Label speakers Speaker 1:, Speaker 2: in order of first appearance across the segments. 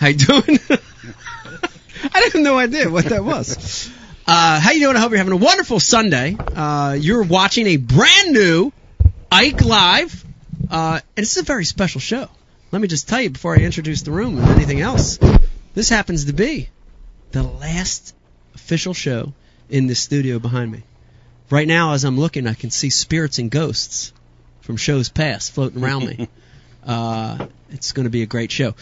Speaker 1: how you doing? I have no idea what that was. Uh, how you doing? I hope you're having a wonderful Sunday. Uh, you're watching a brand new Ike Live, uh, and this is a very special show. Let me just tell you before I introduce the room and anything else, this happens to be the last official show in the studio behind me. Right now, as I'm looking, I can see spirits and ghosts from shows past floating around me. uh, it's going to be a great show.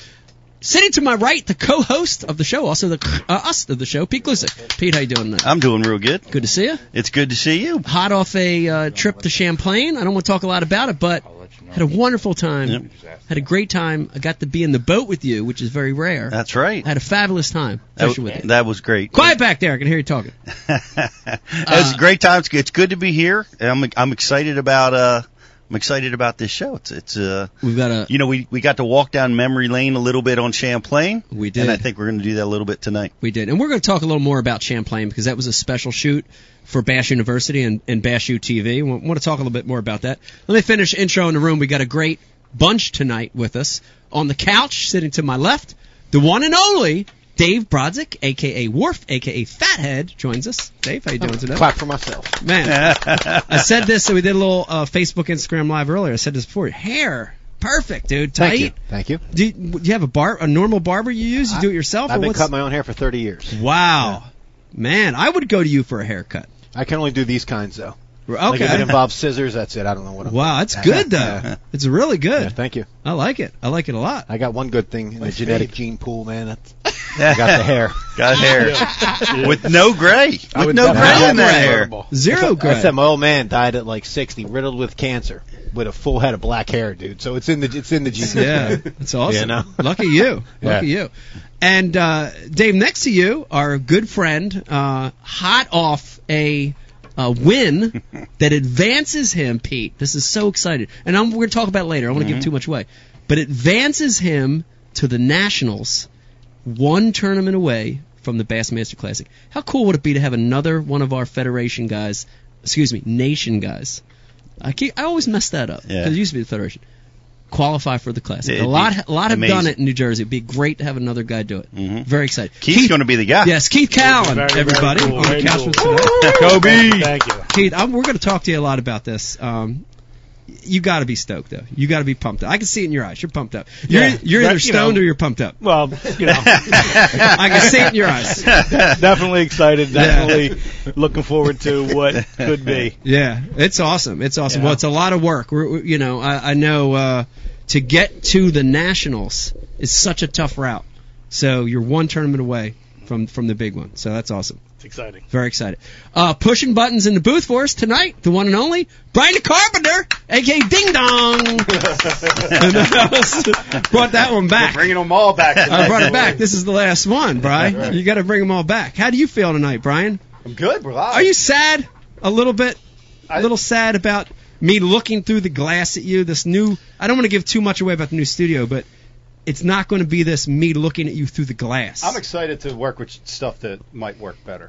Speaker 1: Sitting to my right, the co-host of the show, also the uh, us of the show, Pete Glusick. Pete, how you doing? tonight?
Speaker 2: I'm doing real good.
Speaker 1: Good to see you.
Speaker 2: It's good to see you.
Speaker 1: Hot off a uh, trip to Champlain. I don't want to talk a lot about it, but had a wonderful time.
Speaker 2: Yep.
Speaker 1: Had a great time. I got to be in the boat with you, which is very rare.
Speaker 2: That's right.
Speaker 1: I had a fabulous time
Speaker 2: That,
Speaker 1: fishing with you.
Speaker 2: that was great.
Speaker 1: Quiet back there. I can hear you talking.
Speaker 2: It was a great time. It's, it's good to be here. And I'm I'm excited about uh I'm excited about this show. It's it's uh
Speaker 1: We've got a
Speaker 2: you know we we got to walk down memory lane a little bit on Champlain.
Speaker 1: We did.
Speaker 2: And I think we're going to do that a little bit tonight.
Speaker 1: We did. And we're going to talk a little more about Champlain because that was a special shoot for Bash University and, and Bash U TV. We want to talk a little bit more about that. Let me finish intro in the room. We got a great bunch tonight with us. On the couch, sitting to my left, the one and only Dave Brodzik, a.k.a. Wharf, a.k.a. Fathead, joins us. Dave, how you doing today?
Speaker 3: clap for myself.
Speaker 1: Man, I said this, so we did a little uh, Facebook, Instagram live earlier. I said this before. Hair, perfect, dude. Tight.
Speaker 2: Thank you.
Speaker 3: Thank you.
Speaker 1: Do you, do you have a bar, a normal barber you use? You do it yourself?
Speaker 3: I've
Speaker 1: or
Speaker 3: been
Speaker 1: what's-
Speaker 3: cutting my own hair for 30 years.
Speaker 1: Wow. Man, I would go to you for a haircut.
Speaker 3: I can only do these kinds though. Like if it
Speaker 1: Okay.
Speaker 3: involves scissors, that's it. I don't know what. I'm
Speaker 1: Wow, that's good though. It's really
Speaker 3: Yeah,
Speaker 1: good.
Speaker 3: thank you.
Speaker 1: I like it. I like it a lot.
Speaker 3: I got one good thing in the genetic gene pool, man. That's, I got the hair.
Speaker 2: Got hair with no gray. With
Speaker 3: would
Speaker 2: no
Speaker 3: definitely
Speaker 2: gray
Speaker 3: have
Speaker 2: in that
Speaker 3: that.
Speaker 2: hair.
Speaker 1: Zero gray.
Speaker 3: I said my old man died at like 60, riddled with cancer, with a full head of black hair, dude. So it's in the it's in the gene.
Speaker 1: Yeah, that's awesome.
Speaker 3: You know?
Speaker 1: Lucky you. Lucky you. And uh, Dave, next to you, our good friend, uh, hot off a, a win that advances him, Pete. This is so exciting. And I'm, we're going to talk about it later. I don't want
Speaker 3: Mm-hmm.
Speaker 1: to give too much away. But advances him to the Nationals, one tournament away from the Bassmaster Classic. How cool would it be to have another one of our Federation guys, excuse me, Nation guys? I, keep, I always mess that up.
Speaker 2: Yeah.
Speaker 1: 'cause It used to be the Federation qualify for the classic.
Speaker 2: It'd
Speaker 1: a lot,
Speaker 2: be
Speaker 1: a lot have
Speaker 2: amazing. Mm-hmm.
Speaker 1: done it in New Jersey. It'd be great to have another guy do it. Very excited.
Speaker 2: Keith's going to be the guy.
Speaker 1: yes, Keith Cowan,
Speaker 4: Very, very
Speaker 1: everybody.
Speaker 4: cool,
Speaker 1: on the
Speaker 4: very
Speaker 1: couch
Speaker 4: cool.
Speaker 1: with us today.
Speaker 2: Kobe.
Speaker 4: Thank you.
Speaker 1: Keith, I'm, we're going to talk to you a lot about this. Um, you got to be stoked though. You got to be pumped up. I can see it in your eyes. You're pumped up. You're,
Speaker 4: Yeah,
Speaker 1: you're
Speaker 4: but,
Speaker 1: either
Speaker 4: you
Speaker 1: stoned
Speaker 4: know-
Speaker 1: or you're pumped up.
Speaker 4: Well, you know,
Speaker 1: I can see it in your eyes.
Speaker 4: definitely excited.
Speaker 1: Yeah.
Speaker 4: Definitely looking forward to what could be.
Speaker 1: Yeah, it's awesome. It's awesome.
Speaker 4: Yeah.
Speaker 1: Well, it's a lot of work. We're, we- you know, I, I know uh, to get to the nationals is such a tough route. So you're one tournament away from from the big one. So that's awesome.
Speaker 4: It's exciting.
Speaker 1: Very excited. Uh, pushing buttons in the booth for us tonight, the one and only Brian the Carpenter, aka Ding Dong. brought that one back.
Speaker 3: Bringing them all back.
Speaker 1: I brought it back. This is the last one, Brian. You got to bring them all back. How do you feel tonight, Brian?
Speaker 3: I'm good. We're live.
Speaker 1: Are you sad? A little bit. A little sad about me looking through the glass at you. This new. I don't want to give too much away about the new studio, but it's not going to be this me looking at you through the glass.
Speaker 5: I'm excited to work with stuff that might work better. We're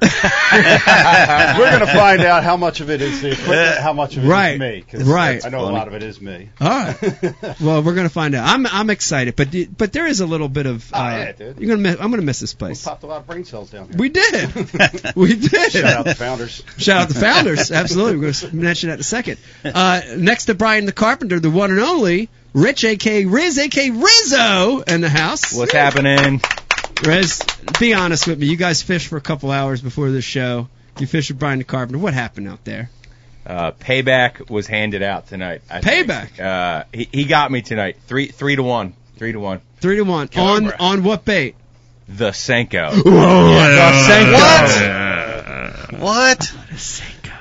Speaker 5: going to find out how much of it is the equipment, how much of it is
Speaker 1: Right.
Speaker 5: me. 'cause
Speaker 1: Right.
Speaker 5: I know a lot of it is me.
Speaker 1: All right. well, we're gonna find out. I'm I'm excited, but the- but there is a little bit of. Uh,
Speaker 5: Oh, yeah, dude.
Speaker 1: You're gonna. Miss, I'm gonna miss this place.
Speaker 5: Popped a lot of brain cells down here.
Speaker 1: We did. we did.
Speaker 5: Shout out the founders.
Speaker 1: Shout out the founders. Absolutely. We're going to mention that in a second. Uh, next to Brian the Carpenter, the one and only Rich, a.k.a. Riz, a.k.a. Rizzo, in the house.
Speaker 6: What's happening?
Speaker 1: Riz, be honest with me. You guys fished for a couple hours before this show. You fished with Brian the Carpenter. What happened out there?
Speaker 6: Uh, payback was handed out tonight. I think.
Speaker 1: Payback?
Speaker 6: Uh, he, he got me tonight. Three three to one. Three to one.
Speaker 1: Three to one. On
Speaker 6: Cobra.
Speaker 1: on what bait?
Speaker 6: The Senko. oh, Uh,
Speaker 2: What? What?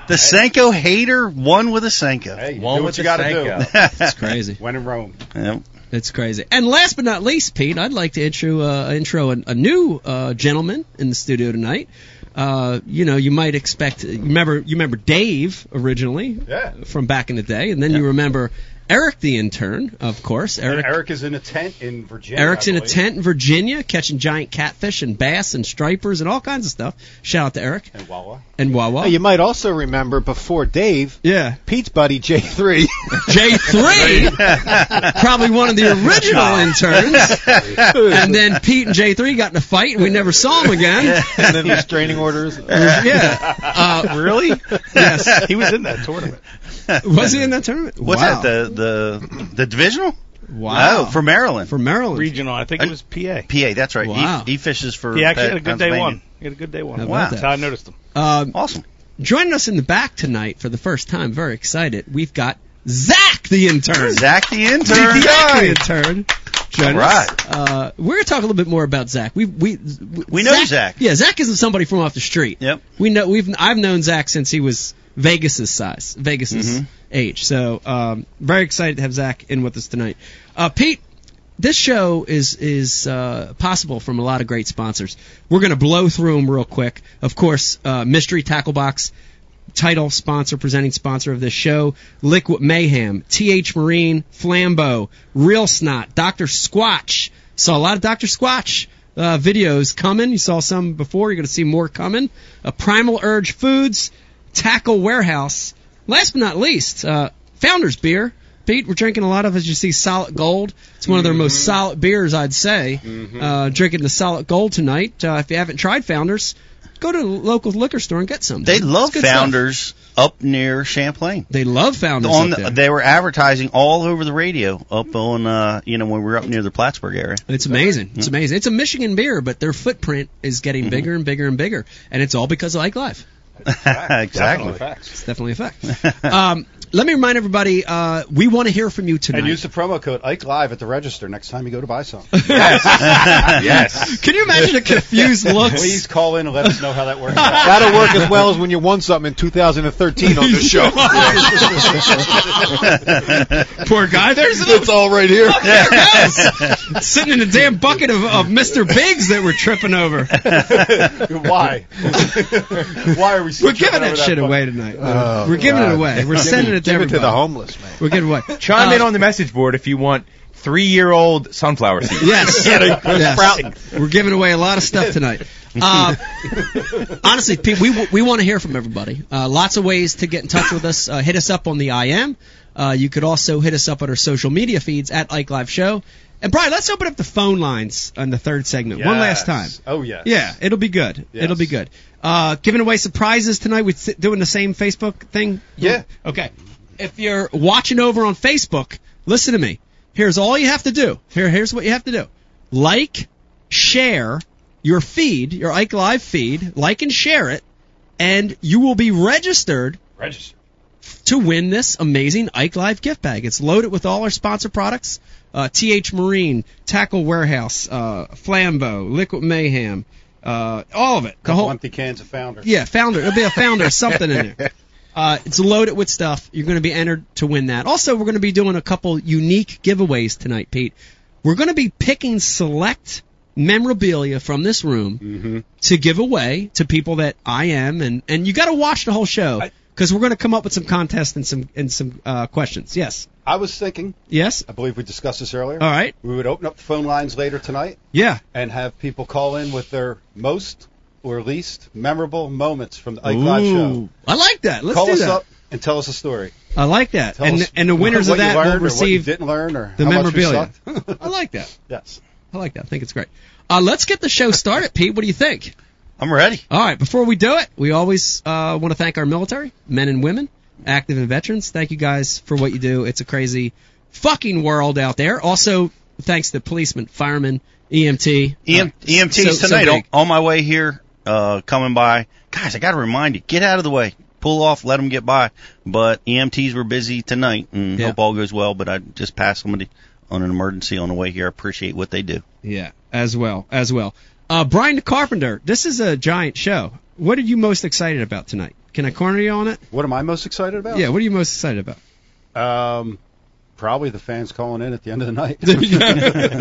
Speaker 2: The Senko hater won with a Senko.
Speaker 5: Hey,
Speaker 6: One
Speaker 5: do
Speaker 6: with the
Speaker 5: what you got to do.
Speaker 6: Senko.
Speaker 1: It's crazy.
Speaker 5: When in Rome.
Speaker 2: Yep.
Speaker 1: It's crazy. And last but not least, Pete, I'd like to intro uh, intro a, a new uh, gentleman in the studio tonight. Uh, you know, you might expect you remember you remember Dave originally
Speaker 5: Yeah.
Speaker 1: from back in the day, and then you remember Eric the intern, of course.
Speaker 5: And
Speaker 1: Eric
Speaker 5: Eric is in a tent in Virginia.
Speaker 1: Eric's
Speaker 5: I
Speaker 1: in a
Speaker 5: believe.
Speaker 1: tent in Virginia catching giant catfish and bass and stripers and all kinds of stuff. Shout out to Eric
Speaker 5: And Wawa.
Speaker 1: and Wawa.
Speaker 3: Now, you might also remember before Dave,
Speaker 1: yeah.
Speaker 3: Pete's buddy J3.
Speaker 1: J3, probably one of the original interns. And then Pete and J3 got in a fight, and we never saw him again.
Speaker 3: and then restraining orders.
Speaker 1: Yeah. Uh,
Speaker 4: Really?
Speaker 1: yes.
Speaker 4: he was in that tournament.
Speaker 1: Was he in that tournament?
Speaker 2: What's
Speaker 1: wow.
Speaker 2: that? The the the divisional?
Speaker 1: Wow.
Speaker 2: Oh, for Maryland.
Speaker 1: For Maryland.
Speaker 4: Regional. I think it was PA.
Speaker 2: PA. That's right.
Speaker 1: Wow.
Speaker 2: He, he fishes for.
Speaker 4: He actually
Speaker 2: Pe-
Speaker 4: had a good day
Speaker 2: Pennsylvania.
Speaker 4: one. He had a good day one.
Speaker 1: How about
Speaker 4: Wow.
Speaker 1: that?
Speaker 4: That's how I noticed him.
Speaker 1: Um,
Speaker 2: Awesome.
Speaker 1: joining us in the back tonight for the first time, very excited, we've got Zach the intern.
Speaker 2: Zach the intern.
Speaker 1: Zach the intern. Joining
Speaker 2: All
Speaker 1: us.
Speaker 2: right.
Speaker 1: Uh, we're going to talk a little bit more about Zach. We we we,
Speaker 2: We know Zach.
Speaker 1: Yeah, Zach isn't somebody from off the street.
Speaker 2: Yep.
Speaker 1: We know we've I've known Zach since he was Vegas's size,
Speaker 2: Mm-hmm.
Speaker 1: Vegas's age. So um, very excited to have Zach in with us tonight. Uh, Pete, this show is is uh, possible from a lot of great sponsors. We're going to blow through them real quick. Of course, uh, Mystery Tackle Box. Title sponsor, presenting sponsor of this show, Liquid Mayhem, TH Marine, Flambeau, Real Snot, Dr. Squatch. Saw a lot of Dr. Squatch uh, videos coming. You saw some before. You're going to see more coming. Uh, Primal Urge Foods, Tackle Warehouse. Last but not least, uh, Founders Beer. Pete, we're drinking a lot of, as you see, Solid Gold. It's one of their most solid beers, I'd say. Uh, drinking the Solid Gold tonight. Uh, if you haven't tried Founders, go to the local liquor store and get some.
Speaker 2: They
Speaker 1: It's
Speaker 2: love
Speaker 1: good stuff.
Speaker 2: Founders up near Champlain.
Speaker 1: They love Founders.
Speaker 2: on
Speaker 1: up
Speaker 2: the,
Speaker 1: there.
Speaker 2: they were advertising all over the radio up on uh you know when we were up near the Plattsburgh area.
Speaker 1: It's amazing. It's amazing. It's a Michigan beer, but their footprint is getting bigger and bigger and bigger, and it's all because of Ike Life.
Speaker 2: exactly.
Speaker 5: Definitely Facts.
Speaker 1: It's definitely a fact. um, let me remind everybody: uh, we want to hear from you tonight.
Speaker 5: And use the promo code Ike Live at the register next time you go to buy some.
Speaker 6: yes.
Speaker 1: Can you imagine the confused looks?
Speaker 5: Please call in and let us know how that works out.
Speaker 3: That'll work as well as when you won something in 2013 on this show.
Speaker 1: Poor guy. There's
Speaker 3: it's all right here.
Speaker 1: the sitting in a damn bucket of, of Mr. Biggs that we're tripping over.
Speaker 5: Why? Why are we still
Speaker 1: We're giving
Speaker 5: tripping over
Speaker 1: that shit
Speaker 5: fucking-
Speaker 1: away tonight. we're giving it
Speaker 3: Oh, God.
Speaker 1: away. We're sending it to
Speaker 3: Give it to
Speaker 1: everybody.
Speaker 3: the homeless, man.
Speaker 1: We're giving it away.
Speaker 6: Chime
Speaker 1: Uh,
Speaker 6: in on the message board if you want three-year-old sunflower seeds.
Speaker 1: Yes. yes. We're giving away a lot of stuff tonight. Uh, honestly, Pete, we, we want to hear from everybody. Uh, lots of ways to get in touch with us. Uh, hit us up on the IM. Uh, you could also hit us up on our social media feeds at Ike Live Show. And Brian, let's open up the phone lines on the third segment one last time.
Speaker 5: Yes. Oh yes.
Speaker 1: Yeah, it'll be good.
Speaker 5: Yes.
Speaker 1: It'll be good. Uh, giving away surprises tonight. We're si- doing the same Facebook thing.
Speaker 5: Yeah.
Speaker 1: Okay. If you're watching over on Facebook, listen to me. Here's all you have to do. Here, here's what you have to do. Like, share your feed, your Ike Live feed. Like and share it, and you will be registered
Speaker 5: Register.
Speaker 1: to win this amazing Ike Live gift bag. It's loaded with all our sponsor products: uh, TH Marine, Tackle Warehouse, uh, Flambeau, Liquid Mayhem, uh, all of it. The whole
Speaker 5: Empty cans of founder.
Speaker 1: yeah, founder. It'll be a founder, something in there. Uh, it's loaded with stuff. You're going to be entered to win that. Also, we're going to be doing a couple unique giveaways tonight, Pete. We're going to be picking select memorabilia from this room
Speaker 5: Mm-hmm.
Speaker 1: to give away to people that I am, and and you got to watch the whole show because we're going to come up with some contests and some and some uh, questions. Yes,
Speaker 5: I was thinking.
Speaker 1: yes.
Speaker 5: I believe we discussed this earlier.
Speaker 1: All right.
Speaker 5: We would open up the phone lines later tonight
Speaker 1: Yeah.
Speaker 5: and have people call in with their most or least memorable moments from the Ike Live show.
Speaker 1: Ooh, I like that. Let's
Speaker 5: call
Speaker 1: do
Speaker 5: us
Speaker 1: that.
Speaker 5: up and tell us a story.
Speaker 1: I like that.
Speaker 5: Tell
Speaker 1: and
Speaker 5: us
Speaker 1: and the winners
Speaker 5: what
Speaker 1: of that
Speaker 5: you learned
Speaker 1: will
Speaker 5: or what you
Speaker 1: receive.
Speaker 5: didn't learn or
Speaker 1: the
Speaker 5: how much we
Speaker 1: memorabilia.
Speaker 5: sucked.
Speaker 1: I like that.
Speaker 5: yes.
Speaker 1: I like that. I think it's great. Uh, let's get the show started, Pete. What do you think?
Speaker 2: I'm ready.
Speaker 1: All right, before we do it, we always uh, want to thank our military, men and women, active and veterans. Thank you guys for what you do. It's a crazy fucking world out there. Also, thanks to policemen, firemen, E EMT.
Speaker 5: E
Speaker 2: EM, EMTs
Speaker 1: Uh, so- so
Speaker 2: E tonight on,
Speaker 1: big.
Speaker 2: on my way here, uh, coming by. Guys, I got to remind you, get out of the way. Pull off, let them get by. But EMTs were busy tonight, and
Speaker 1: Yeah.
Speaker 2: hope all goes well. But I just passed somebody on an emergency on the way here. I appreciate what they do.
Speaker 1: Yeah, as well, as well. Uh, Brian the Carpenter, this is a giant show. What are you most excited about tonight? Can I corner you on it?
Speaker 5: What am I most excited about?
Speaker 1: Yeah, what are you most excited about?
Speaker 5: Um, probably the fans calling in at the end of the night.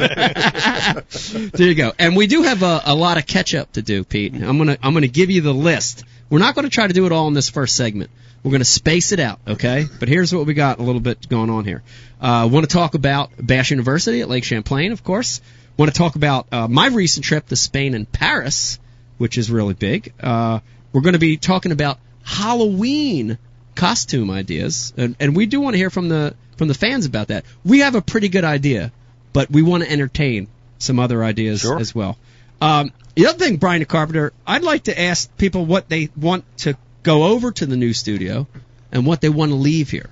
Speaker 1: there you go. And we do have a, a lot of catch up to do, Pete. I'm gonna I'm gonna give you the list. We're not gonna try to do it all in this first segment. We're gonna space it out, okay? But here's what we got a little bit going on here. Uh, want to talk about Bash University at Lake Champlain, of course. Want to talk about uh, my recent trip to Spain and Paris, which is really big. Uh, we're gonna be talking about Halloween costume ideas, and, and we do want to hear from the from the fans about that. We have a pretty good idea, but we want to entertain some other ideas as well. Um, the other thing, Brian Carpenter, I'd like to ask people what they want to go over to the new studio and what they want to leave here.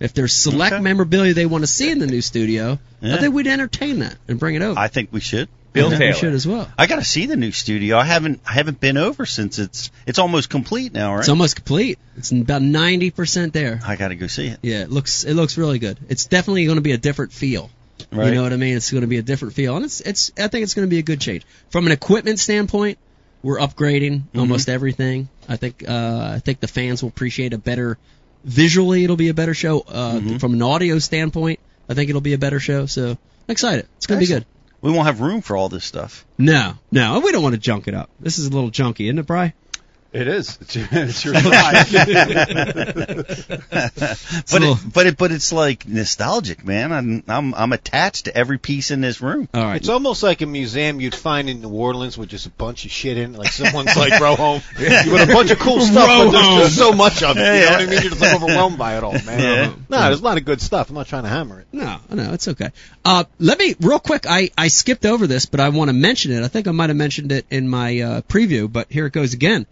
Speaker 1: If there's select memorabilia they want to see in the new studio, I
Speaker 2: Yeah.
Speaker 1: think we'd entertain that and bring it over.
Speaker 2: I think we should.
Speaker 6: Bill
Speaker 1: I think we
Speaker 6: Taylor.
Speaker 1: should as well.
Speaker 2: I got to see the new studio. I haven't I haven't been over since it's it's almost complete now, right?
Speaker 1: It's almost complete. It's about ninety percent there.
Speaker 2: I got to go see it.
Speaker 1: Yeah, it looks it looks really good. It's definitely going to be a different feel.
Speaker 2: Right.
Speaker 1: You know what I mean? It's going to be a different feel, and it's it's. I think it's going to be a good change from an equipment standpoint. We're upgrading almost everything. I think uh, I think the fans will appreciate a better visually. It'll be a better show uh, from an audio standpoint. I think it'll be a better show. So I'm excited. It's going to be good.
Speaker 2: We won't have room for all this stuff.
Speaker 1: No, no, we don't want to junk it up. This is a little junky, isn't it, Bry?
Speaker 5: it is. It's your, it's your life.
Speaker 2: But
Speaker 1: a
Speaker 2: it,
Speaker 1: little-
Speaker 2: but it but it's like nostalgic, man. I'm I'm I'm attached to every piece in this room.
Speaker 1: All right.
Speaker 3: It's almost like a museum you'd find in New Orleans with just a bunch of shit in it. Like someone's like, row home. You want a bunch of cool stuff, but there's just so much of it. You know what I mean? You're just like overwhelmed by it all, man. No, there's a lot of good stuff. I'm not trying to hammer it.
Speaker 1: No, no, it's okay. Uh, let me real quick. I, I skipped over this, but I want to mention it. I think I might have mentioned it in my uh, preview, but here it goes again.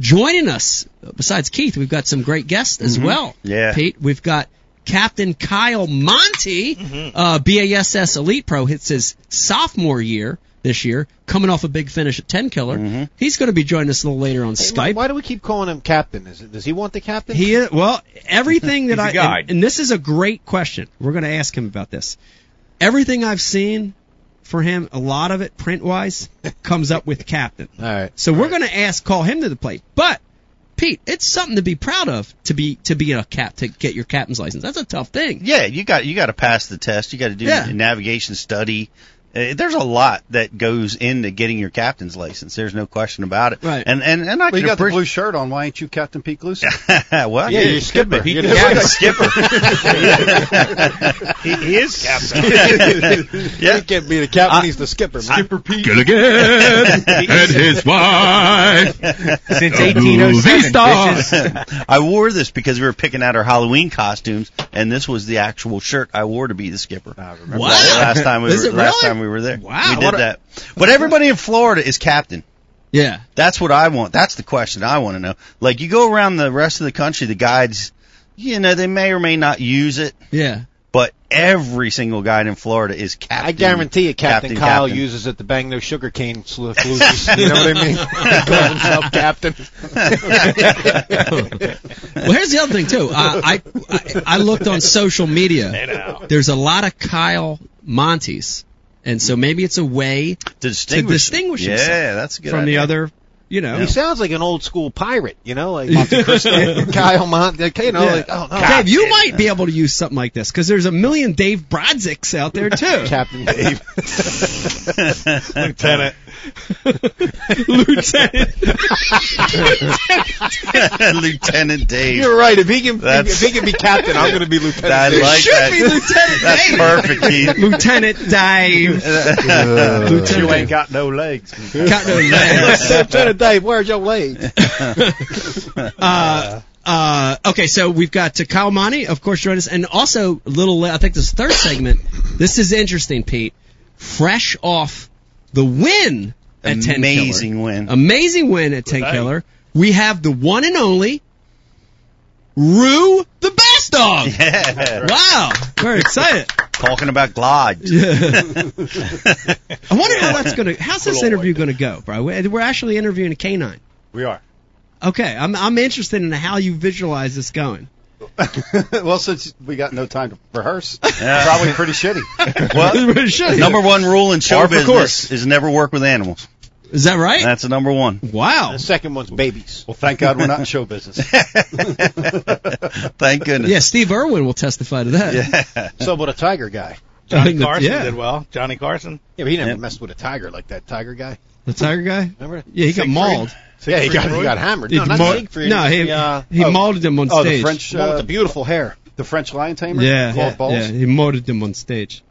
Speaker 1: Joining us, besides Keith, we've got some great guests as well.
Speaker 2: Yeah.
Speaker 1: Pete, we've got Captain Kyle Monty, uh, BASS Elite Pro. It's his sophomore year this year, coming off a big finish at Ten Killer. He's going to be joining us a little later on Skype.
Speaker 3: Why do we keep calling him captain? Is it, does he want the captain?
Speaker 1: He is, well, everything that
Speaker 6: He's a
Speaker 1: I
Speaker 6: guide.
Speaker 1: And, and this is a great question. We're going to ask him about this. Everything I've seen for him, a lot of it print wise, comes up with captain.
Speaker 3: all right.
Speaker 1: So we're going to ask, call him to the plate. But Pete, it's something to be proud of to be to be a cap to get your captain's license. That's a tough thing.
Speaker 2: Yeah, you got you got to pass the test. You got to do
Speaker 1: Yeah.
Speaker 2: a navigation study. Uh, There's a lot that goes into getting your captain's license. There's no question about it.
Speaker 1: Right.
Speaker 2: And and and I
Speaker 5: well,
Speaker 2: can
Speaker 5: you got the blue
Speaker 2: appreciate.
Speaker 5: shirt on. Why ain't you Captain Pete Glucin?
Speaker 2: well,
Speaker 3: Yeah, you're skipper.
Speaker 6: He,
Speaker 3: You're
Speaker 6: yeah,
Speaker 3: the
Speaker 6: he's a skipper.
Speaker 4: he, he is captain.
Speaker 3: He can't be the captain. he's the skipper. Man.
Speaker 7: Gilligan and his wife.
Speaker 6: Since
Speaker 2: oh
Speaker 7: Movie
Speaker 6: 1807.
Speaker 7: star.
Speaker 6: This is-
Speaker 2: I wore this because we were picking out our Halloween costumes, and this was the actual shirt I wore to be the skipper.
Speaker 1: Wow.
Speaker 2: Last time we
Speaker 1: Is
Speaker 2: were,
Speaker 1: it
Speaker 2: last
Speaker 1: really?
Speaker 2: time we were there,
Speaker 1: Wow.
Speaker 2: we
Speaker 1: What
Speaker 2: did
Speaker 1: a-
Speaker 2: that. But everybody in Florida is captain.
Speaker 1: Yeah.
Speaker 2: That's what I want. That's the question I want to know. Like you go around the rest of the country, the guides, you know, they may or may not use it,
Speaker 1: Yeah.
Speaker 2: but every single guide in Florida is captain.
Speaker 3: I guarantee you, Captain,
Speaker 2: Captain,
Speaker 3: Kyle
Speaker 2: Captain.
Speaker 3: uses it to bang those sugar cane slu- floozies. you know what I mean? he calls himself captain.
Speaker 1: Well, here's the other thing too. Uh, I, I I looked on social media. There's a lot of Kyle Montes, and so maybe it's a way
Speaker 2: to distinguish,
Speaker 1: distinguish
Speaker 2: yeah,
Speaker 1: himself
Speaker 2: that's a good
Speaker 1: from the
Speaker 2: idea.
Speaker 1: other, you know.
Speaker 3: He sounds like an old school pirate, you know, like Kyle Mont. like, You know, like, oh no,
Speaker 1: Dave, you might be able to use something like this because there's a million Dave Brodzicks out there too.
Speaker 3: Captain Dave.
Speaker 4: Lieutenant.
Speaker 1: Lieutenant.
Speaker 2: Lieutenant Dave.
Speaker 3: You're right. If he can,
Speaker 2: That's-
Speaker 3: if he can be captain, I'm going to be lieutenant.
Speaker 2: I
Speaker 3: Dave.
Speaker 2: like
Speaker 1: Should
Speaker 2: that.
Speaker 1: be Lieutenant
Speaker 2: That's
Speaker 1: Dave.
Speaker 2: perfect, Keith.
Speaker 1: Lieutenant Dave.
Speaker 5: you
Speaker 1: Lieutenant
Speaker 5: ain't got no legs.
Speaker 1: Got no legs.
Speaker 3: Lieutenant Dave, where's your legs?
Speaker 1: Uh, uh, okay, so we've got uh, Kyle Monty, of course, join us, and also little. I think this third segment. This is interesting, Pete. Fresh off the win at Ten Killer.
Speaker 2: Amazing win.
Speaker 1: amazing win at Ten Killer. We have the one and only Rue the Best Dog.
Speaker 2: Yeah.
Speaker 1: Wow, we're excited.
Speaker 2: Talking about Glodge.
Speaker 1: I wonder how that's gonna. How's this interview gonna go, bro? We're we're actually interviewing a canine.
Speaker 5: We are.
Speaker 1: Okay, I'm I'm interested in how you visualize this going.
Speaker 5: well, since we got no time to rehearse, probably pretty shitty.
Speaker 2: Well,
Speaker 1: Should you?
Speaker 2: number one rule in show
Speaker 6: Par for
Speaker 2: business
Speaker 6: course.
Speaker 2: is never work with animals.
Speaker 1: Is that right?
Speaker 2: That's the number one.
Speaker 1: wow.
Speaker 3: The second one's babies.
Speaker 5: Well, thank God we're not in show business.
Speaker 2: Thank goodness.
Speaker 1: Yeah, Steve Irwin will testify to that. Yeah.
Speaker 3: So about a tiger guy.
Speaker 4: Johnny
Speaker 1: the-
Speaker 4: Carson
Speaker 1: yeah.
Speaker 4: did well. Johnny Carson.
Speaker 3: Yeah, but he never
Speaker 2: Yep.
Speaker 3: messed with a tiger like that tiger guy.
Speaker 1: The tiger guy?
Speaker 3: Remember?
Speaker 1: Yeah, he got mauled.
Speaker 3: Yeah, he got, he got hammered. No,
Speaker 1: He
Speaker 3: not
Speaker 1: maul-
Speaker 3: Siegfried.
Speaker 1: no, he,
Speaker 3: the, uh,
Speaker 1: he
Speaker 5: oh.
Speaker 1: mauled him on
Speaker 5: Oh, the
Speaker 1: stage.
Speaker 5: French,
Speaker 3: the one with
Speaker 5: uh,
Speaker 3: the beautiful hair.
Speaker 5: the French lion tamer.
Speaker 1: yeah,
Speaker 5: Claude
Speaker 1: yeah,
Speaker 5: Balls?
Speaker 1: yeah, he mauled him on stage.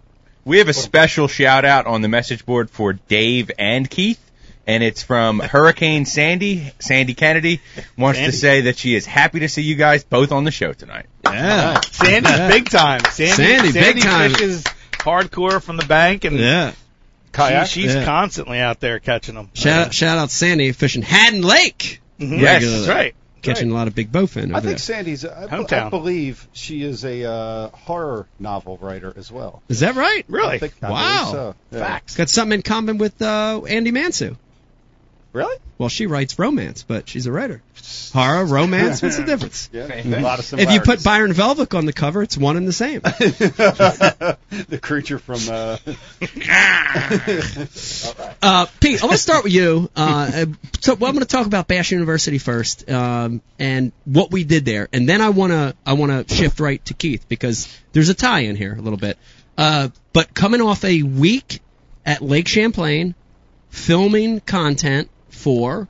Speaker 6: We have a special shout out on the message board for Dave and Keith, and it's from Hurricane Sandy. Sandy Kennedy wants
Speaker 4: Sandy.
Speaker 6: to say that she is happy to see you guys both on the show tonight.
Speaker 1: Yeah,
Speaker 4: Sandy, big time. Sandy,
Speaker 1: Sandy, big time.
Speaker 4: fishes hardcore from the bank, and
Speaker 1: yeah.
Speaker 4: she, she's
Speaker 1: Yeah.
Speaker 4: constantly out there catching them.
Speaker 1: Shout out, shout out Sandy fishing Haddon Lake,
Speaker 4: Mhm.
Speaker 6: Yes.
Speaker 4: that's right. That's
Speaker 1: catching
Speaker 4: right.
Speaker 1: a lot of big bowfin over
Speaker 5: I
Speaker 1: there.
Speaker 5: think Sandy's. uh, I, I
Speaker 4: Hometown.
Speaker 5: believe she is a uh, horror novel writer as well.
Speaker 1: Is that right?
Speaker 5: I
Speaker 4: Really?
Speaker 5: think, I
Speaker 1: Wow.
Speaker 5: believe So. Yeah.
Speaker 4: Facts.
Speaker 1: Got something in common with uh, Andy Mansu.
Speaker 5: Really?
Speaker 1: Well, she writes romance, but she's a writer. Horror, romance, what's the difference?
Speaker 5: Yeah. A lot of
Speaker 1: Mm-hmm. If you put
Speaker 5: similarities.
Speaker 1: Byron Velvick on the cover, it's one and the same.
Speaker 5: the creature from uh,
Speaker 1: Uh, Pete, I'm going to start with you. Uh, uh, so well, I'm going to talk about Bash University first, um, and what we did there, and then I want to I want to shift right to Keith because there's a tie in here a little bit. Uh, but coming off a week at Lake Champlain, filming content for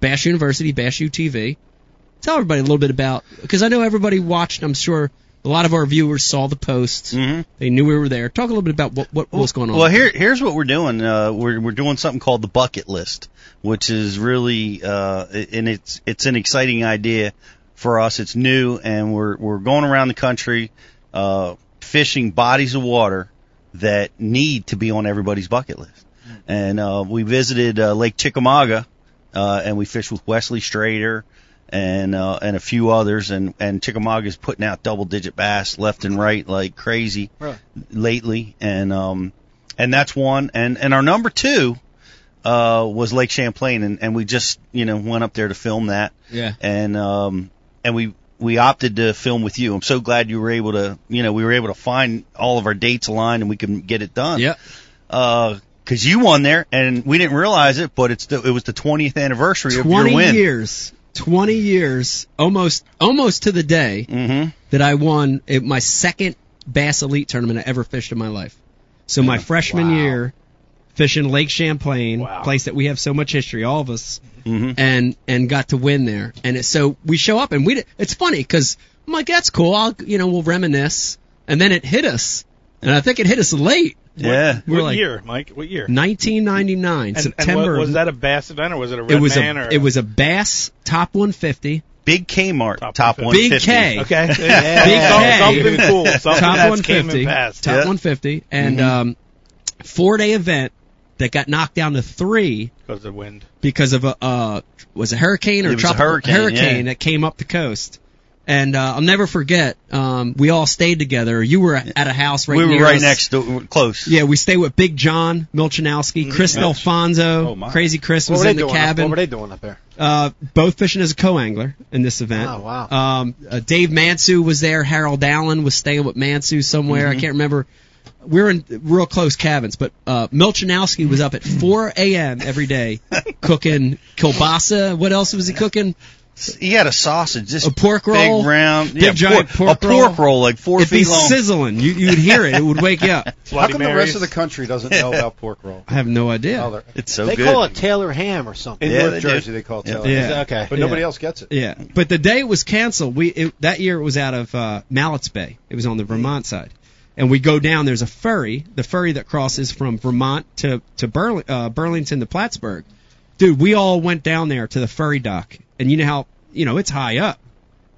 Speaker 1: Bash University, Bash UTV. Tell everybody a little bit about because I know everybody watched. I'm sure a lot of our viewers saw the posts.
Speaker 2: Mhm.
Speaker 1: They knew we were there. Talk a little bit about what what, what's going on.
Speaker 2: Well, here here's what we're doing. Uh, we're we're doing something called the bucket list, which is really uh, and it's it's an exciting idea for us. It's new, and we're we're going around the country uh, fishing bodies of water that need to be on everybody's bucket list.
Speaker 1: Hmm.
Speaker 2: And uh, we visited uh, Lake Chickamauga, uh, and we fished with Wesley Strader and uh, and a few others. And and Chickamauga's putting out double digit bass left and right like crazy lately. And um and that's one. And and our number two uh, was Lake Champlain, and and we just you know went up there to film that
Speaker 1: yeah,
Speaker 2: and um and we we opted to film with you. I'm so glad you were able to, you know, we were able to find all of our dates aligned and we can get it done.
Speaker 1: yeah.
Speaker 2: Uh, cause you won there and we didn't realize it, but it's the, it was the 20th anniversary of your
Speaker 1: 20
Speaker 2: win.
Speaker 1: years 20 years almost almost to the day
Speaker 2: Mm-hmm.
Speaker 1: that i won it, my second bass elite tournament i ever fished in my life so my freshman year fishing lake champlain place that we have so much history all of us
Speaker 4: Mm-hmm.
Speaker 2: Mhm.
Speaker 1: and and got to win there and it, so we show up and we di- it's funny because i'm like that's cool i'll you know we'll reminisce and then it hit us and i think it hit us late
Speaker 2: Yeah.
Speaker 1: we're
Speaker 4: what
Speaker 1: like
Speaker 4: year, Mike? What year?
Speaker 1: 1999
Speaker 4: And, and
Speaker 1: september
Speaker 4: what- was that a bass event or was it a red
Speaker 1: it was
Speaker 4: man
Speaker 1: a
Speaker 4: or
Speaker 1: it was a bass top 150
Speaker 2: Big Kmart, top,
Speaker 4: Top
Speaker 2: top
Speaker 1: 150. Big
Speaker 2: 150.
Speaker 1: K.
Speaker 4: okay?
Speaker 1: K.
Speaker 4: Something cool. Something
Speaker 1: top
Speaker 4: that's came
Speaker 1: 150,
Speaker 4: and
Speaker 1: top
Speaker 4: passed.
Speaker 1: 150, and um, four day event that got knocked down to three
Speaker 4: Because of wind.
Speaker 1: because of a uh, was a hurricane or
Speaker 2: It was a
Speaker 1: tropical
Speaker 2: hurricane, yeah.
Speaker 1: that came up the coast. And uh, I'll never forget. Um, we all stayed together. You were at a house right.
Speaker 2: We were
Speaker 1: near
Speaker 2: right
Speaker 1: us.
Speaker 2: next to, close.
Speaker 1: Yeah, we stayed with Big John Milchanowski, Chris Delfonso,
Speaker 5: Oh, my.
Speaker 1: Crazy Chris
Speaker 3: What
Speaker 1: was
Speaker 3: were, they
Speaker 1: in the
Speaker 3: doing up, what
Speaker 1: cabin.
Speaker 3: were they doing up there?
Speaker 1: Uh, both fishing as a co-angler in this event.
Speaker 3: Oh, wow.
Speaker 1: Um, uh, Dave Mansu was there. Harold Allen was staying with Mansu somewhere. I can't remember. We were in real close cabins, but uh, Milchanowski was up at 4 a.m. every day cooking kielbasa. What else was he cooking?
Speaker 2: He had a sausage, just
Speaker 1: A pork roll?
Speaker 2: big round,
Speaker 1: Big
Speaker 2: yeah,
Speaker 1: giant pork
Speaker 2: a pork
Speaker 1: roll?
Speaker 2: roll like four
Speaker 1: It'd be
Speaker 2: feet long.
Speaker 1: sizzling. You, you'd hear it. It would wake you up.
Speaker 5: How come the
Speaker 4: Marys.
Speaker 5: rest of the country doesn't know about pork roll?
Speaker 1: I have no
Speaker 5: Oh,
Speaker 1: idea.
Speaker 5: they're-
Speaker 2: It's so
Speaker 3: they
Speaker 2: good.
Speaker 3: call it Taylor Ham or something.
Speaker 5: in
Speaker 2: Yeah, they
Speaker 5: North
Speaker 2: do.
Speaker 5: Jersey, they call it.
Speaker 2: Yeah.
Speaker 5: Taylor.
Speaker 1: Yeah.
Speaker 3: Okay.
Speaker 5: But nobody else gets it.
Speaker 1: Yeah, but the day it was canceled, we it, that year it was out of uh, Malletts Bay. It was on the Vermont side, and we go down. There's a ferry, the ferry that crosses from Vermont to to Burl- uh, Burlington to Plattsburgh. Dude, we all went down there to the ferry dock, and you know how you know it's high up.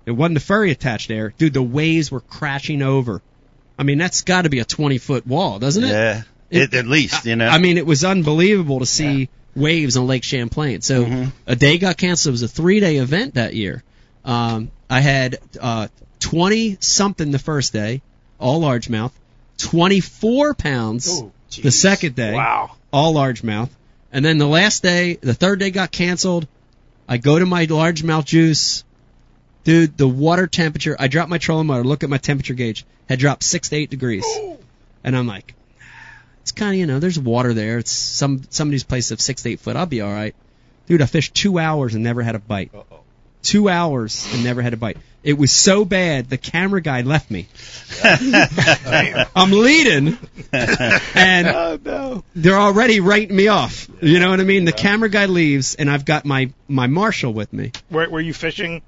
Speaker 1: It wasn't a ferry attached there, dude. The waves were crashing over. I mean, that's got to be a 20 foot wall, doesn't it?
Speaker 2: yeah,
Speaker 1: It-
Speaker 2: it, at least you know.
Speaker 1: I mean, it was unbelievable to see waves on Lake Champlain. So a day got canceled. It was a three day event that year. Um, I had uh, 20 something the first day, all largemouth, 24 pounds the second day,
Speaker 4: Oh, Wow.
Speaker 1: all largemouth. And then the last day, the third day got canceled. I go to my largemouth juice. Dude, the water temperature, I dropped my trolling motor, look at my temperature gauge, had dropped six to eight degrees. And I'm like, it's kind of you know there's water there. It's some some of these places have six to eight foot. I'll be all right. Dude, I fished two hours and never had a bite. Two hours and never had a bite. It was so bad the camera guy left me. I'm leading, and they're already writing me off. You know what I mean? The camera guy leaves, and I've got my my marshal with me.
Speaker 4: Were, were you fishing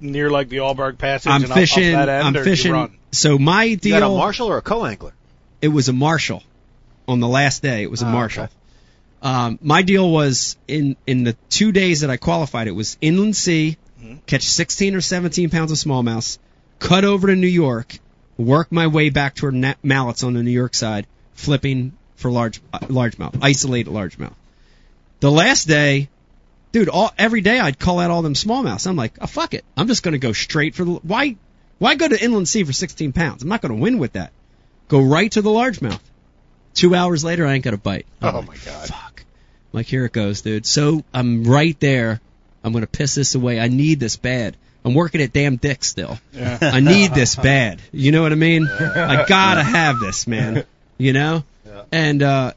Speaker 4: near like the Allberg Passage?
Speaker 1: I'm
Speaker 4: and up- up
Speaker 1: fishing.
Speaker 4: that end,
Speaker 1: I'm
Speaker 4: or did you
Speaker 1: fishing.
Speaker 4: run?
Speaker 1: So my
Speaker 3: You got a
Speaker 1: deal.
Speaker 3: marshal or a co-angler?
Speaker 1: It was a marshal. On the last day, it was a
Speaker 3: Ah,
Speaker 1: marshal.
Speaker 3: okay.
Speaker 1: Um, my deal was in in the two days that I qualified, it was inland sea,
Speaker 3: Mm-hmm.
Speaker 1: catch 16 or 17 pounds of smallmouth, cut over to New York, work my way back toward na- mallets on the New York side, flipping for large uh, largemouth, isolated largemouth. The last day, dude, all every day I'd call out all them smallmouths. I'm like, oh, fuck it, I'm just gonna go straight for the why why go to inland sea for 16 pounds? I'm not gonna win with that. Go right to the largemouth. Two hours later, I ain't got a bite. I'm
Speaker 3: Oh
Speaker 1: like,
Speaker 3: my god!
Speaker 1: fuck. I'm like, here it goes, dude. So I'm right there. I'm gonna piss this away. I need this bad. I'm working at damn dick still. I need this bad. You know what I mean? I gotta have this, man. You know? And uh,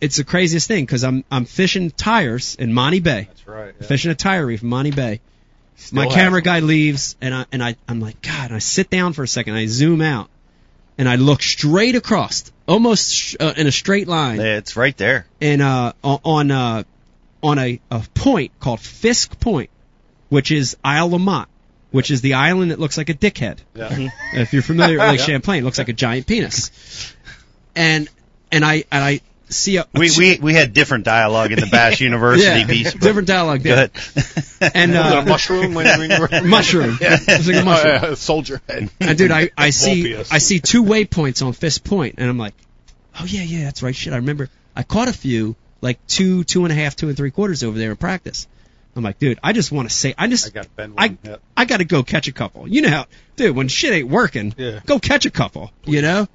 Speaker 1: it's the craziest thingbecause I'm I'm fishing tires in Monty Bay.
Speaker 5: That's right. yeah.
Speaker 1: Fishing a tire reef in Monty Bay. My
Speaker 6: have
Speaker 1: camera guy leaves, and I and I I'm like, God. And I sit down for a second. I zoom out, and I look straight across, almost sh- uh, in a straight line
Speaker 2: Yeah, it's right there.
Speaker 1: in uh o- on uh on a, a point called Fisk Point, which is Isle Lamont, which is the island that looks like a dickhead.
Speaker 5: Yeah.
Speaker 1: If you're familiar with Lake Champlain, it looks like a giant penis. And and I and I see a
Speaker 2: We we we had different dialogue in the Bash University
Speaker 1: yeah,
Speaker 2: piece. but
Speaker 1: different dialogue
Speaker 2: Go
Speaker 1: there.
Speaker 2: ahead.
Speaker 1: And
Speaker 3: Was it a
Speaker 1: uh,
Speaker 3: mushroom when when you were
Speaker 1: mushroom. It's like a mushroom.
Speaker 3: Oh, yeah, soldier head.
Speaker 1: And dude, I, I see
Speaker 4: Morpheus.
Speaker 1: I see two waypoints on Fist Point, and I'm like, oh yeah, yeah, that's right. Shit, I remember. I caught a few, like two, two and a half, two and three quarters over there in practice. I'm like, dude, I just want to say, I just,
Speaker 5: I gotta bend
Speaker 1: I,
Speaker 5: one, yep.
Speaker 1: I got to go catch a couple. You know, how, dude, when shit ain't working,
Speaker 4: Yeah.
Speaker 1: go catch a couple. You know,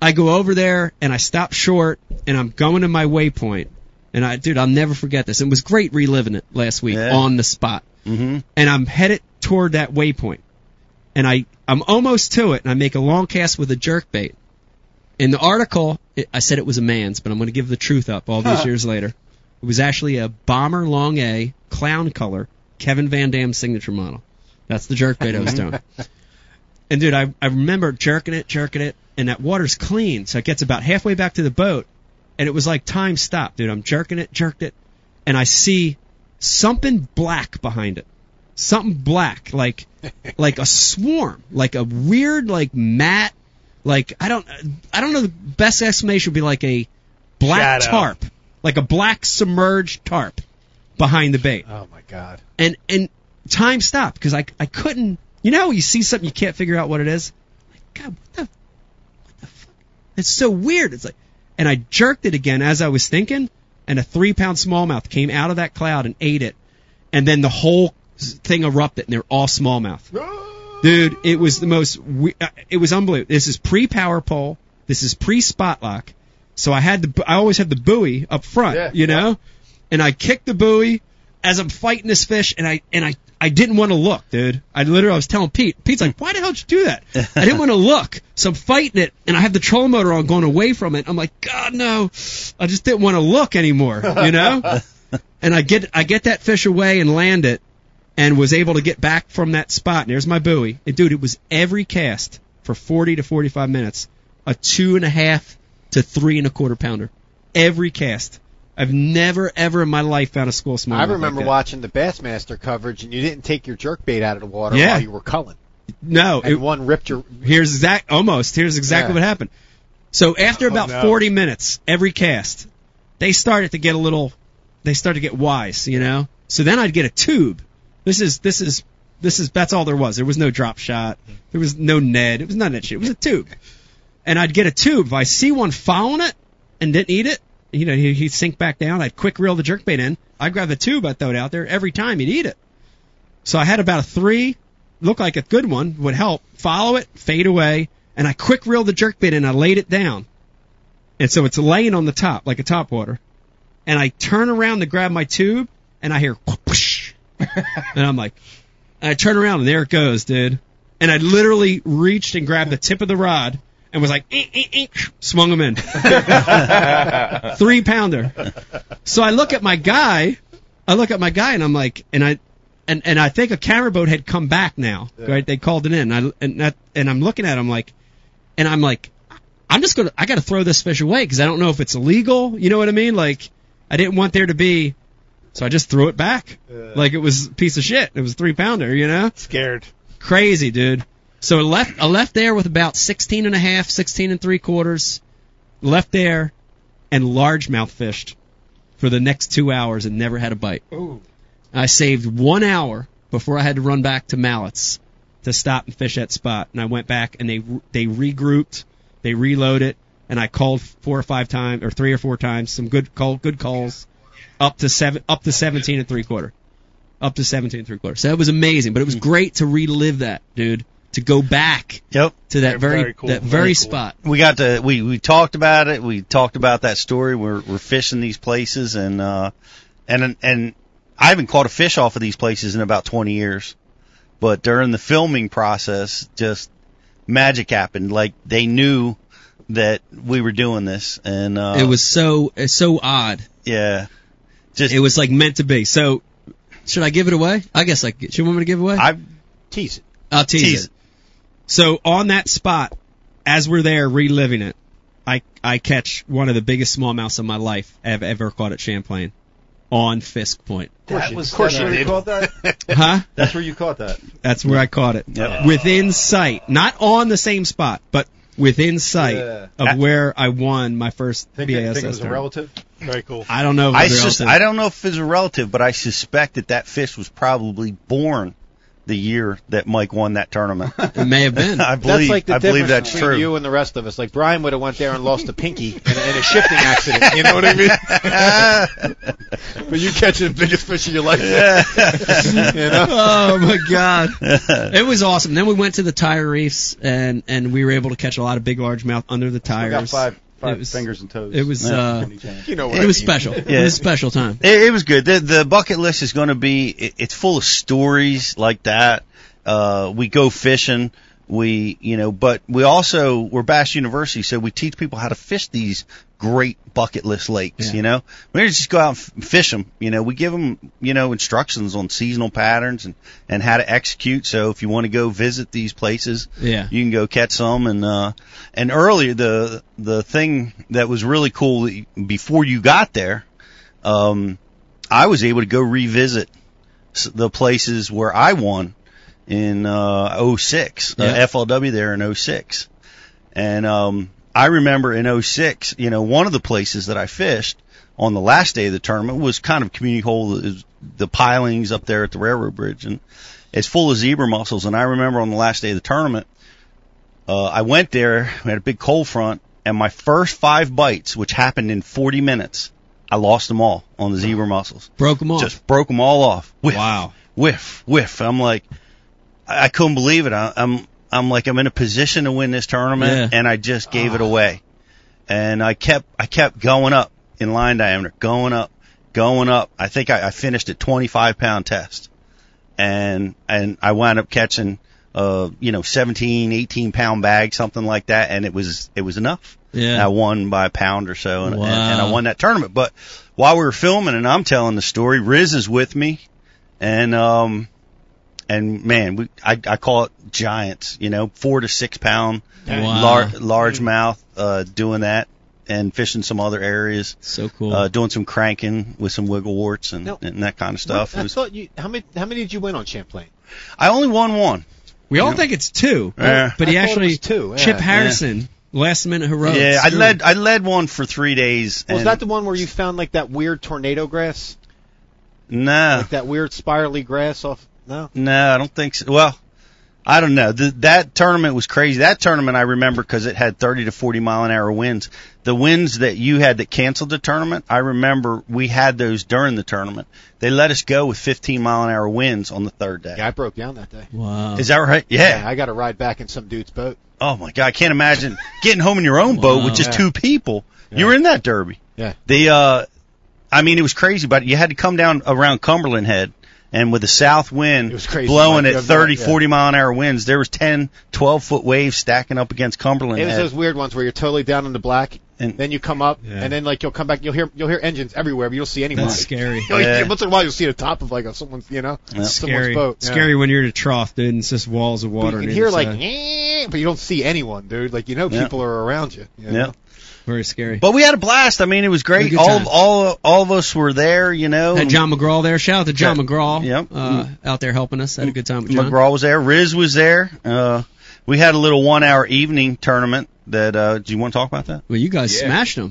Speaker 1: I go over there and I stop short, and I'm going to my waypoint, and I, dude, I'll never forget this. It was great reliving it last week
Speaker 2: Yeah.
Speaker 1: on the spot
Speaker 2: Mhm.
Speaker 1: and I'm headed toward that waypoint. And I, I'm almost to it, and I make a long cast with a jerk bait. In the article, it, I said it was a man's, but I'm going to give the truth up all these years later. It was actually a bomber long A, clown color, Kevin Van Dam signature model. That's the jerk bait I was doing. And dude, I, I remember jerking it, jerking it, and that water's clean. So it gets about halfway back to the boat, and it was like time stopped, dude. I'm jerking it, jerked it, and I see something black behind it something black, like like a swarm, like a weird like mat, like I don't I don't know the best explanation would be like a black
Speaker 4: Shadow.
Speaker 1: tarp, like a black submerged tarp behind the bait,
Speaker 3: Oh my god!
Speaker 1: and and time stopped because I I couldn't you know you see something you can't figure out what it is, like God what the what the fuck it's so weird it's like and I jerked it again as I was thinking and a three pound smallmouth came out of that cloud and ate it and then the whole thing erupted and they're all smallmouth. Dude, it was the most. We- uh, it was unbelievable. This is pre power pole. This is pre spot lock. So I had the. bu- I always have the buoy up front,
Speaker 5: Yeah,
Speaker 1: you know, and I kicked the buoy as I'm fighting this fish, and I and I I didn't want to look, dude. I literally I was telling Pete. Pete's like, why the hell did you do that? I didn't want to look. So I'm fighting it, and I have the trolling motor on, going away from it. I'm like, God no, I just didn't want to look anymore, you know. and I get I get that fish away and land it, and was able to get back from that spot. And there's my buoy. And dude, it was every cast for 40 to 45 minutes, a two and a half to three and a quarter pounder, every cast. I've never ever in my life found a school smallmouth.
Speaker 3: I remember
Speaker 1: like that.
Speaker 3: watching the Bassmaster coverage, and you didn't take your jerk bait out of the water
Speaker 1: Yeah.
Speaker 3: while you were culling,
Speaker 1: No,
Speaker 3: and
Speaker 1: it,
Speaker 3: one ripped your.
Speaker 1: here's exact almost here's exactly
Speaker 3: Yeah.
Speaker 1: what happened. So after about
Speaker 4: no.
Speaker 1: 40 minutes, every cast, they started to get a little, they started to get wise, you know. So then I'd get a tube. This is this is this is that's all there was. There was no drop shot. There was no Ned. It was none of that shit. It was a tube. And I'd get a tube. If I see one following it and didn't eat it, you know, he- he'd sink back down. I'd quick reel the jerkbait in. I'd grab the tube. I'd throw it out there every time he'd eat it. So I had about a three, looked like a good one, would help. Follow it, fade away, and I quick reeled the jerkbait and I laid it down. And so it's laying on the top, like a top water. And I turn around to grab my tube and I hear whoosh. and I'm like, and I turn around and there it goes, dude. And I literally reached and grabbed the tip of the rod and was like, "Eek, eek, eek," swung him in. Three pounder. So I look at my guy, I look at my guy, and I'm like, and I, and and I think a camera boat had come back now, right? They called it in, I, and that, and I'm looking at him like, and I'm like, I'm just gonna, I gotta throw this fish away because I don't know if it's illegal. You know what I mean? Like, I didn't want there to be, so I just threw it back, like it was a piece of shit. It was a three pounder, you know?
Speaker 4: Scared.
Speaker 1: Crazy, dude. So I left, I left there with about 16 and a half, 16 and three quarters, left there, and largemouth fished for the next two hours and never had a bite.
Speaker 4: Ooh.
Speaker 1: I saved one hour before I had to run back to Mallets to stop and fish that spot. And I went back and they they regrouped, they reloaded, and I called four or five times or three or four times. Some good call, good calls, up to seven, up to seventeen and three quarter, up to seventeen and three quarter. So that was amazing, but it was great to relive that, dude. To go back
Speaker 2: Yep.
Speaker 1: to that very,
Speaker 4: very cool,
Speaker 1: that very,
Speaker 4: very cool.
Speaker 1: spot.
Speaker 2: we got to we we talked about it. We talked about that story. We're we're fishing these places and uh and and I haven't caught a fish off of these places in about 20 years. But during the filming process, just magic happened. Like they knew that we were doing this and uh
Speaker 1: it was so it's so odd.
Speaker 2: yeah. Just
Speaker 1: It was like meant to be. So should I give it away? I guess I should. You want me to give it away?
Speaker 2: I
Speaker 3: Tease it.
Speaker 1: I'll tease,
Speaker 2: Tease
Speaker 1: it.
Speaker 2: it.
Speaker 1: So on that spot, as we're there reliving it, I I catch one of the biggest smallmouths of my life I've ever caught at Champlain on Fisk Point.
Speaker 5: That was,
Speaker 3: course
Speaker 5: that's
Speaker 3: you
Speaker 5: where you
Speaker 3: did.
Speaker 5: caught that?
Speaker 1: Huh?
Speaker 5: That's where you caught that.
Speaker 1: That's where I caught it.
Speaker 2: Yep.
Speaker 1: Within sight, not on the same spot, but within sight
Speaker 5: Yeah.
Speaker 1: of where I won my first
Speaker 5: Think, it,
Speaker 1: BASS
Speaker 5: think it was a
Speaker 1: tournament.
Speaker 5: relative?
Speaker 4: Very cool.
Speaker 1: I don't know. if it
Speaker 2: I
Speaker 1: was a
Speaker 2: sus-
Speaker 1: relative.
Speaker 2: I don't know if it's a relative, but I suspect that that fish was probably born the year that Mike won that tournament.
Speaker 1: It may have been.
Speaker 2: I
Speaker 3: That's
Speaker 2: believe
Speaker 3: like the
Speaker 2: I
Speaker 3: difference
Speaker 2: believe that's
Speaker 3: between
Speaker 2: true.
Speaker 3: you and the rest of us. Like Brian would have went there and lost a pinky in a, in a shifting accident. You know what I mean? but you catching the biggest fish of your life. you know?
Speaker 1: oh my god it was awesome then we went to the tire reefs and and we were able to catch a lot of big largemouth under the
Speaker 5: I
Speaker 1: tires
Speaker 5: got five,
Speaker 1: It
Speaker 5: five
Speaker 1: was-
Speaker 5: fingers and toes.
Speaker 1: it was uh
Speaker 5: Any chance.
Speaker 3: You know what
Speaker 1: it
Speaker 3: I
Speaker 1: was
Speaker 3: mean.
Speaker 1: special it
Speaker 2: Yeah.
Speaker 1: was a special time
Speaker 2: It, it was good. The, the bucket list is going to be. It, it's full of stories like that. Uh, we go fishing. We, you know, but we also we're Bass University, so we teach people how to fish these great bucket list lakes.
Speaker 1: Yeah.
Speaker 2: You know, we don't just go out and f- fish them. You know, we give them, you know, instructions on seasonal patterns and and how to execute. So if you want to go visit these places,
Speaker 1: yeah
Speaker 2: you can go catch some and uh and earlier the the thing that was really cool that you- before you got there um I was able to go revisit s- the places where I won in uh 06
Speaker 1: Yeah.
Speaker 2: uh, FLW there in 06 and um I remember in 06 you know one of the places that I fished on the last day of the tournament was kind of community hole is the pilings up there at the railroad bridge and it's full of zebra mussels and I remember on the last day of the tournament uh, I went there, we had a big cold front, and my first five bites, which happened in 40 minutes, I lost them all on the zebra mussels.
Speaker 1: broke them off
Speaker 2: Just broke them all off. Whiff,
Speaker 1: wow
Speaker 2: whiff, whiff. I'm like, I, I couldn't believe it. I, I'm, I'm like, I'm in a position to win this tournament,
Speaker 1: Yeah. Ah.
Speaker 2: and I just gave it away. And I kept, I kept going up in line diameter, going up, going up. I think I, I finished at 25 pound test, and and I wound up catching, uh, you know, 17, 18 pound bag, something like that, and it was, it was enough. And I
Speaker 1: yeah
Speaker 2: won by a pound or so, and, and, and
Speaker 1: Wow.
Speaker 2: I won that tournament. But while we were filming and I'm telling the story, Riz is with me, and um, and man, we I, I call it giants, you know, four to six pound
Speaker 1: wow
Speaker 2: lar- large mouth, uh, doing that and fishing some other areas,
Speaker 1: so cool
Speaker 2: uh, doing some cranking with some wiggle warts and,
Speaker 3: Now-
Speaker 2: and that kind of stuff.
Speaker 3: I
Speaker 2: It was-
Speaker 3: thought you. How many? How many did you win on Champlain?
Speaker 2: I only won one.
Speaker 1: we all
Speaker 2: yeah.
Speaker 1: think it's two
Speaker 2: Yeah.
Speaker 1: but he
Speaker 3: I thought it
Speaker 1: actually
Speaker 3: was two, yeah.
Speaker 1: chip harrison last minute heroics
Speaker 2: yeah, I
Speaker 1: Screw
Speaker 2: led I led one for three days.
Speaker 3: Was
Speaker 2: and-
Speaker 3: that the one where you found like that weird tornado grass,
Speaker 2: No,
Speaker 3: like that weird spirally grass off? No.
Speaker 2: No, I don't think so. Well, I don't know. Th that tournament was crazy. That tournament I remember because it had 30 to 40 mile an hour winds. The winds that you had that canceled the tournament, I remember we had those during the tournament. They let us go with 15 mile an hour winds on the third day.
Speaker 3: Yeah, I broke down that day.
Speaker 1: wow
Speaker 2: Is that right?
Speaker 3: Yeah,
Speaker 2: Yeah.
Speaker 3: I got to ride back in some dude's boat.
Speaker 2: Oh my God. I can't imagine getting home in your own boat with just
Speaker 3: Wow.
Speaker 2: two people. You were in that derby.
Speaker 3: Yeah.
Speaker 2: The, uh, I mean, it was crazy, but you had to come down around Cumberland Head and with the south wind
Speaker 3: It was crazy,
Speaker 2: blowing
Speaker 3: like,
Speaker 2: at
Speaker 3: yeah,
Speaker 2: 30,
Speaker 3: yeah.
Speaker 2: 40 mile an hour winds, there was 10, 12 foot waves stacking up against Cumberland.
Speaker 3: It was
Speaker 2: Head.
Speaker 3: those weird ones where you're totally down in the black,
Speaker 2: And-
Speaker 3: and then you come up,
Speaker 1: Yeah.
Speaker 3: and then like you'll come back, you'll hear you'll hear engines everywhere, but you'll see anybody.
Speaker 1: That's scary.
Speaker 3: You'll-
Speaker 2: Yeah.
Speaker 3: Once in a while, you'll see the top of like a, someone's, you know, someone's
Speaker 1: Scary.
Speaker 3: boat. yeah.
Speaker 1: Scary when you're in a trough, dude, and it's just walls of
Speaker 3: But
Speaker 1: water. uh,
Speaker 3: you
Speaker 1: on
Speaker 3: can
Speaker 1: either
Speaker 3: hear like,
Speaker 1: side.
Speaker 3: "Eh," but you don't see anyone, dude. Like you know,
Speaker 2: Yeah.
Speaker 3: people are around you. you know?
Speaker 2: yeah.
Speaker 1: very scary.
Speaker 2: But we had a blast. I mean, it was great.
Speaker 1: good
Speaker 2: All of,
Speaker 1: time.
Speaker 2: all all of us were there, you know.
Speaker 1: Had John McGraw there. Shout out to John
Speaker 2: Yeah.
Speaker 1: McGraw.
Speaker 2: Yep. Mm-hmm.
Speaker 1: Uh, out there helping us. Had a good time with John.
Speaker 2: McGraw was there. Riz was there. Uh, we had a little one hour evening tournament that, uh, do you want to talk about that?
Speaker 1: Well, you guys smashed him.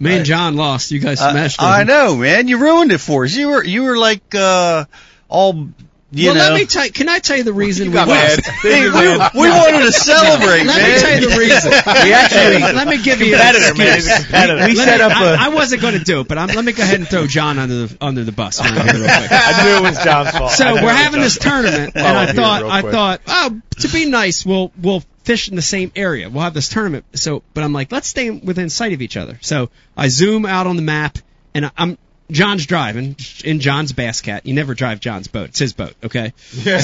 Speaker 1: Me and John lost. You guys smashed him.
Speaker 2: I, I know, man. You ruined it for us. You were, you were like, uh, all, you
Speaker 1: well,
Speaker 2: know.
Speaker 1: let me tell. Can I tell you the reason we
Speaker 3: got
Speaker 1: lost?
Speaker 2: Hey, we, we wanted to celebrate,
Speaker 1: Let me
Speaker 2: man.
Speaker 1: tell you the reason. we actually, let me give you an
Speaker 2: Competitor, man. He's a
Speaker 1: excuse.
Speaker 2: competitor.
Speaker 1: Let
Speaker 2: We
Speaker 1: me-
Speaker 2: set up
Speaker 1: I-
Speaker 2: a-
Speaker 1: I wasn't going to do it, but I'm, let me go ahead and throw John under the under the bus. Right here real quick.
Speaker 4: I knew it was John's fault. I
Speaker 1: So
Speaker 4: knew it
Speaker 1: we're
Speaker 4: was
Speaker 1: having
Speaker 4: John's
Speaker 1: this tournament, and
Speaker 4: Follow
Speaker 1: I
Speaker 4: here
Speaker 1: thought,
Speaker 4: real
Speaker 1: I
Speaker 4: quick.
Speaker 1: thought, oh, to be nice, we'll we'll fish in the same area. We'll have this tournament. So, but I'm like, let's stay within sight of each other. So I zoom out on the map, and I'm John's driving in John's bass cat. You never drive John's boat; it's his boat. Okay, so I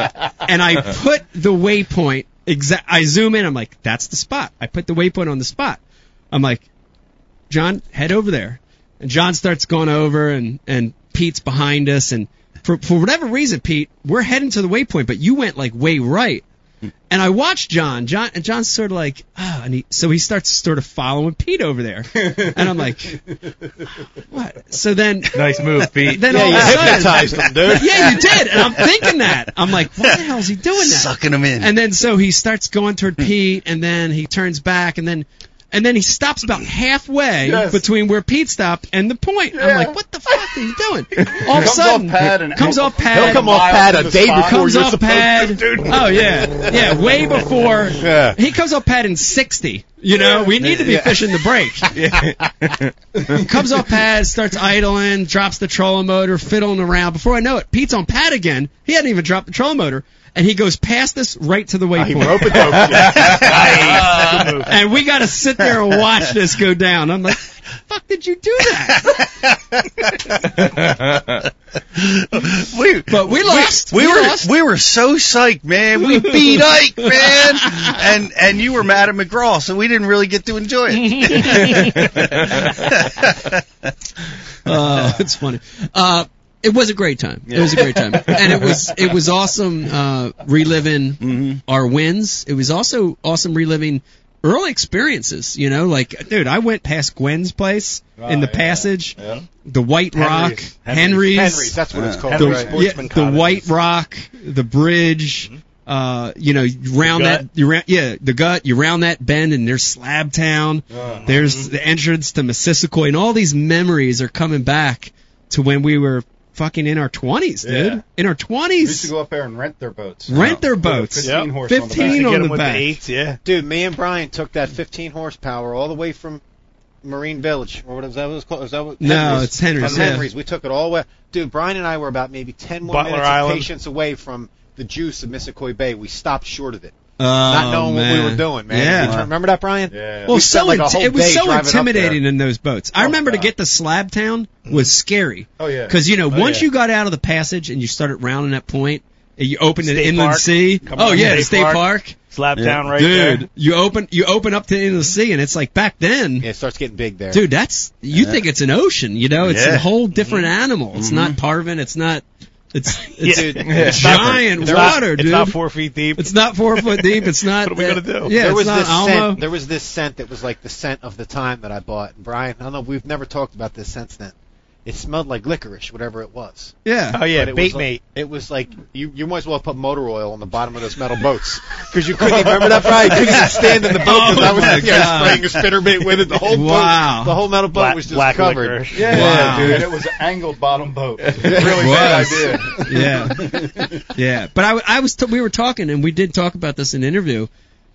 Speaker 1: zoom out, and I put the waypoint. Exact. I zoom in. I'm like, that's the spot. I put the waypoint on the spot. I'm like, John, head over there. And John starts going over, and and Pete's behind us. And for for whatever reason, Pete, we're heading to the waypoint, but you went like way right. And I watched John. John and John's sort of like, ah, and he, so he starts sort of following Pete over there. And I'm like, what? So then,
Speaker 6: Nice move, Pete.
Speaker 1: then all
Speaker 3: you
Speaker 1: of a sudden,
Speaker 3: hypnotized them, dude.
Speaker 1: yeah, you did. And I'm thinking that. I'm like, why the hell is he doing that?
Speaker 2: Sucking him in.
Speaker 1: And then so he starts going toward
Speaker 3: Hmm.
Speaker 1: Pete, and then he turns back, and then and then he stops about halfway between where Pete stopped and the point. I'm like, what the fuck are you doing? All of a
Speaker 5: Comes off
Speaker 1: sudden,
Speaker 5: pad and-
Speaker 1: comes off pad,
Speaker 3: They'll come off pad a day before
Speaker 1: comes
Speaker 3: you're
Speaker 1: off
Speaker 3: supposed
Speaker 1: pad.
Speaker 3: to, dude.
Speaker 1: Oh yeah, yeah, way before. He comes off pad in 60. You know, we need to be fishing the break. comes off pad, starts idling, drops the trolling motor, fiddling around. Before I know it, Pete's on pad again. He hadn't even dropped the trolling motor, and he goes past us right to the
Speaker 3: Ah, He
Speaker 1: waypoint.
Speaker 3: rope a dope. Yeah.
Speaker 1: uh, and we got to sit there and watch this go down. I'm like, fuck, did you do that?
Speaker 2: we,
Speaker 1: But we lost.
Speaker 2: we, were
Speaker 1: lost.
Speaker 2: we were so psyched, man. We beat Ike, man. And and you were mad at McGraw, so we didn't really get to enjoy it.
Speaker 1: Oh, it's funny. Uh, it was a great time. It was a great time, and it was it was awesome uh, reliving our wins. It was also awesome reliving early experiences. You know, like dude, I went past Gwen's place in the passage, the White Rock, Henry's,
Speaker 3: Henry's, that's what it's called.
Speaker 1: the,
Speaker 3: right.
Speaker 1: yeah, the White Rock, the bridge. Uh, you know, you round that, you round, yeah, the gut, you round that bend and there's Slab Town. There's the entrance to Missisquoi and all these memories are coming back to when we were fucking in our 20s, dude.
Speaker 5: Yeah.
Speaker 1: In our
Speaker 5: We used to
Speaker 1: 20s.
Speaker 5: go up there and rent their boats.
Speaker 1: Rent their
Speaker 5: With a
Speaker 1: boats.
Speaker 5: Fifteen
Speaker 4: Yep.
Speaker 5: horse. On
Speaker 1: 15
Speaker 5: the
Speaker 4: To
Speaker 5: back.
Speaker 4: get
Speaker 1: on
Speaker 4: him
Speaker 1: the
Speaker 4: with the
Speaker 1: back.
Speaker 4: eights, yeah.
Speaker 3: Dude, me and Brian took that 15 horsepower all the way from Marine Village, or what is that? Was called? Is that what,
Speaker 1: No, it's Henry's,
Speaker 3: From
Speaker 1: yeah.
Speaker 3: Henry's, we took it all way. Dude, Brian and I were about maybe 10 more
Speaker 4: Butler
Speaker 3: minutes
Speaker 4: Island.
Speaker 3: of patience away from the juice of Missisquoi Bay. We stopped short of it,
Speaker 1: Oh,
Speaker 3: not knowing
Speaker 1: man.
Speaker 3: what we were doing, man.
Speaker 1: Yeah.
Speaker 3: We turned- remember that, Brian?
Speaker 5: Yeah.
Speaker 1: Well,
Speaker 3: We
Speaker 1: so
Speaker 3: spent like a
Speaker 1: int-
Speaker 3: whole
Speaker 1: it was
Speaker 3: day
Speaker 1: so
Speaker 3: driving up there.
Speaker 1: intimidating in those boats. I remember to
Speaker 5: God.
Speaker 1: get to Slabtown was scary.
Speaker 5: Oh, yeah.
Speaker 1: Because you know,
Speaker 5: Oh,
Speaker 1: once
Speaker 5: yeah.
Speaker 1: you got out of the passage and you started rounding that point, and you opened to
Speaker 4: State
Speaker 1: inland
Speaker 4: Park.
Speaker 1: sea.
Speaker 4: Come
Speaker 1: oh
Speaker 4: on,
Speaker 1: yeah,
Speaker 4: State
Speaker 1: the state park,
Speaker 4: Park. Slap down right
Speaker 1: dude.
Speaker 4: there.
Speaker 1: You open you open up to inland sea, and it's like back then,
Speaker 3: Yeah, it starts getting big there.
Speaker 1: dude. That's you think it's an ocean, you know? It's
Speaker 2: Yeah.
Speaker 1: a whole different animal. It's not parvin. It's not. It's it's
Speaker 4: Dude,
Speaker 1: giant
Speaker 4: It's not-
Speaker 1: water,
Speaker 4: it's
Speaker 1: dude.
Speaker 4: not four feet deep.
Speaker 1: It's not four foot deep. It's not.
Speaker 4: What are we
Speaker 1: uh,
Speaker 4: gonna do?
Speaker 1: Yeah,
Speaker 3: there
Speaker 1: it's
Speaker 3: was
Speaker 1: not
Speaker 3: this
Speaker 1: Almo.
Speaker 3: scent. There was this scent that was like the scent of the time that I bought. And Brian, I don't know. We've never talked about this since then. It smelled like licorice, whatever it was.
Speaker 1: yeah.
Speaker 4: oh yeah,
Speaker 3: But it
Speaker 4: bait
Speaker 3: was
Speaker 4: mate.
Speaker 3: Like, it was like you you might as well put motor oil on the bottom of those metal boats because you couldn't remember that Brian. You couldn't stand in the boat because I was
Speaker 1: Oh my
Speaker 3: out there
Speaker 1: God.
Speaker 3: spraying a spinnerbait with it. The whole
Speaker 1: Wow.
Speaker 3: boat, the whole metal boat
Speaker 4: Black,
Speaker 3: was just
Speaker 4: black
Speaker 3: covered.
Speaker 4: licorice.
Speaker 5: Yeah,
Speaker 1: Wow.
Speaker 5: dude. And it was an angled bottom boat. Really
Speaker 1: was.
Speaker 5: bad idea.
Speaker 1: yeah, yeah. But I, I was, t- we were talking, and we did talk about this in the interview,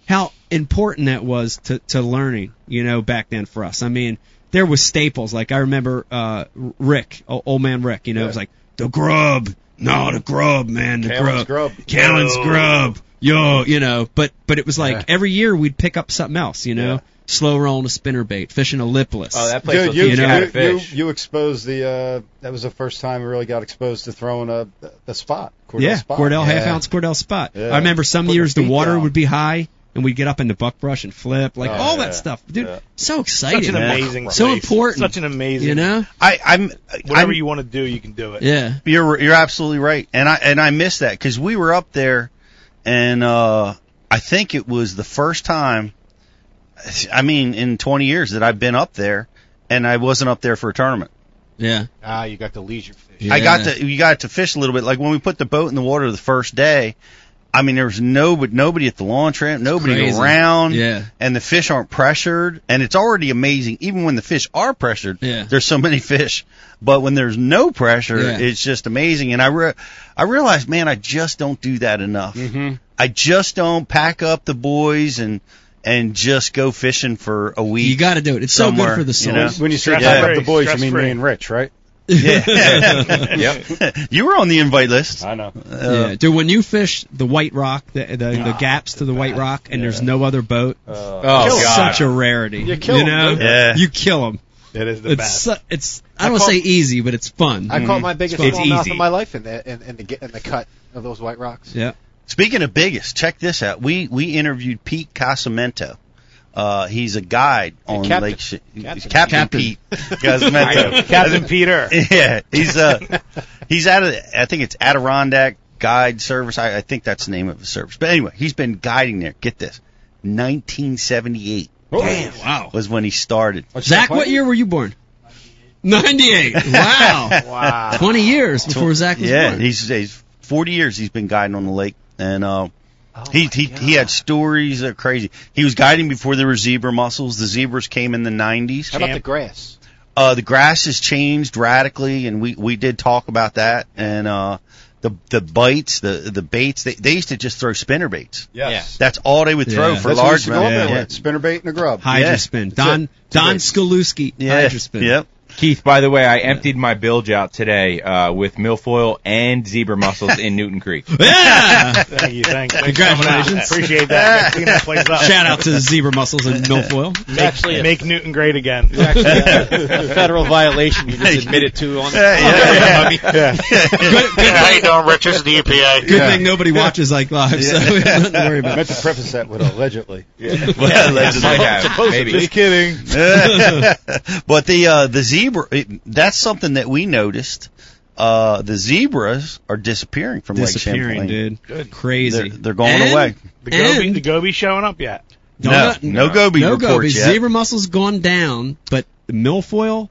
Speaker 1: how important that was to, to learning, you know, back then for us. I mean, there was staples. Like I remember uh, Rick, o- old man Rick. You know, it was like the grub. No, the grub, man, the
Speaker 5: Callan's
Speaker 1: grub.
Speaker 5: grub.
Speaker 1: Callan's grub. Yo, you know, but but it was like every year we'd pick up something else, you know. slow rolling a spinnerbait, fishing a lipless.
Speaker 6: Oh, that place
Speaker 5: Dude,
Speaker 6: was
Speaker 5: you,
Speaker 6: teach you how to
Speaker 5: you, you,
Speaker 6: fish.
Speaker 5: you exposed the. Uh, that was the first time I really got exposed to throwing a a spot. Cordell
Speaker 1: yeah,
Speaker 5: spot.
Speaker 1: Cordell half ounce Cordell spot.
Speaker 5: Yeah.
Speaker 1: I remember some
Speaker 5: Put the
Speaker 1: years the
Speaker 5: feet
Speaker 1: water
Speaker 5: down.
Speaker 1: would be high and we'd get up into buckbrush and flip, like
Speaker 5: Oh,
Speaker 1: all
Speaker 5: yeah.
Speaker 1: that stuff. Dude,
Speaker 5: Yeah.
Speaker 1: so exciting.
Speaker 4: Such an amazing,
Speaker 1: So
Speaker 4: place.
Speaker 1: important.
Speaker 4: Such an amazing.
Speaker 1: you know?
Speaker 2: I, I'm
Speaker 4: whatever
Speaker 2: I'm-
Speaker 4: you want to do, you can do it.
Speaker 1: Yeah.
Speaker 2: You're you're absolutely right, and I and I missed that because we were up there, and uh, I think it was the first time, I mean, in 20 years that I've been up there, and I wasn't up there for a tournament.
Speaker 1: Yeah.
Speaker 3: Ah, you got the leisure fish.
Speaker 2: I got
Speaker 1: Yeah.
Speaker 2: to you got to fish a little bit. Like when we put the boat in the water the first day, I mean, there was nobody nobody at the launch ramp, nobody
Speaker 1: crazy.
Speaker 2: around,
Speaker 1: Yeah.
Speaker 2: and the fish aren't pressured, and it's already amazing. Even when the fish are pressured,
Speaker 1: Yeah.
Speaker 2: there's so many fish. But when there's no pressure,
Speaker 1: Yeah.
Speaker 2: it's just amazing. And I re- I realized, man, I just don't do that enough. I just don't pack up the boys and and just go fishing for a week.
Speaker 1: You got to do it. It's so
Speaker 2: Somewhere,
Speaker 1: good for the
Speaker 2: you
Speaker 1: soul.
Speaker 2: know?
Speaker 5: When you say
Speaker 4: Stress
Speaker 5: yeah.
Speaker 4: free,
Speaker 5: up the boys, you
Speaker 4: stress
Speaker 5: mean
Speaker 4: free.
Speaker 5: me and Rich, right?
Speaker 2: yeah.
Speaker 6: Yep.
Speaker 2: you were on the invite list.
Speaker 5: I know.
Speaker 1: yeah, dude. When you fish the White Rock, the the, the gaps to the White Rock, and there's no other boat,
Speaker 5: Uh,
Speaker 6: Oh
Speaker 1: it's
Speaker 6: god.
Speaker 1: such a rarity. You
Speaker 5: kill 'em,
Speaker 1: know?
Speaker 5: don't you?
Speaker 2: Yeah.
Speaker 1: You kill them.
Speaker 3: That is the
Speaker 1: It's
Speaker 3: best.
Speaker 1: su- it's. I don't
Speaker 3: call-
Speaker 1: say easy, but it's fun.
Speaker 2: Mm-hmm.
Speaker 3: I caught my biggest
Speaker 6: It's
Speaker 3: smallmouth
Speaker 6: easy.
Speaker 3: in my life in the in, in the ge- in the cut of those white rocks.
Speaker 1: Mm-hmm. yeah.
Speaker 2: Speaking of biggest, check this out. We we interviewed Pete Casamento. Uh, he's a guide on
Speaker 3: Captain.
Speaker 2: Lake. Sh- he's Captain,
Speaker 3: Captain.
Speaker 1: Captain.
Speaker 2: Pete Casamento.
Speaker 4: Captain Peter.
Speaker 2: yeah, he's uh, he's out of. I think it's Adirondack Guide Service. I, I think that's the name of the service. But anyway, he's been guiding there. Get this, 1978
Speaker 1: Wow.
Speaker 2: was when he started.
Speaker 1: Zach, what year were you born? Ninety-eight. Wow.
Speaker 3: Wow.
Speaker 1: Twenty years before Zach was
Speaker 2: yeah,
Speaker 1: born.
Speaker 2: he's, he's 40 years he's been guiding on the lake, and uh,
Speaker 3: Oh
Speaker 2: he he he had stories that are crazy. He was guiding before there were zebra mussels. The zebras came in the 90s.
Speaker 3: How about the grass?
Speaker 2: uh, the grass has changed radically, and we, we did talk about that. And uh, the the bites, the the baits, they, they used to just throw spinner baits.
Speaker 5: Yes.
Speaker 2: That's all they would throw
Speaker 1: Yeah.
Speaker 2: for large
Speaker 5: yeah.
Speaker 2: Yeah.
Speaker 5: spinnerbait and a grub.
Speaker 1: Hydra
Speaker 2: yeah.
Speaker 1: spin. Don Don Skaluski.
Speaker 2: Yeah.
Speaker 1: Hydra spin.
Speaker 2: Yep.
Speaker 6: Keith, by the way, I emptied my bilge out today uh, with milfoil and zebra mussels in Newton Creek.
Speaker 1: Yeah.
Speaker 4: Thank you. Thank you.
Speaker 1: Congratulations.
Speaker 4: Appreciate that. Clean that place up.
Speaker 1: Shout out to the zebra muscles and milfoil.
Speaker 4: Make, make Newton great again.
Speaker 3: a federal violation you just admitted to on the
Speaker 2: Yeah, yeah,
Speaker 8: How you doing, Rich? This is the EPA.
Speaker 1: Good thing nobody watches like live, so we have nothing to worry
Speaker 5: I
Speaker 1: about.
Speaker 5: meant to preface that with allegedly.
Speaker 2: Well, that's-
Speaker 6: Might have, maybe.
Speaker 5: kidding.
Speaker 2: but the uh, the zebra, it, that's something that we noticed. Uh, the zebras are disappearing from
Speaker 1: Disappearing,
Speaker 2: Lake Champlain.
Speaker 1: dude. Crazy.
Speaker 2: They're, they're going
Speaker 1: And-
Speaker 2: away.
Speaker 4: The Gobi,
Speaker 1: And-
Speaker 4: the Gobi showing up yet?
Speaker 2: No,
Speaker 1: Donut-
Speaker 2: no goby
Speaker 1: no
Speaker 2: reports
Speaker 1: gobies.
Speaker 2: yet.
Speaker 1: Zebra muscles gone down, but the milfoil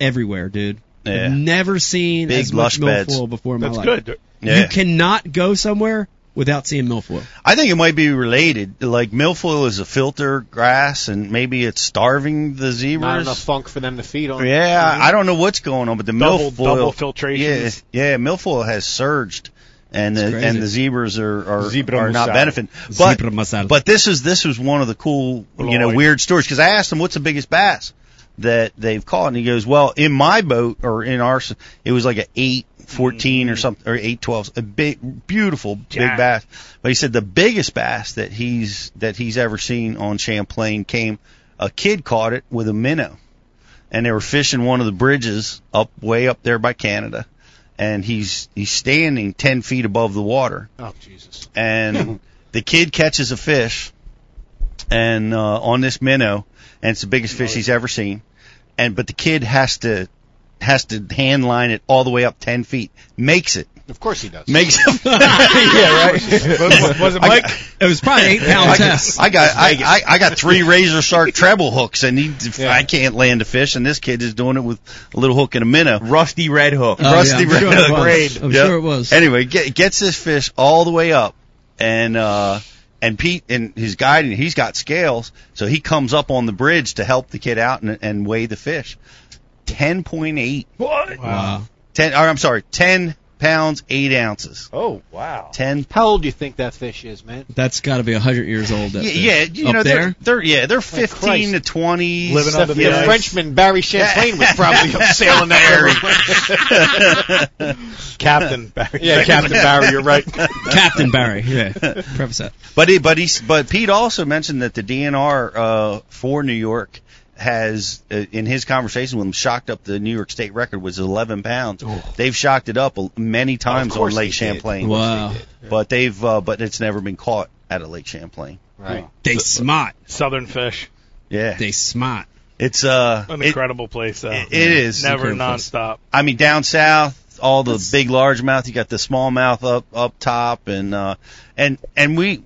Speaker 1: everywhere, dude.
Speaker 2: Yeah.
Speaker 1: I've never seen
Speaker 2: Big
Speaker 1: as much
Speaker 2: lush
Speaker 1: milfoil
Speaker 2: beds.
Speaker 1: before in my
Speaker 4: That's
Speaker 1: life.
Speaker 4: good.
Speaker 2: Yeah.
Speaker 1: You cannot go somewhere without seeing milfoil.
Speaker 2: I think it might be related. Like milfoil is a filter grass, and maybe it's starving the
Speaker 3: not
Speaker 2: zebras.
Speaker 3: enough funk for them to feed on.
Speaker 2: Yeah, I don't know what's going on, but the
Speaker 4: Double
Speaker 2: milfoil
Speaker 4: double filtration.
Speaker 2: Yeah, yeah, milfoil has surged, and
Speaker 1: It's
Speaker 2: the
Speaker 1: crazy.
Speaker 2: and the zebras are are,
Speaker 5: Zebra
Speaker 2: are not
Speaker 5: musal.
Speaker 2: benefiting. But
Speaker 1: zebra muscle.
Speaker 2: but this is this was one of the cool you know
Speaker 4: Lloyd.
Speaker 2: weird stories because I asked him what's the biggest bass that they've caught, and he goes, well, in my boat or in our s- it was like a eight. 14 or something or 812 a big beautiful big
Speaker 4: Jack.
Speaker 2: bass but he said the biggest bass that he's that he's ever seen on Champlain came a kid caught it with a minnow and they were fishing one of the bridges up way up there by Canada, and he's he's standing ten feet above the water,
Speaker 3: Oh Jesus!
Speaker 2: and the kid catches a fish, and uh, on this minnow, and it's the biggest fish he's ever seen, and but the kid has to has to hand line it all the way up ten feet, makes it,
Speaker 3: Of course he does.
Speaker 2: makes it.
Speaker 4: Was, was it Mike?
Speaker 1: It was probably an eight pound
Speaker 2: I got-
Speaker 1: test.
Speaker 2: I got I, I, I got three razor sharp treble hooks, and he, I can't land a fish, and this kid is doing it with a little hook and a minnow.
Speaker 6: Rusty Red Hook.
Speaker 3: Um,
Speaker 1: Oh, yeah, I'm
Speaker 2: Rusty
Speaker 1: sure it
Speaker 2: Red-
Speaker 1: was.
Speaker 4: Grade.
Speaker 1: I'm
Speaker 2: Yep.
Speaker 1: sure it was.
Speaker 2: Anyway, get, gets this fish all the way up, and uh, and Pete and his guide, and he's got scales, so he comes up on the bridge to help the kid out and, and weigh the fish. Ten point eight,
Speaker 1: Wow.
Speaker 2: ten. Or I'm sorry, ten pounds eight ounces.
Speaker 5: Oh wow.
Speaker 2: Ten.
Speaker 3: How old do you think that fish is, man?
Speaker 1: That's got to be a 100 years old. that
Speaker 2: Yeah,
Speaker 1: fish.
Speaker 2: yeah, you
Speaker 1: Up
Speaker 2: know
Speaker 1: there?
Speaker 2: they're, they're yeah they're fifteen
Speaker 3: Oh, Christ.
Speaker 2: to twenty.
Speaker 4: Living on
Speaker 3: Except
Speaker 4: the
Speaker 3: for the
Speaker 4: ice.
Speaker 3: Frenchman Barry Champlain was probably up sailing that river.
Speaker 4: Captain Barry.
Speaker 3: Yeah, Captain Barry, you're right.
Speaker 1: Captain Barry. Yeah. Preface that.
Speaker 2: But he, but he's, but Pete also mentioned that the DNR uh, for New York has, uh, in his conversation with him, shocked up the New York state record was 11 pounds. They've shocked it up many times on
Speaker 3: course
Speaker 2: Lake
Speaker 3: they did.
Speaker 2: Champlain.
Speaker 1: Wow.
Speaker 2: But they've, uh, but it's never been caught out of Lake Champlain.
Speaker 3: Right.
Speaker 1: They smart.
Speaker 4: Southern Fish.
Speaker 2: Yeah,
Speaker 1: They smart.
Speaker 2: it's uh,
Speaker 4: An
Speaker 2: it-
Speaker 4: incredible place. Though.
Speaker 2: it is.
Speaker 4: Never
Speaker 1: Incredible place.
Speaker 4: nonstop.
Speaker 2: I mean, down south, all the big largemouth. You got the smallmouth up up top, and uh, and and we.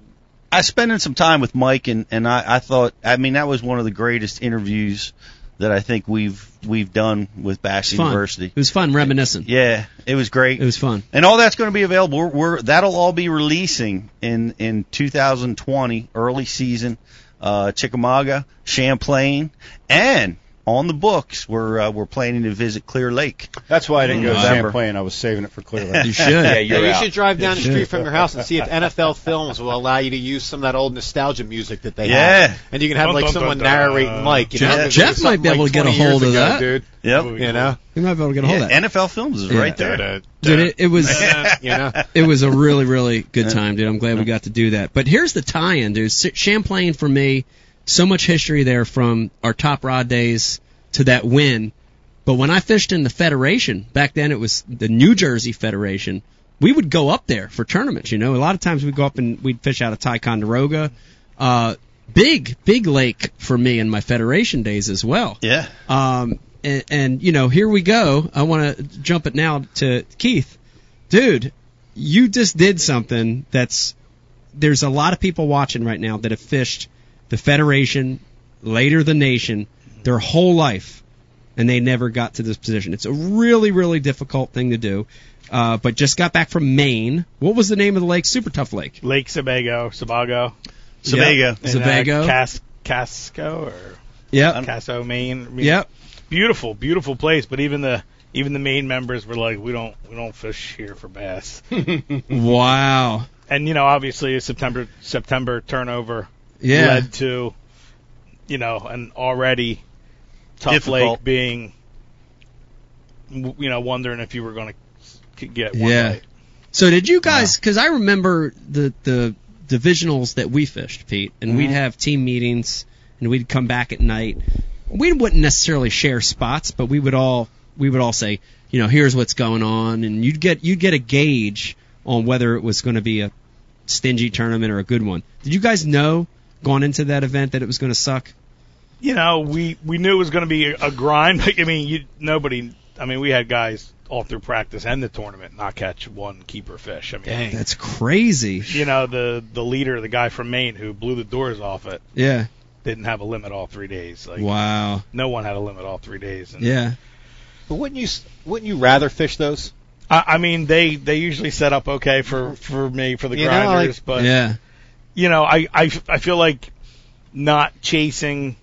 Speaker 2: I spending some time with Mike, and and I, I thought. I mean, that was one of the greatest interviews that I think we've we've done with Bass
Speaker 1: Fun.
Speaker 2: University.
Speaker 1: It was fun reminiscing.
Speaker 2: Yeah, it was great.
Speaker 1: It was fun.
Speaker 2: and all that's going to be available. We're, we're that'll all be releasing in in 2020 early season, uh, Chickamauga, Champlain, and on the books we're uh, we're planning to visit Clear Lake.
Speaker 5: That's why I didn't go to
Speaker 2: November.
Speaker 5: Champlain. I was saving it for Clearland.
Speaker 1: You should.
Speaker 6: Yeah, you're
Speaker 3: Yeah, you
Speaker 6: out.
Speaker 3: should drive down the
Speaker 1: Yeah.
Speaker 3: street from your house and see if NFL Films will allow you to use some of that old nostalgia music that they
Speaker 2: Yeah.
Speaker 3: have. And you can have
Speaker 4: Dun,
Speaker 3: like
Speaker 4: dun,
Speaker 3: someone
Speaker 4: dun, dun.
Speaker 3: narrating Mike. You know,
Speaker 1: Jeff-
Speaker 3: There's
Speaker 1: Jeff
Speaker 3: something
Speaker 1: might be able to get a
Speaker 3: 20 years
Speaker 1: movie.
Speaker 3: ago,
Speaker 1: Hold of
Speaker 3: dude.
Speaker 2: Yep.
Speaker 3: You know,
Speaker 1: You might be able to get a hold of that.
Speaker 2: NFL Films is right there.
Speaker 1: Dude, it, it was
Speaker 3: you know.
Speaker 1: it was a really really good time, dude. I'm glad we got to do that. But here's the tie-in, dude. S- Champlain for me, so much history there from our top rod days to that win. But when I fished in the Federation back then, it was the New Jersey Federation. We would go up there for tournaments. You know, a lot of times we'd go up and we'd fish out of Ticonderoga. Uh, big big lake for me in my Federation days as well.
Speaker 2: Yeah.
Speaker 1: Um, and, and you know, here we go. I want to jump it now to Keith, dude. You just did something that's. There's a lot of people watching right now that have fished the Federation, later the nation, their whole life, and they never got to this position. It's a really, really difficult thing to do. Uh, but just got back from Maine. What was the name of the lake? Super tough lake.
Speaker 4: Lake Sebago, Sebago,
Speaker 2: Sebago.
Speaker 4: and, uh,
Speaker 1: Sebago.
Speaker 4: Cas- Casco or
Speaker 1: Yep.
Speaker 4: Casso, Maine. I mean,
Speaker 1: Um, Yep.
Speaker 4: beautiful, beautiful place. But even the even the Maine members were like, we don't we don't fish here for bass.
Speaker 1: Wow.
Speaker 4: and you know, obviously, a September September turnover
Speaker 1: Yeah.
Speaker 4: led to you know an already tough
Speaker 2: Difficult.
Speaker 4: lake being w- you know wondering if you were going to get one
Speaker 1: Yeah.
Speaker 4: lake.
Speaker 1: So did you guys? Because I remember the the divisionals that we fished, Pete, and
Speaker 4: Mm-hmm.
Speaker 1: we'd have team meetings, and we'd come back at night. We wouldn't necessarily share spots, but we would all we would all say, you know, here's what's going on, and you'd get you'd get a gauge on whether it was going to be a stingy tournament or a good one. Did you guys know going into that event that it was going to suck?
Speaker 4: you know, we we knew it was going to be a, a grind. I mean, you nobody. I mean, we had guys all through practice and the tournament not catch one keeper fish. I mean,
Speaker 3: Dang.
Speaker 1: That's crazy.
Speaker 4: you know, the the leader, the guy from Maine who blew the doors off it,
Speaker 1: Yeah.
Speaker 4: didn't have a limit all three days. Like
Speaker 1: Wow.
Speaker 4: no one had a limit all three days. And
Speaker 1: Yeah.
Speaker 3: But wouldn't you s- wouldn't you rather fish those?
Speaker 4: I, I mean, they they usually set up okay for for me for the
Speaker 3: You know, like-
Speaker 4: grinders, but
Speaker 1: Yeah.
Speaker 4: you know, I, I, I feel like not chasing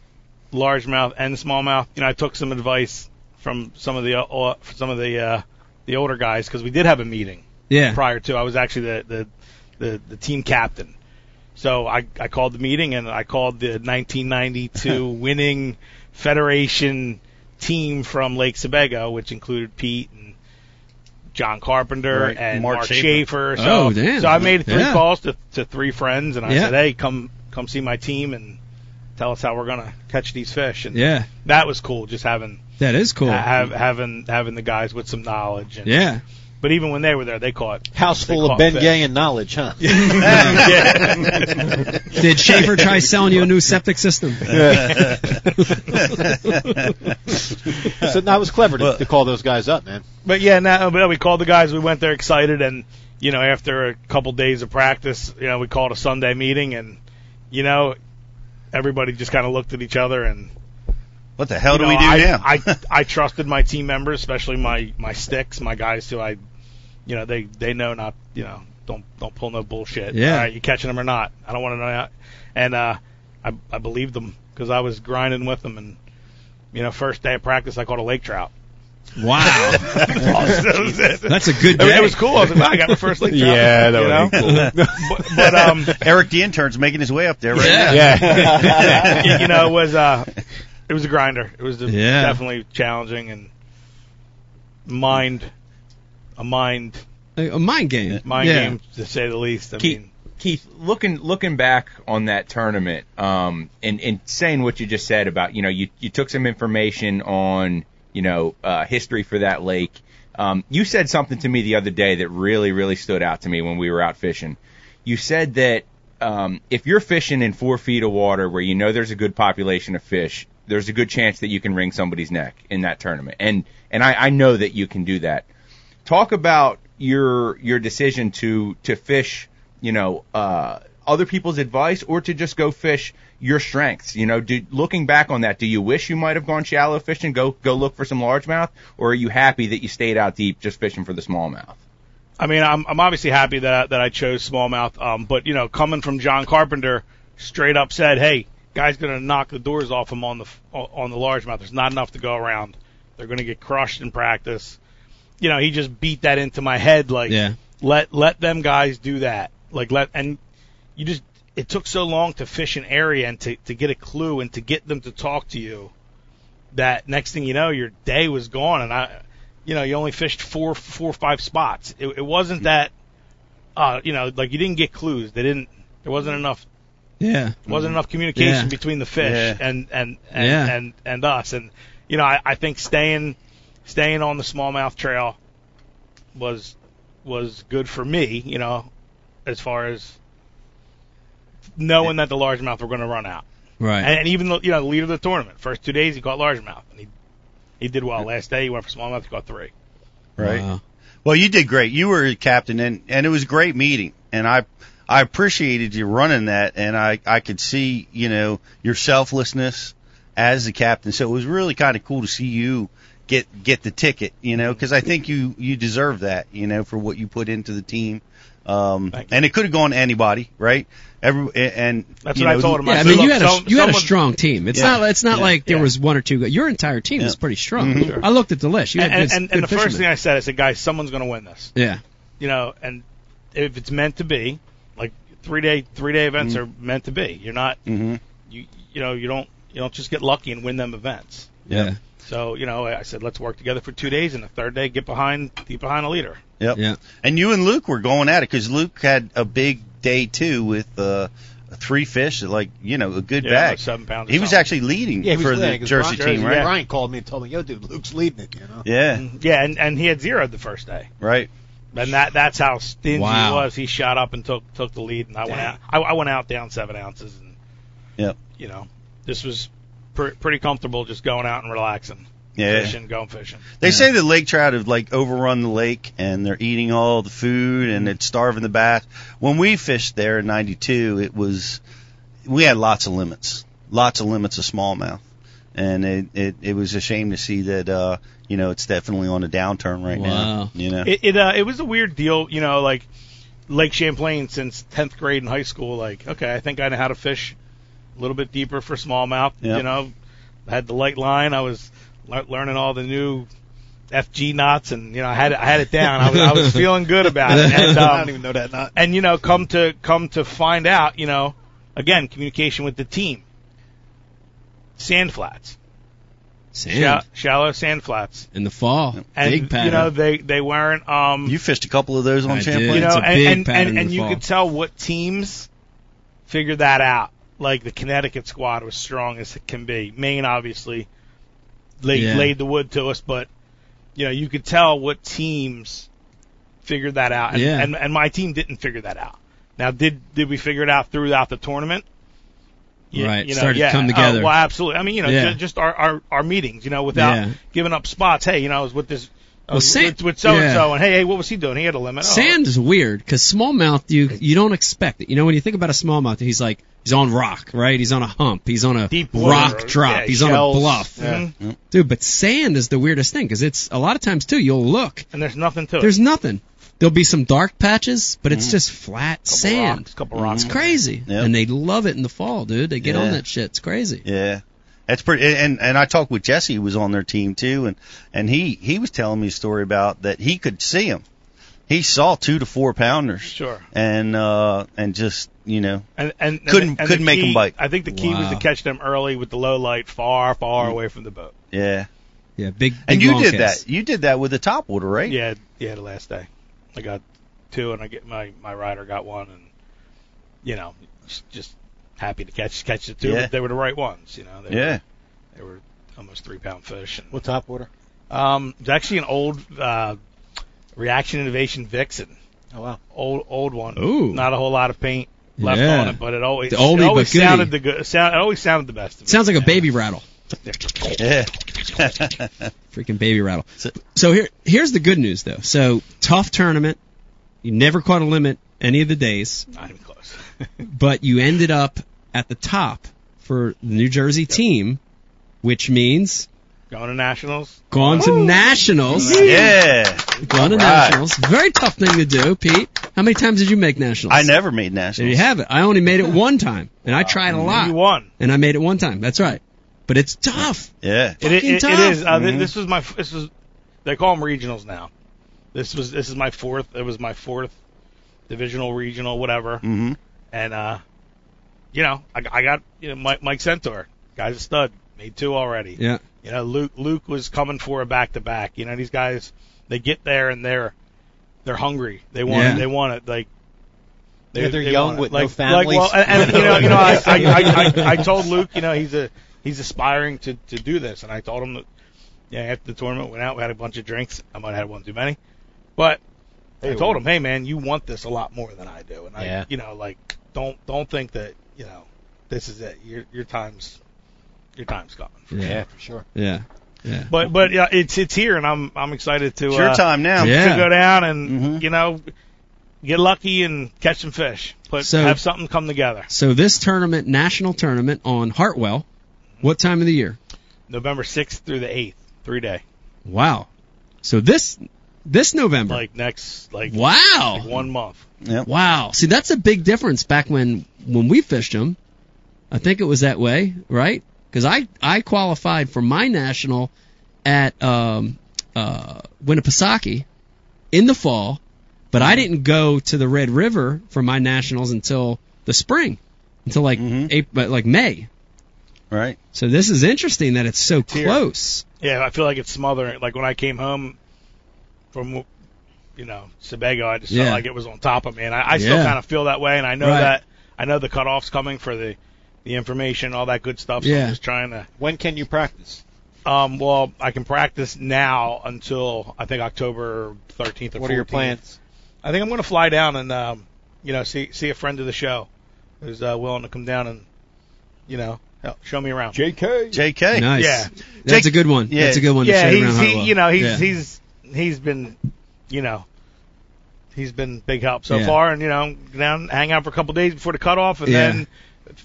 Speaker 4: largemouth and smallmouth. You know, I took some advice from some of the uh, some of the uh, the older guys because we did have a meeting
Speaker 1: Yeah.
Speaker 4: prior to. I was actually the the the, the team captain. So I, I called the meeting and I called the 1992 winning Federation team from Lake Sebago, which included Pete and John Carpenter
Speaker 2: Right,
Speaker 4: and
Speaker 2: Mark
Speaker 4: Mark, Schaefer. So,
Speaker 1: Oh, damn.
Speaker 4: so I made three
Speaker 1: Yeah.
Speaker 4: calls to, to three friends and I
Speaker 1: Yeah.
Speaker 4: said, hey, come come see my team and tell us how we're gonna catch these fish. And
Speaker 1: Yeah.
Speaker 4: that was cool, just having
Speaker 1: That is cool.
Speaker 4: have, having having the guys with some knowledge. And,
Speaker 1: Yeah.
Speaker 4: But even when they were there, they caught
Speaker 3: House
Speaker 4: They
Speaker 3: full of
Speaker 4: caught
Speaker 3: Ben
Speaker 4: fish.
Speaker 3: Gay and knowledge, huh?
Speaker 1: Did Schaefer try selling you a new septic system?
Speaker 3: so that was clever to, to call those guys up, man.
Speaker 4: But yeah, now but we called the guys. We went there excited, and you know, after a couple days of practice, you know, we called a Sunday meeting, and you know, everybody just kind of looked at each other, and
Speaker 2: What the hell
Speaker 4: you
Speaker 2: do
Speaker 4: know,
Speaker 2: we do
Speaker 4: I,
Speaker 2: now?
Speaker 4: I I trusted my team members, especially my my sticks, my guys who I, you know, they they know not, you know, don't don't pull no bullshit.
Speaker 1: Yeah.
Speaker 4: All right, you catching them or not? I don't want to know. How, and uh, I I believed them because I was grinding with them, and you know, first day of practice, I caught a lake trout.
Speaker 1: Wow,
Speaker 4: That was it.
Speaker 1: that's a good
Speaker 4: I mean,
Speaker 1: day.
Speaker 4: it was cool. I was like, wow, I got my first lake trout.
Speaker 5: Yeah, that
Speaker 4: you know?
Speaker 5: would be
Speaker 4: but, but um,
Speaker 2: Eric the intern's making his way up there right now.
Speaker 4: you, you know, it was uh, it was a grinder. It was a-
Speaker 1: Yeah.
Speaker 4: definitely challenging, and mind, a mind,
Speaker 1: A, a mind game.
Speaker 4: mind
Speaker 1: Yeah.
Speaker 4: game to say the least. I
Speaker 6: Keith,
Speaker 4: mean,
Speaker 6: Keith, looking looking back on that tournament, um, and and saying what you just said about you know you you took some information on you know uh, history for that lake. Um, you said something to me the other day that really really stood out to me when we were out fishing. You said that um, if you're fishing in four feet of water where you know there's a good population of fish, there's a good chance that you can wring somebody's neck in that tournament. And and I, I know that you can do that talk about your your decision to to fish you know uh other people's advice or to just go fish your strengths you know do, looking back on that do you wish you might have gone shallow fishing go go look for some largemouth or are you happy that you stayed out deep just fishing for the smallmouth
Speaker 4: I mean, I'm I'm obviously happy that I, that I chose smallmouth. Um, but you know, coming from John Carpenter, straight up said, "Hey, guy's gonna knock the doors off him on the f- on the largemouth. There's not enough to go around. They're gonna get crushed in practice." You know, he just beat that into my head. Like,
Speaker 1: Yeah.
Speaker 4: let let them guys do that. Like let and you just it took so long to fish an area and to to get a clue and to get them to talk to you that next thing you know your day was gone and I you know you only fished four four or five spots. It, it wasn't that uh you know like you didn't get clues. They didn't there wasn't enough
Speaker 1: Yeah.
Speaker 4: wasn't enough communication
Speaker 1: Mm-hmm. Yeah.
Speaker 4: between the fish
Speaker 2: Yeah.
Speaker 4: and and and,
Speaker 1: Yeah.
Speaker 4: and and us and you know I, I think staying staying on the smallmouth trail was was good for me you know as far as knowing that the largemouth were going to run out
Speaker 1: Right.
Speaker 4: and, and even the, you know the leader of the tournament first two days he caught largemouth and he he did well last day he went for smallmouth he caught three
Speaker 2: right?
Speaker 1: Wow.
Speaker 2: Well, you did great. You were captain, and and it was a great meeting. And I I appreciated you running that, and I I could see you know your selflessness as the captain. So it was really kind of cool to see you get get the ticket, you know, because I think you you deserve that, you know, for what you put into the team. Um,
Speaker 4: Thank you.
Speaker 2: and it could have gone to anybody, right? Every and
Speaker 4: That's
Speaker 2: you
Speaker 4: what I
Speaker 2: know,
Speaker 4: told him.
Speaker 1: Yeah, I
Speaker 4: So
Speaker 1: mean, you
Speaker 4: look,
Speaker 1: had a
Speaker 4: some-
Speaker 1: you had a
Speaker 4: someone-
Speaker 1: strong team. It's
Speaker 2: Yeah.
Speaker 1: not it's not
Speaker 2: Yeah.
Speaker 1: like there
Speaker 4: Yeah.
Speaker 1: was one or two. guys. Your entire team was
Speaker 2: Yeah.
Speaker 1: pretty strong. I looked at the list. You had
Speaker 4: and and,
Speaker 1: good,
Speaker 4: and,
Speaker 1: good
Speaker 4: the first
Speaker 1: fishermen.
Speaker 4: thing I said I said guys someone's going to win this
Speaker 1: yeah,
Speaker 4: you know, and if it's meant to be, like three day three day events
Speaker 2: Mm-hmm.
Speaker 4: are meant to be. You're not
Speaker 2: Mhm.
Speaker 4: you you know you don't you don't just get lucky and win them events.
Speaker 1: yeah,
Speaker 4: So you know, I said let's work together for two days, and the third day get behind get behind a leader.
Speaker 2: Yep.
Speaker 1: yeah.
Speaker 2: And you and Luke were going at it because Luke had a big day too with uh, three fish, like you know, a good
Speaker 4: Yeah,
Speaker 2: bag.
Speaker 4: like seven pounds or
Speaker 2: He was
Speaker 4: something.
Speaker 2: actually leading
Speaker 3: Yeah, he was
Speaker 2: for
Speaker 3: there,
Speaker 2: the
Speaker 3: 'cause
Speaker 2: Jersey
Speaker 3: Brian,
Speaker 2: team, right?
Speaker 3: Brian called me and told me, "Yo, dude, Luke's leading it." You know.
Speaker 2: Yeah,
Speaker 4: Mm-hmm. Yeah, and and he had zero the first day,
Speaker 2: right.
Speaker 4: and that that's how stingy
Speaker 1: Wow.
Speaker 4: he was. He shot up and took took the lead, and I went out. I, I went out down seven ounces, and
Speaker 2: Yep.
Speaker 4: you know, this was pr- pretty comfortable just going out and relaxing,
Speaker 2: Yeah.
Speaker 4: fishing, going fishing.
Speaker 2: They say the lake trout have like overrun the lake and they're eating all the food and it's starving the bass. When we fished there in '92, it was we had lots of limits, lots of limits of smallmouth, and it it, it was a shame to see that uh, you know it's definitely on a downturn right
Speaker 1: Wow.
Speaker 2: now. You know,
Speaker 4: it it, uh, it was a weird deal, you know, like Lake Champlain since 10th grade in high school. Like, okay, I think I know how to fish a little bit deeper for smallmouth.
Speaker 2: Yeah.
Speaker 4: You know, I had the light line. I was le- learning all the new FG knots, and you know, I had it- I had it down. I was, I was feeling good about it. And, um,
Speaker 3: I don't even know that knot.
Speaker 4: and you know, come to come to find out, you know, again, communication with the team. Sand flats,
Speaker 1: Sand
Speaker 4: Shall shallow sand flats,
Speaker 1: in the fall,
Speaker 4: and
Speaker 1: big pattern.
Speaker 4: you know they they weren't um
Speaker 2: you fished a couple of those on
Speaker 1: I did.
Speaker 2: Champlain.
Speaker 4: you
Speaker 1: It's a
Speaker 4: know,
Speaker 1: big
Speaker 4: and, and,
Speaker 1: pattern
Speaker 4: and,
Speaker 1: to
Speaker 4: and you
Speaker 1: follow.
Speaker 4: could tell what teams figured that out. Like the Connecticut squad was strong as it can be. Maine obviously laid,
Speaker 1: Yeah.
Speaker 4: laid the wood to us, but you know you could tell what teams figured that out, and,
Speaker 1: Yeah.
Speaker 4: and and my team didn't figure that out. Now, did did we figure it out throughout the tournament? Y-
Speaker 1: Right,
Speaker 4: you know,
Speaker 1: started to
Speaker 4: yeah.
Speaker 1: come
Speaker 4: Oh,
Speaker 1: together.
Speaker 4: well, absolutely. I mean, you know,
Speaker 1: Yeah.
Speaker 4: ju- just our, our our meetings, you know, without
Speaker 1: Yeah.
Speaker 4: giving up spots. Hey, you know, I was with this. I was
Speaker 1: Well, Sam-
Speaker 4: with, with so and
Speaker 1: yeah.
Speaker 4: so, and hey, hey, what was he doing? He had a limit. Oh,
Speaker 1: Sand is weird because smallmouth you you don't expect it. You know when you think about a smallmouth, he's like he's on rock, right? He's on a hump, he's on a
Speaker 4: Deep water,
Speaker 1: rock drop,
Speaker 4: yeah,
Speaker 1: he's on
Speaker 4: shells.
Speaker 1: a bluff,
Speaker 4: Mhm.
Speaker 1: dude. But sand is the weirdest thing because it's a lot of times too. You'll look,
Speaker 4: and there's nothing to it.
Speaker 1: there's nothing. There'll be some dark patches, but
Speaker 2: Mm.
Speaker 1: it's just flat
Speaker 4: couple
Speaker 1: sand.
Speaker 4: Rocks, couple rocks.
Speaker 1: It's crazy,
Speaker 2: Yep.
Speaker 1: and they love it in the fall, dude. They get on
Speaker 2: Yeah.
Speaker 1: that shit. It's crazy.
Speaker 2: Yeah. That's pretty, and and I talked with Jesse, who was on their team too, and and he he was telling me a story about that he could see them. He saw two to four pounders,
Speaker 4: Sure.
Speaker 2: and uh and just you know,
Speaker 4: And, and, and
Speaker 2: Couldn't-
Speaker 4: the- and
Speaker 2: couldn't
Speaker 4: the
Speaker 2: make 'em
Speaker 4: key-
Speaker 2: bite.
Speaker 4: I think the key was
Speaker 1: Wow.
Speaker 4: to
Speaker 1: Mm.
Speaker 4: catch them early with the low light, far, far away from the boat.
Speaker 2: yeah,
Speaker 1: Yeah, big.
Speaker 2: And
Speaker 1: big
Speaker 2: you
Speaker 1: long
Speaker 2: did
Speaker 1: kiss.
Speaker 2: that. You did that with the top water, right?
Speaker 4: Yeah, yeah, the last day. I got two, and I get my my rider got one, and you know, just- just happy to catch catch the two.
Speaker 2: Yeah.
Speaker 4: But they were the right ones, you know. They
Speaker 2: Yeah.
Speaker 4: were, they were almost three pound fish. And,
Speaker 3: What top water?
Speaker 4: um, it's actually an old uh, Reaction Innovation Vixen,
Speaker 3: Oh wow.
Speaker 4: old old one.
Speaker 1: Ooh.
Speaker 4: Not a whole lot of paint left
Speaker 1: Yeah.
Speaker 4: on it, but it always
Speaker 1: The oldie
Speaker 4: it always
Speaker 1: but goodie.
Speaker 4: sounded the good. Sound, it always sounded the best. Of
Speaker 1: Sounds
Speaker 4: it.
Speaker 1: like a baby rattle.
Speaker 2: Yeah.
Speaker 1: Freaking baby rattle.
Speaker 2: So-
Speaker 1: So here, here's the good news though. So tough tournament. You never caught a limit any of the days,
Speaker 4: not even close.
Speaker 1: but you ended up at the top for the New Jersey team, which means
Speaker 4: Going to nationals.
Speaker 1: gone to nationals.
Speaker 2: yeah.
Speaker 1: Gone to
Speaker 2: All right.
Speaker 1: nationals. Very tough thing to do, Pete. How many times did you make nationals?
Speaker 2: I never made
Speaker 1: There
Speaker 2: nationals.
Speaker 1: you have it. I only made it one time, and I tried a
Speaker 4: You
Speaker 1: lot,
Speaker 4: won.
Speaker 1: and I made it one time. That's right. But it's tough.
Speaker 2: Yeah.
Speaker 4: It, it,
Speaker 1: Fucking
Speaker 4: it-
Speaker 1: tough.
Speaker 4: it is. Uh, th This was my. f- This was. They call them regionals now. This was. This is my fourth. It was my fourth divisional, regional, whatever.
Speaker 1: Mm.
Speaker 2: Mm-hmm.
Speaker 4: And uh, you know, I, I got you know Mike, Mike Centaur, guy's a stud. Made two already.
Speaker 1: Yeah.
Speaker 4: You know, Luke Luke was coming for a back to back. You know, these guys they get there and they're they're hungry. They want
Speaker 1: Yeah.
Speaker 4: it. They want it. Like they,
Speaker 3: Yeah, they're
Speaker 4: they
Speaker 3: young
Speaker 4: want it.
Speaker 3: with no
Speaker 4: like,
Speaker 3: families.
Speaker 4: Like, well, and, and, you know, you know, I, I, I, I, I told Luke, you know, he's a he's aspiring to to do this, and I told him that yeah, after the tournament went out, we had a bunch of drinks. I might have had one too many, but I told him, hey man, you want this a lot more than I do, and I,
Speaker 3: Yeah.
Speaker 4: you know, like don't don't think that you know this is it. Your your time's your time's coming.
Speaker 3: Yeah, for sure.
Speaker 1: Yeah. Yeah.
Speaker 4: But but yeah, it's it's here, and I'm I'm excited to
Speaker 2: It's
Speaker 4: uh,
Speaker 2: your time now.
Speaker 1: Yeah.
Speaker 4: to go down and
Speaker 2: Mhm.
Speaker 4: you know get lucky and catch some fish. Put
Speaker 1: So-
Speaker 4: have something come together.
Speaker 1: So this tournament, national tournament on Hartwell, what time of the year?
Speaker 4: November sixth through the eighth, three day,
Speaker 1: Wow. So this this November.
Speaker 4: like next like
Speaker 1: wow.
Speaker 4: like one month.
Speaker 2: Yep.
Speaker 1: Wow. See, that's a big difference back when when we fished them. I think it was that way, right? Because I I qualified for my national at um, uh, Winnipesaukee in the fall, but I didn't go to the Red River for my nationals until the spring, until like
Speaker 2: Mhm.
Speaker 4: Mm-hmm.
Speaker 1: April, like May.
Speaker 2: Right.
Speaker 1: So this is interesting that it's so close.
Speaker 4: Yeah, I feel like it's smothering. Like when I came home from, you know, Sebago, I just
Speaker 1: Yeah.
Speaker 4: felt like it was on top of me, and I, I still
Speaker 1: Yeah.
Speaker 4: kind of feel that way. And I know
Speaker 1: Right.
Speaker 4: that I know the cutoff's coming for the the information, all that good stuff. So
Speaker 1: Yeah.
Speaker 4: I'm just trying to.
Speaker 3: When can you practice?
Speaker 4: Um, well, I can practice now until I think October 13th or
Speaker 3: What are your
Speaker 4: 14th.
Speaker 3: plans?
Speaker 4: I think I'm going to fly down and um, you know, see see a friend of the show who's uh, willing to come down and, you know, help, show me around.
Speaker 5: JK.
Speaker 2: JK.
Speaker 1: Nice.
Speaker 4: Yeah.
Speaker 1: That's
Speaker 2: Jake-
Speaker 1: a good one.
Speaker 2: yeah.
Speaker 1: That's a good one. to
Speaker 4: yeah,
Speaker 1: shoot
Speaker 4: he's
Speaker 1: around
Speaker 4: he,
Speaker 1: Hartwell.
Speaker 4: you know he's
Speaker 1: Yeah.
Speaker 4: he's he's been you know he's been big help so
Speaker 1: Yeah.
Speaker 4: far, and you know go down hang out for a couple days before the cutoff, and
Speaker 1: Yeah.
Speaker 4: then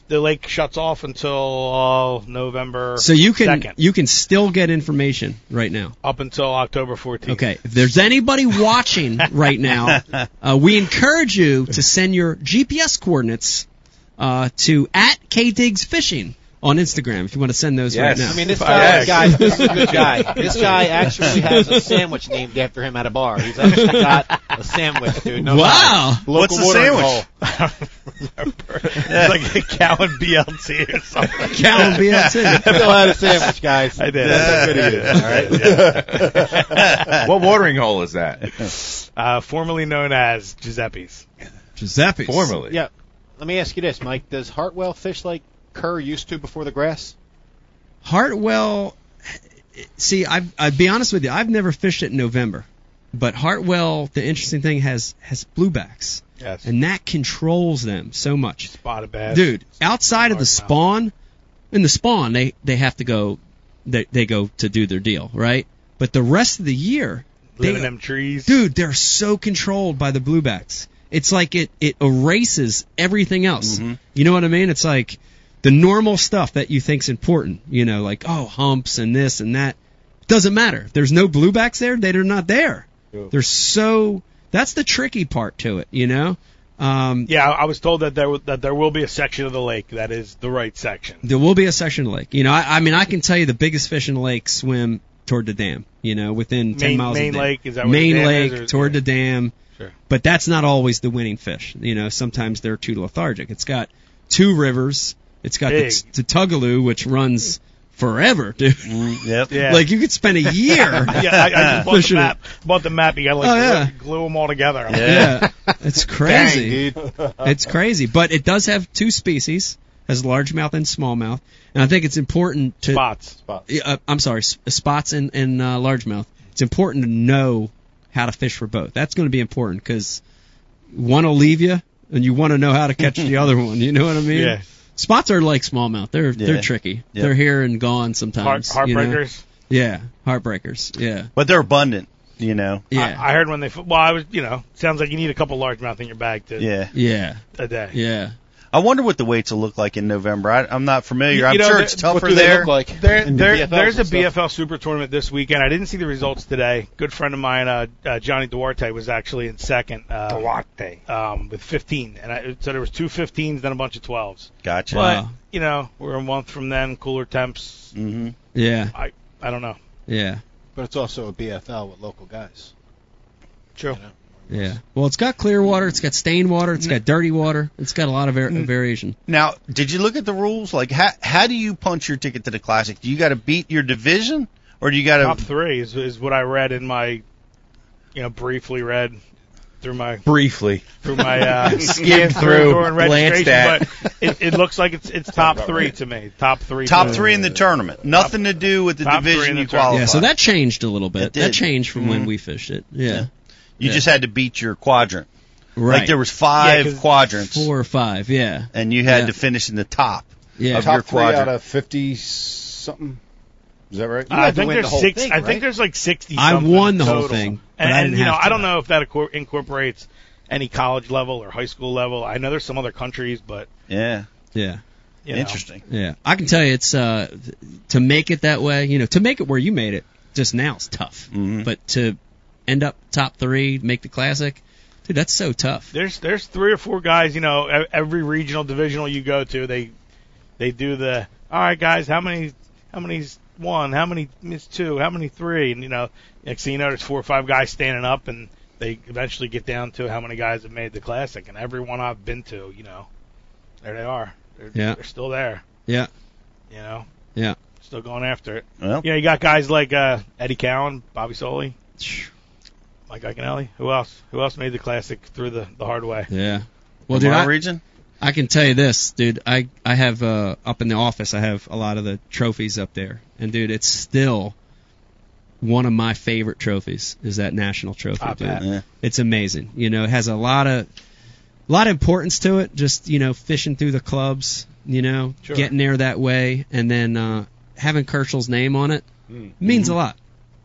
Speaker 4: the lake shuts off until uh, November.
Speaker 1: so you can
Speaker 4: second,
Speaker 1: you can still get information right now.
Speaker 4: up until October 14th.
Speaker 1: Okay, if there's anybody watching right now, uh, we encourage you to send your GPS coordinates uh, to at KDigs Fishing on Instagram if you want to send those
Speaker 6: Yes.
Speaker 1: right now.
Speaker 3: I mean, this
Speaker 6: If I
Speaker 3: guy,
Speaker 6: ask.
Speaker 3: guys, this is a good guy. This guy actually has a sandwich named after him at a bar. He's actually got a sandwich, dude. No lie.
Speaker 1: wow.
Speaker 2: What's the
Speaker 3: Local watering
Speaker 2: sandwich?
Speaker 3: hole.
Speaker 4: I don't remember. it's like a cow and BLT or something.
Speaker 1: Cal and BLT.
Speaker 3: Still had a sandwich, guys. I
Speaker 4: did.
Speaker 3: That's how good he is.
Speaker 6: what watering hole is that?
Speaker 4: Uh, formerly known as Giuseppe's.
Speaker 1: Giuseppe.
Speaker 6: Formally.
Speaker 3: Yeah. Let me ask you this, Mike. Does Hartwell fish like Kerr used to before the grass?
Speaker 1: Hartwell. See, I've, I'll be honest with you. I've never fished it in November, but Hartwell. The interesting thing has has bluebacks,
Speaker 4: Yes.
Speaker 1: and that controls them so much.
Speaker 4: Spotted bass.
Speaker 1: dude outside of the
Speaker 4: Largemouth.
Speaker 1: spawn in the spawn they they have to go they, they go to do their deal right but the rest of the year
Speaker 4: Living
Speaker 1: they-
Speaker 4: them trees.
Speaker 1: dude they're so controlled by the bluebacks it's like it it erases everything else
Speaker 4: Mm-hmm.
Speaker 1: you know what i mean it's like the normal stuff that you think's important you know like oh humps and this and that doesn't matter if there's no bluebacks there they're not there they're so that's the tricky part to it you know um,
Speaker 4: Yeah, I I was told that there w- that there will be a section of the lake that is the right section.
Speaker 1: there will be a section of the lake. You know, I, I mean, I can tell you the biggest fish in the lake swim toward the dam. You know, within ten
Speaker 4: Main-
Speaker 1: miles.
Speaker 4: main
Speaker 1: of the dam.
Speaker 4: lake, is that where
Speaker 1: main
Speaker 4: the dam
Speaker 1: lake
Speaker 4: is, or-
Speaker 1: toward
Speaker 4: yeah.
Speaker 1: the dam?
Speaker 4: Sure.
Speaker 1: But that's not always the winning fish. You know, sometimes they're too lethargic. It's got two rivers. It's got the,
Speaker 4: Big.
Speaker 1: the Tugaloo, which runs forever, dude.
Speaker 2: Mm, Yep.
Speaker 4: Yeah.
Speaker 1: Like you could spend a year.
Speaker 4: yeah, I, I just bought the
Speaker 1: Fishing
Speaker 4: map. Bought the map. You got to like
Speaker 1: Oh, yeah.
Speaker 4: glue them all together. I'm like,
Speaker 1: Yeah. It's crazy.
Speaker 3: dude.
Speaker 1: It's crazy, but it does have two species, has largemouth and smallmouth, and I think it's important to.
Speaker 4: Spots.
Speaker 1: Uh, I'm sorry, s- spots and and uh, largemouth. It's important to know how to fish for both. That's going to be important because one will leave you, and you want to know how to catch the other one. You know what I mean?
Speaker 4: Yeah.
Speaker 1: Spots are like smallmouth. They're
Speaker 2: Yeah.
Speaker 1: they're tricky.
Speaker 2: Yeah.
Speaker 1: They're here and gone
Speaker 4: Heart,
Speaker 1: sometimes. you know?
Speaker 4: heartbreakers.
Speaker 1: Yeah, heartbreakers. Yeah,
Speaker 2: But they're abundant, you know.
Speaker 1: yeah,
Speaker 4: I, I heard when they. Well, I was. You know, sounds like you need a couple largemouth in your bag to
Speaker 2: Yeah.
Speaker 1: yeah,
Speaker 4: a day.
Speaker 1: yeah.
Speaker 2: I wonder what the weights will look like in November. I, I'm not familiar.
Speaker 4: You-
Speaker 2: I'm
Speaker 4: you know,
Speaker 2: sure
Speaker 4: the-
Speaker 2: it's
Speaker 3: What
Speaker 2: tougher
Speaker 3: do they
Speaker 2: there.
Speaker 3: look like?
Speaker 4: There,
Speaker 3: in the
Speaker 4: there,
Speaker 3: BFLs
Speaker 4: there's a
Speaker 3: and stuff?
Speaker 4: BFL Super Tournament this weekend. I didn't see the results today. Good friend of mine, uh, uh, Johnny Duarte, was actually in second. Uh, Duarte. Um, with 15, and I, so there was two 15s, then a bunch of 12s.
Speaker 2: Gotcha.
Speaker 4: But
Speaker 1: Wow.
Speaker 4: you know, we're a month from then, cooler temps.
Speaker 2: hmm
Speaker 1: Yeah,
Speaker 4: I don't know.
Speaker 1: yeah,
Speaker 3: But it's also a BFL with local guys.
Speaker 4: True.
Speaker 1: yeah. Well, it's got clear water, it's got stained water,
Speaker 2: Mm-hmm.
Speaker 1: it's got dirty water, it's got a lot of var- variation.
Speaker 2: Now, did you look at the rules? Like, how how do you punch your ticket to the classic? Do you got to beat your division, or do you got
Speaker 4: Top
Speaker 2: to
Speaker 4: three is, is what I read in my, you know, briefly read through my
Speaker 6: Briefly.
Speaker 4: through my uh,
Speaker 6: Skim through,
Speaker 4: during
Speaker 6: glanced
Speaker 4: registration,
Speaker 6: at.
Speaker 4: but it, it looks like it's it's top three to me. Top three.
Speaker 2: top
Speaker 4: to-
Speaker 2: three in the tournament? Nothing to do with the
Speaker 4: Top three in
Speaker 2: division
Speaker 4: the
Speaker 2: you
Speaker 4: tournament.
Speaker 2: qualify.
Speaker 1: Uh, Yeah, so that changed a little
Speaker 2: Oh,
Speaker 1: bit.
Speaker 2: It did. Mm-hmm.
Speaker 1: That changed from when we fished it. Yeah,
Speaker 2: you
Speaker 1: yeah.
Speaker 2: just had to beat your quadrant.
Speaker 1: right.
Speaker 2: Like there was
Speaker 4: Yeah,
Speaker 2: five
Speaker 4: 'cause
Speaker 2: quadrants,
Speaker 1: four or five. Yeah,
Speaker 2: and you had
Speaker 1: Yeah.
Speaker 2: to finish in the top.
Speaker 1: yeah.
Speaker 2: Of
Speaker 5: Top
Speaker 2: your
Speaker 5: three
Speaker 2: quadrant.
Speaker 5: out of fifty something. Is that right?
Speaker 4: I think
Speaker 3: win
Speaker 4: there's
Speaker 3: the whole
Speaker 4: six.
Speaker 3: thing,
Speaker 4: I
Speaker 3: right?
Speaker 4: think there's like sixty.
Speaker 1: I
Speaker 4: something
Speaker 1: won the whole
Speaker 4: total.
Speaker 1: thing, but
Speaker 4: And,
Speaker 1: I
Speaker 4: and,
Speaker 1: didn't
Speaker 4: you know,
Speaker 1: have to.
Speaker 4: I don't know if that acor- incorporates any college level or high school level. I know there's some other countries, but
Speaker 2: Yeah,
Speaker 1: yeah.
Speaker 4: you know.
Speaker 2: interesting.
Speaker 1: Yeah, I can tell you, it's uh, th- to make it that way. You know, to make it where you made it just now is tough.
Speaker 2: Mhm.
Speaker 1: But to end up top three, make the classic, dude, that's so tough.
Speaker 4: There's there's three or four guys. You know, e- every regional divisional you go to, they they do the all right, guys. How many how many's one? How many is two? How many three? And you know, next thing you know, there's four or five guys standing up, and they eventually get down to how many guys have made the classic. And everyone I've been to, you know, there they are. They're,
Speaker 1: Yeah.
Speaker 4: they're still there.
Speaker 1: Yeah.
Speaker 4: You know.
Speaker 1: Yeah.
Speaker 4: Still going after it.
Speaker 2: Well,
Speaker 4: You know, you got guys like uh, Eddie Cowan, Bobby Soley, Mike Iaconelli. Who else? Who else made the classic through the the hard way?
Speaker 1: Yeah. Well,
Speaker 2: my
Speaker 1: dude, I,
Speaker 2: region.
Speaker 1: I can tell you this, dude. I I have uh, up in the office. I have a lot of the trophies up there, and dude, it's still one of my favorite trophies. Is that national trophy,
Speaker 4: I
Speaker 1: dude?
Speaker 4: bet.
Speaker 2: Yeah.
Speaker 1: It's amazing. You know, it has a lot of a lot of importance to it. Just you know, fishing through the clubs. You know,
Speaker 4: Sure.
Speaker 1: getting there that way, and then uh, having Kerschel's name on it means a lot.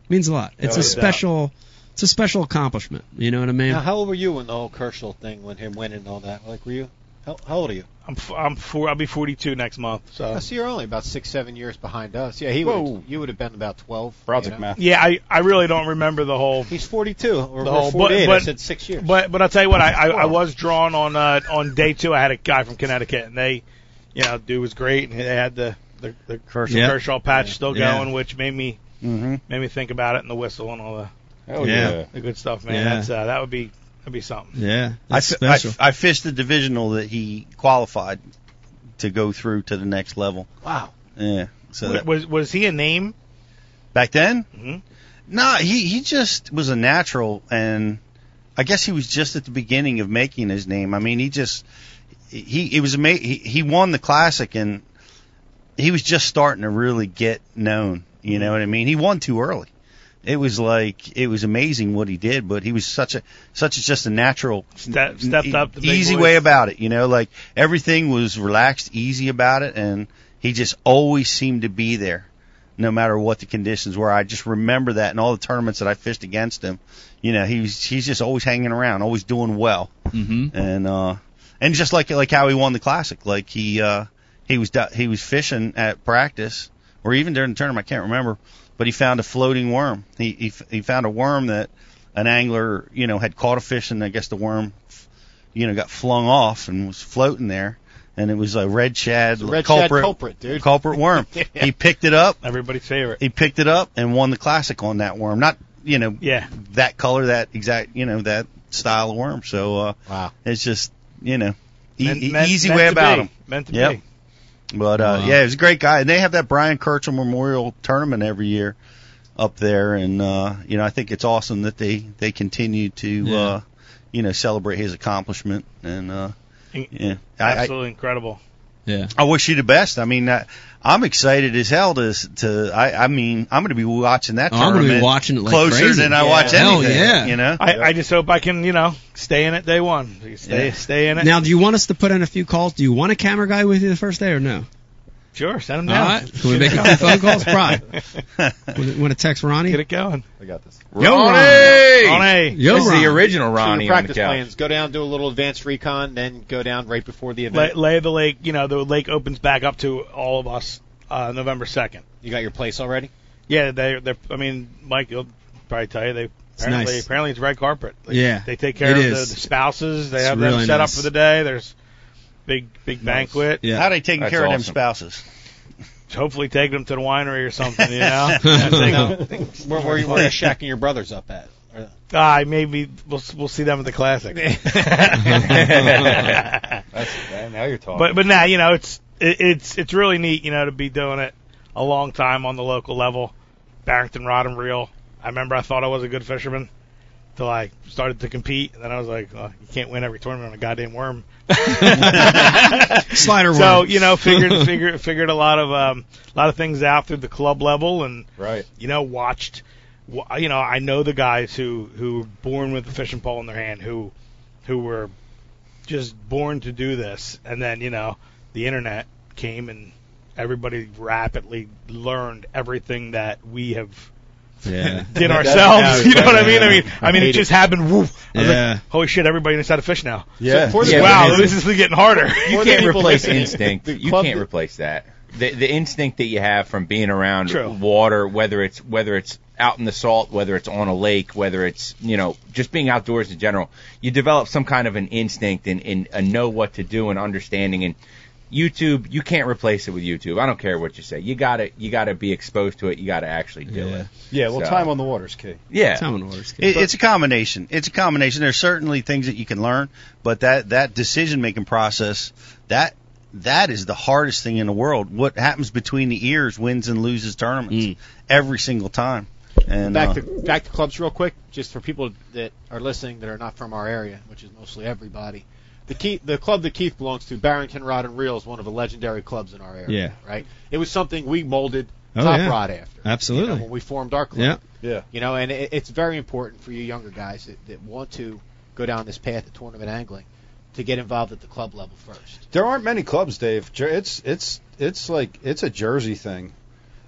Speaker 1: Means a lot. It's
Speaker 5: No
Speaker 1: a
Speaker 5: doubt.
Speaker 1: special. It's a special accomplishment. You know what I mean?
Speaker 3: Now, how old were you when the whole Kershaw thing, when him winning and all that? Like, were you? How, how old are you?
Speaker 4: I'm f- I'm four. I'll be 42 next month. So
Speaker 3: I see you're only about six, seven years behind us. Yeah, he would.
Speaker 5: Whoa.
Speaker 3: You would have been about twelve. you
Speaker 5: Project
Speaker 3: know?
Speaker 5: math.
Speaker 4: yeah, I I really don't remember the whole.
Speaker 3: He's 42 or,
Speaker 4: The
Speaker 3: or
Speaker 4: whole- but-
Speaker 3: 48. I
Speaker 4: but-
Speaker 3: said six years.
Speaker 4: But but I'll tell you what, I I, I was drawn on uh, on day two. I had a guy from Connecticut, and they, you know, dude was great, and they had the the, the Kershaw,
Speaker 1: Yeah.
Speaker 4: Kershaw patch still
Speaker 1: Yeah.
Speaker 4: going, which made me
Speaker 2: hmm
Speaker 4: made me think about it and the whistle and all the,
Speaker 5: Hell
Speaker 1: Yeah.
Speaker 5: yeah.
Speaker 4: the good stuff, man.
Speaker 1: Yeah.
Speaker 4: That's uh, that would be that'd be something.
Speaker 1: yeah,
Speaker 2: I,
Speaker 1: it's
Speaker 2: fi- I,
Speaker 1: special.
Speaker 2: I fished the divisional that he qualified to go through to the next level.
Speaker 3: wow.
Speaker 2: Yeah. So
Speaker 4: Was
Speaker 2: that,
Speaker 4: was, was he a name?
Speaker 2: back then,
Speaker 4: Mhm.
Speaker 2: nah, he he just was a natural, and I guess he was just at the beginning of making his name. I mean, he just he he was ama- he, he won the classic, and he was just starting to really get known. You know what I mean? He won too early. It was like it was amazing what he did, but he was such a such a just a natural
Speaker 4: Step, stepped up. The big
Speaker 2: E-, easy
Speaker 4: boys.
Speaker 2: way about it. You know, like everything was relaxed, easy about it, and he just always seemed to be there, no matter what the conditions were. I just remember that in all the tournaments that I fished against him. You know, he was he's just always hanging around, always doing well,
Speaker 1: hmm
Speaker 4: Mm-hmm.
Speaker 2: and uh, and just like like how he won the classic, like he uh, he was do- he was fishing at practice or even during the tournament, I can't remember, but he found a floating worm. He he, f- he found a worm that an angler, you know, had caught a fish, and I guess the worm, you know, got flung off and was floating there, and it was a red shad,
Speaker 3: The red
Speaker 2: culprit,
Speaker 3: shad culprit, dude.
Speaker 2: culprit worm. He picked it up,
Speaker 4: Everybody's favorite.
Speaker 2: he picked it up, and won the classic on that worm. Not you know
Speaker 4: Yeah.
Speaker 2: that color, that exact, you know, that style of worm. So uh,
Speaker 3: Wow.
Speaker 2: it's just you know, e-
Speaker 4: Meant-
Speaker 2: e-
Speaker 4: meant-
Speaker 2: easy
Speaker 4: meant
Speaker 2: way
Speaker 4: to
Speaker 2: about
Speaker 4: be.
Speaker 2: him.
Speaker 4: Meant to
Speaker 2: Yep.
Speaker 4: be.
Speaker 2: But uh,
Speaker 1: Wow.
Speaker 2: yeah, he's a great guy, and they have that Brian Kirchhoff Memorial Tournament every year up there, and uh, you know I think it's awesome that they they continue to uh, you know celebrate his accomplishment, and uh, yeah, I, I,
Speaker 4: Absolutely incredible.
Speaker 1: Yeah.
Speaker 2: I wish you the best. I mean, I, I'm excited as hell to to I, I mean I'm going to be watching that
Speaker 1: Oh, I'm gonna be
Speaker 2: tournament
Speaker 1: watching it like
Speaker 2: closer
Speaker 1: crazy.
Speaker 2: than I watch
Speaker 1: Hell
Speaker 2: anything.
Speaker 1: yeah.
Speaker 2: you know.
Speaker 4: I, I just hope I can, you know, stay in it day one. Stay,
Speaker 2: Yeah.
Speaker 4: stay in it.
Speaker 1: Now, do you want us to put in a few calls? Do you want a camera guy with you the first day or no?
Speaker 4: sure, send them
Speaker 1: All
Speaker 4: down.
Speaker 1: right. Can we make a few phone calls? Probably. Want to text Ronnie?
Speaker 4: Get it going.
Speaker 5: I got this.
Speaker 1: Yo,
Speaker 4: On
Speaker 6: Ronnie!
Speaker 4: a
Speaker 1: Yo,
Speaker 6: This is
Speaker 1: Ronnie.
Speaker 6: the original
Speaker 3: So
Speaker 6: Ronnie
Speaker 3: your
Speaker 6: on the
Speaker 3: practice
Speaker 6: couch.
Speaker 3: plans. Go down, do a little advanced recon, then go down right before the
Speaker 4: lay,
Speaker 3: event.
Speaker 4: lay the lake. You know, the lake opens back up to all of us uh, November second.
Speaker 3: you got your place already?
Speaker 4: Yeah, they they I mean, Mike, you'll probably tell you they apparently
Speaker 1: nice.
Speaker 4: apparently it's red carpet. They,
Speaker 1: Yeah,
Speaker 4: they take care
Speaker 1: it
Speaker 4: of the, the
Speaker 1: is.
Speaker 4: spouses. They
Speaker 1: It's
Speaker 4: have them
Speaker 1: really
Speaker 4: set
Speaker 1: nice.
Speaker 4: up for the day. There's big big banquet.
Speaker 1: Yeah.
Speaker 2: How are they taking
Speaker 6: That's
Speaker 2: care of them
Speaker 6: awesome.
Speaker 2: spouses?
Speaker 4: Hopefully, take them to the winery or something. You know, I think-
Speaker 3: No. where, where, where are you shacking your brothers up at? Or-
Speaker 4: ah, maybe we'll we'll see them at the classic.
Speaker 5: That's, now you're talking.
Speaker 4: But but now you know it's it, it's it's really neat you know to be doing it a long time on the local level, Barrington rod and reel. I remember I thought I was a good fisherman till I started to compete, and then I was like, oh, you can't win every tournament on a goddamn worm.
Speaker 1: Slider one.
Speaker 4: So you know figured figured figured a lot of um, a lot of things out through the club level and
Speaker 5: right.
Speaker 4: you know, watched. wa- You know, I know the guys who who were born with a fishing pole in their hand, who who were just born to do this, and then you know, the internet came and everybody rapidly learned everything that we have
Speaker 1: yeah.
Speaker 4: did
Speaker 5: That's-
Speaker 4: ourselves.
Speaker 5: yeah,
Speaker 4: you know what I
Speaker 5: yeah,
Speaker 4: mean? I
Speaker 5: yeah.
Speaker 4: mean, I mean, it just happened. Woof. I was like,
Speaker 1: Yeah.
Speaker 4: Holy shit! Everybody knows how to fish now.
Speaker 5: Yeah.
Speaker 3: for the-
Speaker 6: Yeah,
Speaker 4: wow,
Speaker 6: but
Speaker 4: this is getting harder.
Speaker 6: You
Speaker 3: More
Speaker 6: can't
Speaker 3: people
Speaker 6: replace
Speaker 3: like-
Speaker 6: instinct.
Speaker 3: the
Speaker 6: you
Speaker 3: club
Speaker 6: can't
Speaker 3: that-
Speaker 6: replace that. The, the instinct that you have from being around
Speaker 4: True.
Speaker 6: water, whether it's whether it's out in the salt, whether it's on a lake, whether it's you know just being outdoors in general, you develop some kind of an instinct and, and a know what to do and understanding. And YouTube, you can't replace it with YouTube. I don't care what you say. You gotta you gotta be exposed to it. You gotta actually do
Speaker 1: Yeah.
Speaker 6: it.
Speaker 5: Yeah, well,
Speaker 6: So-
Speaker 5: time on the water's key.
Speaker 6: Yeah.
Speaker 1: Time and orders.
Speaker 2: It, it's a combination. It's a combination. There's certainly things that you can learn, but that that decision making process that that is the hardest thing in the world. What happens between the ears wins and loses tournaments every single time. And
Speaker 3: back
Speaker 2: uh,
Speaker 3: to back to clubs real quick, just for people that are listening that are not from our area, which is mostly everybody. The Keith, the club that Keith belongs to, Barrington Rod and Reel, is one of the legendary clubs in our area.
Speaker 1: Yeah.
Speaker 3: Right. It was something we molded
Speaker 1: Oh,
Speaker 3: Top
Speaker 1: yeah.
Speaker 3: Rod after. You know,
Speaker 1: Absolutely.
Speaker 3: when we formed our club.
Speaker 1: Yeah.
Speaker 5: Yeah.
Speaker 3: You know, and it, it's very important for you younger guys that, that want to go down this path of tournament angling to get involved at the club level first.
Speaker 5: There aren't many clubs, Dave. Jer- It's it's it's like it's a Jersey thing.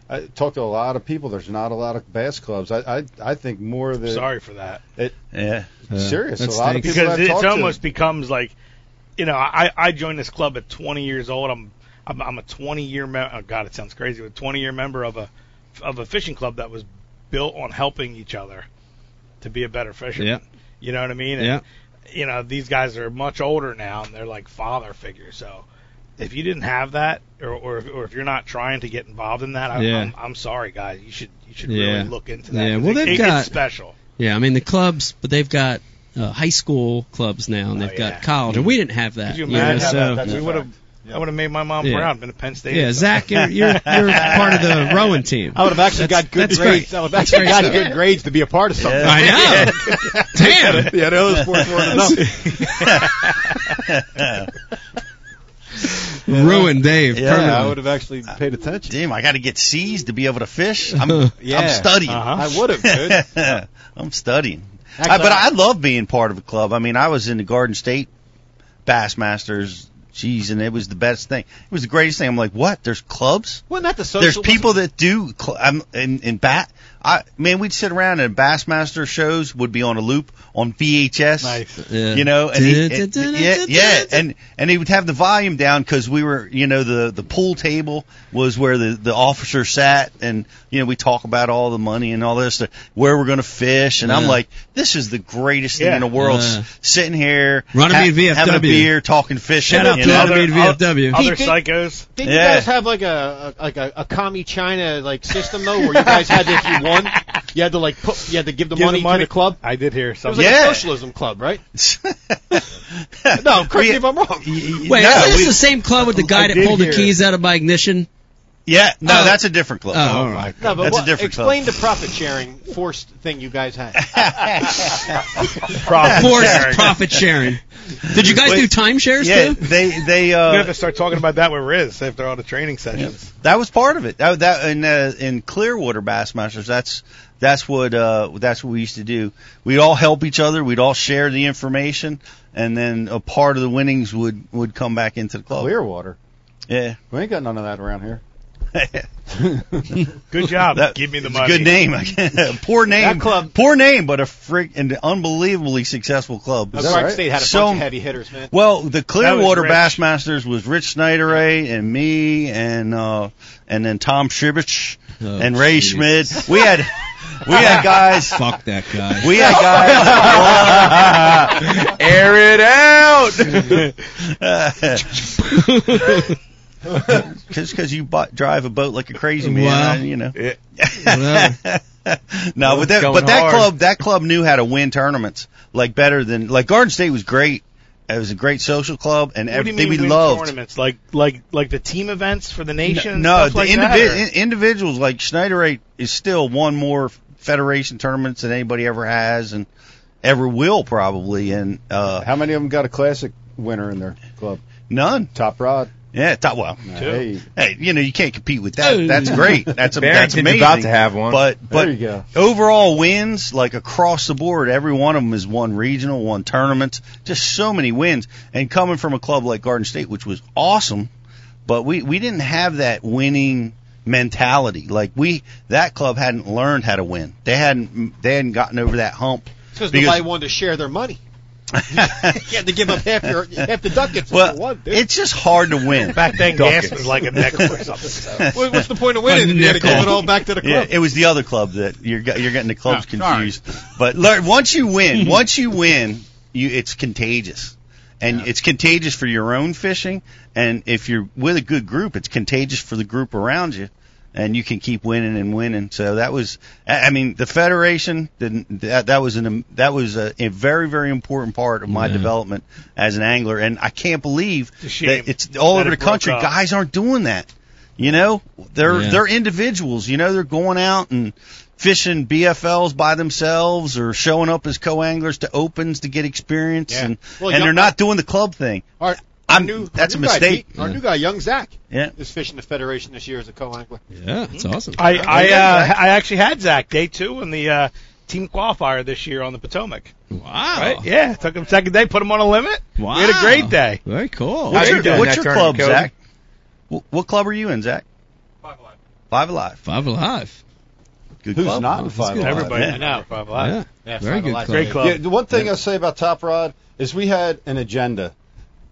Speaker 5: I talk to a lot of people. There's not a lot of bass clubs. I I, I think more that
Speaker 4: Sorry for that.
Speaker 2: yeah,
Speaker 5: serious.
Speaker 1: Yeah,
Speaker 5: a
Speaker 1: that
Speaker 5: lot of
Speaker 1: stinks.
Speaker 5: people
Speaker 4: because
Speaker 5: I've
Speaker 4: it's
Speaker 5: talked to-
Speaker 4: almost becomes like, you know, I I joined this club at 20 years old. I'm I'm, I'm a 20 year member. Oh God, it sounds crazy. A 20 year member of a of a fishing club that was built on helping each other to be a better fisherman.
Speaker 1: Yeah.
Speaker 4: You know what I mean? And,
Speaker 1: Yeah.
Speaker 4: You know, these guys are much older now and they're like father figures. So if you didn't have that, or or, or if you're not trying to get involved in that, I,
Speaker 1: Yeah.
Speaker 4: I'm, I'm sorry, guys. You should you should
Speaker 1: Yeah.
Speaker 4: really look into that.
Speaker 1: Yeah,
Speaker 4: 'cause
Speaker 1: well,
Speaker 4: it-
Speaker 1: they've
Speaker 4: it- it's
Speaker 1: got-
Speaker 4: special.
Speaker 1: Yeah, I mean the clubs, but they've got uh, high school clubs now, and
Speaker 4: Oh,
Speaker 1: they've
Speaker 4: yeah.
Speaker 1: got college, and we didn't have that.
Speaker 4: Could you
Speaker 1: know,
Speaker 4: imagine?
Speaker 1: so-
Speaker 5: That's
Speaker 4: we
Speaker 5: a
Speaker 4: would have.
Speaker 5: fact.
Speaker 4: I would have made my mom
Speaker 1: Yeah.
Speaker 4: proud. Been to Penn State.
Speaker 1: yeah, Zach, you're you're, you're part of the rowing team.
Speaker 3: I would have actually
Speaker 1: That's-
Speaker 3: got good
Speaker 1: that's
Speaker 3: grades.
Speaker 1: great.
Speaker 3: I would have
Speaker 1: That's
Speaker 3: actually
Speaker 1: great
Speaker 3: got
Speaker 1: stuff.
Speaker 3: good grades to be a part of something.
Speaker 1: I know. Damn.
Speaker 3: Yeah, the other sports weren't enough.
Speaker 1: Ruined Dave.
Speaker 2: Yeah,
Speaker 5: Yeah, I
Speaker 1: permanently.
Speaker 5: would have actually paid attention.
Speaker 2: damn, I got to get C's to be able to fish. I'm I'm studying.
Speaker 3: Uh-huh.
Speaker 5: I would have, dude.
Speaker 2: I'm studying. I,
Speaker 3: Actually,
Speaker 2: but
Speaker 3: I-
Speaker 2: I love being part of a club. I mean, I was in the Garden State Bassmasters. Jeez, and it was the best thing. It was the greatest thing. I'm like, what? There's clubs.
Speaker 3: Wasn't that the social?
Speaker 2: There's people that do. Cl- I'm in, in bat. I man, we'd sit around and Bassmaster shows would be on a loop on VHS.
Speaker 1: Yeah.
Speaker 2: You know, and he, and- yeah,
Speaker 1: Du-du-du-du-du-du-du.
Speaker 2: yeah, and and he would have the volume down because we were, you know, the the pool table was where the the officer sat, and you know we talk about all the money and all this, stuff, where we're gonna fish, and I'm
Speaker 1: Yeah.
Speaker 2: like, this is the greatest thing
Speaker 4: Yeah.
Speaker 2: in the world, s-
Speaker 1: Yeah.
Speaker 2: sitting here,
Speaker 1: Running me VFW.
Speaker 2: having a beer, talking fishing,
Speaker 1: Shout out
Speaker 2: you
Speaker 1: to
Speaker 2: know?
Speaker 1: Running me VFW.
Speaker 4: Other
Speaker 3: He did-
Speaker 4: psychos.
Speaker 3: Did
Speaker 2: Yeah.
Speaker 3: you guys have like a, a like a, a commie China like system though, where you guys had if you won, you had to like put, you had to give the
Speaker 4: Give
Speaker 3: money,
Speaker 4: the money-
Speaker 3: to the club.
Speaker 4: I did
Speaker 3: It
Speaker 4: hear
Speaker 3: was
Speaker 4: something.
Speaker 3: like
Speaker 2: Yeah.
Speaker 3: a socialism club, right? no, correct me if I'm wrong.
Speaker 1: Wait,
Speaker 2: no,
Speaker 1: is this
Speaker 2: we-
Speaker 1: the same club with the
Speaker 4: I
Speaker 1: guy that
Speaker 4: did
Speaker 1: pulled the
Speaker 4: hear
Speaker 1: keys out of my ignition?
Speaker 2: yeah, no,
Speaker 1: Oh.
Speaker 2: that's a different club.
Speaker 1: Oh, all right.
Speaker 3: No, but
Speaker 2: That's a
Speaker 3: what-
Speaker 2: different club.
Speaker 3: explain the profit sharing forced thing you guys had.
Speaker 4: Profit
Speaker 1: Forced
Speaker 4: sharing.
Speaker 1: profit sharing. Did you guys do timeshares
Speaker 2: Yeah,
Speaker 1: too?
Speaker 2: they they
Speaker 4: We have to
Speaker 2: uh,
Speaker 4: start talking about that with Riz after all the training sessions.
Speaker 2: that was part of it. That, that in uh, in Clearwater Bassmasters, that's that's what uh, that's what we used to do. We'd all help each other. We'd all share the information, and then a part of the winnings would would come back into the club.
Speaker 5: Clearwater.
Speaker 2: Yeah,
Speaker 5: We ain't got none of that around here.
Speaker 4: Good job.
Speaker 2: That-
Speaker 4: Give me the
Speaker 2: it's
Speaker 4: money.
Speaker 2: A good name. I can't- poor name.
Speaker 3: That club-
Speaker 2: Poor name, but a freak and unbelievably successful club.
Speaker 5: that
Speaker 3: Clark
Speaker 5: right?
Speaker 3: State had a
Speaker 2: So-
Speaker 3: bunch of heavy hitters, man.
Speaker 2: Well, the Clearwater
Speaker 4: Rich.
Speaker 2: Bassmasters was Rich Snyderay and me and uh and then Tom Shibich
Speaker 6: Oh,
Speaker 2: and Ray Schmidt. We had we had guys
Speaker 1: Fuck that guy.
Speaker 2: we had guys
Speaker 6: Air it out.
Speaker 2: just because you bu drive a boat like a crazy man,
Speaker 1: Wow.
Speaker 2: I- you know.
Speaker 6: Yeah.
Speaker 2: no, but that
Speaker 6: Going
Speaker 2: but that
Speaker 6: hard.
Speaker 2: club that club knew how to win tournaments like better than like Garden State was great. It was a great social club and
Speaker 4: What do you
Speaker 2: everything
Speaker 4: mean
Speaker 2: we
Speaker 4: win
Speaker 2: loved.
Speaker 4: tournaments like like like the team events for the nation? and
Speaker 2: No,
Speaker 4: stuff
Speaker 2: the
Speaker 4: like that,
Speaker 2: individ-
Speaker 4: or-
Speaker 2: in- individuals like Schneiderate is still won more federation tournaments than anybody ever has and ever will probably and uh
Speaker 5: How many of them got a classic winner in their club?
Speaker 2: none.
Speaker 5: Top rod.
Speaker 2: Yeah, top, well,
Speaker 5: Hey,
Speaker 2: hey, you know you can't compete with that. That's great. That's a, that's
Speaker 6: Barrington's
Speaker 2: amazing.
Speaker 6: about to have one.
Speaker 2: But but
Speaker 5: there you go.
Speaker 2: overall wins, like across the board, every one of them is one regional, one tournament, just so many wins. And coming from a club like Garden State, which was awesome, but we we didn't have that winning mentality. Like we that club hadn't learned how to win. They hadn't they hadn't gotten over that hump.
Speaker 3: Because
Speaker 2: because-
Speaker 3: nobody wanted to share their money. you had to give up half your half the ducats.
Speaker 2: Well,
Speaker 3: for one, dude.
Speaker 2: it's just hard to win.
Speaker 4: back then
Speaker 6: Ducats.
Speaker 4: gas was like a nickel or something. So.
Speaker 3: What- what's the point of winning? if You had to give it all back to the
Speaker 2: Yeah,
Speaker 3: club.
Speaker 2: it was the other club that you're get- you're getting the clubs
Speaker 4: Ah,
Speaker 8: Oh, sorry.
Speaker 2: confused. But learn, once you win, once you win, you it's contagious, and it's contagious for your own fishing. And if you're with a good group, it's contagious for the group around you, and you can keep winning and winning. So that was, I I mean, the federation didn't, that that was an im- that was a, a very very important part of my
Speaker 4: Mm-hmm.
Speaker 2: development as an angler, and I can't believe
Speaker 4: a shame
Speaker 2: that it's all
Speaker 4: that
Speaker 2: over
Speaker 4: it
Speaker 2: the
Speaker 4: broke
Speaker 2: country.
Speaker 4: up.
Speaker 2: Guys aren't doing that. You know, they're
Speaker 1: Yeah.
Speaker 2: they're individuals. You know, they're going out and fishing BFLs by themselves or showing up as co-anglers to opens to get experience,
Speaker 3: Yeah.
Speaker 2: and
Speaker 3: Well,
Speaker 2: and
Speaker 3: young-
Speaker 2: they're not doing the club thing.
Speaker 3: Our,
Speaker 2: I'm-
Speaker 3: new,
Speaker 2: that's
Speaker 3: our
Speaker 2: a
Speaker 3: new guy,
Speaker 2: mistake.
Speaker 3: Pete, our new guy, young Zach,
Speaker 2: Yeah.
Speaker 3: is fishing the Federation this year as a co-angler.
Speaker 1: Yeah, that's awesome.
Speaker 4: I I uh, I actually had Zach day two in the uh, team qualifier this year on the Potomac.
Speaker 1: Wow.
Speaker 2: Oh.
Speaker 4: Right? Yeah, took him second day, put him on a limit.
Speaker 1: Wow.
Speaker 4: We had a great day.
Speaker 1: Very cool.
Speaker 6: How
Speaker 2: What's
Speaker 6: you
Speaker 2: your,
Speaker 6: doing
Speaker 2: what's your
Speaker 6: that tournament,
Speaker 2: club,
Speaker 6: Cody?
Speaker 2: Zach? Wh- What club are you in, Zach? Five Alive.
Speaker 1: Five alive.
Speaker 2: Good
Speaker 5: Who's
Speaker 2: club.
Speaker 5: not in five?
Speaker 1: good.
Speaker 5: Alive?
Speaker 4: Everybody
Speaker 2: yeah.
Speaker 4: I know, probably.
Speaker 1: Yeah. Very
Speaker 3: Yeah, five
Speaker 1: good
Speaker 3: alive.
Speaker 1: club.
Speaker 4: Great club.
Speaker 5: Yeah, the one thing I'll say about Top Rod is we had an agenda,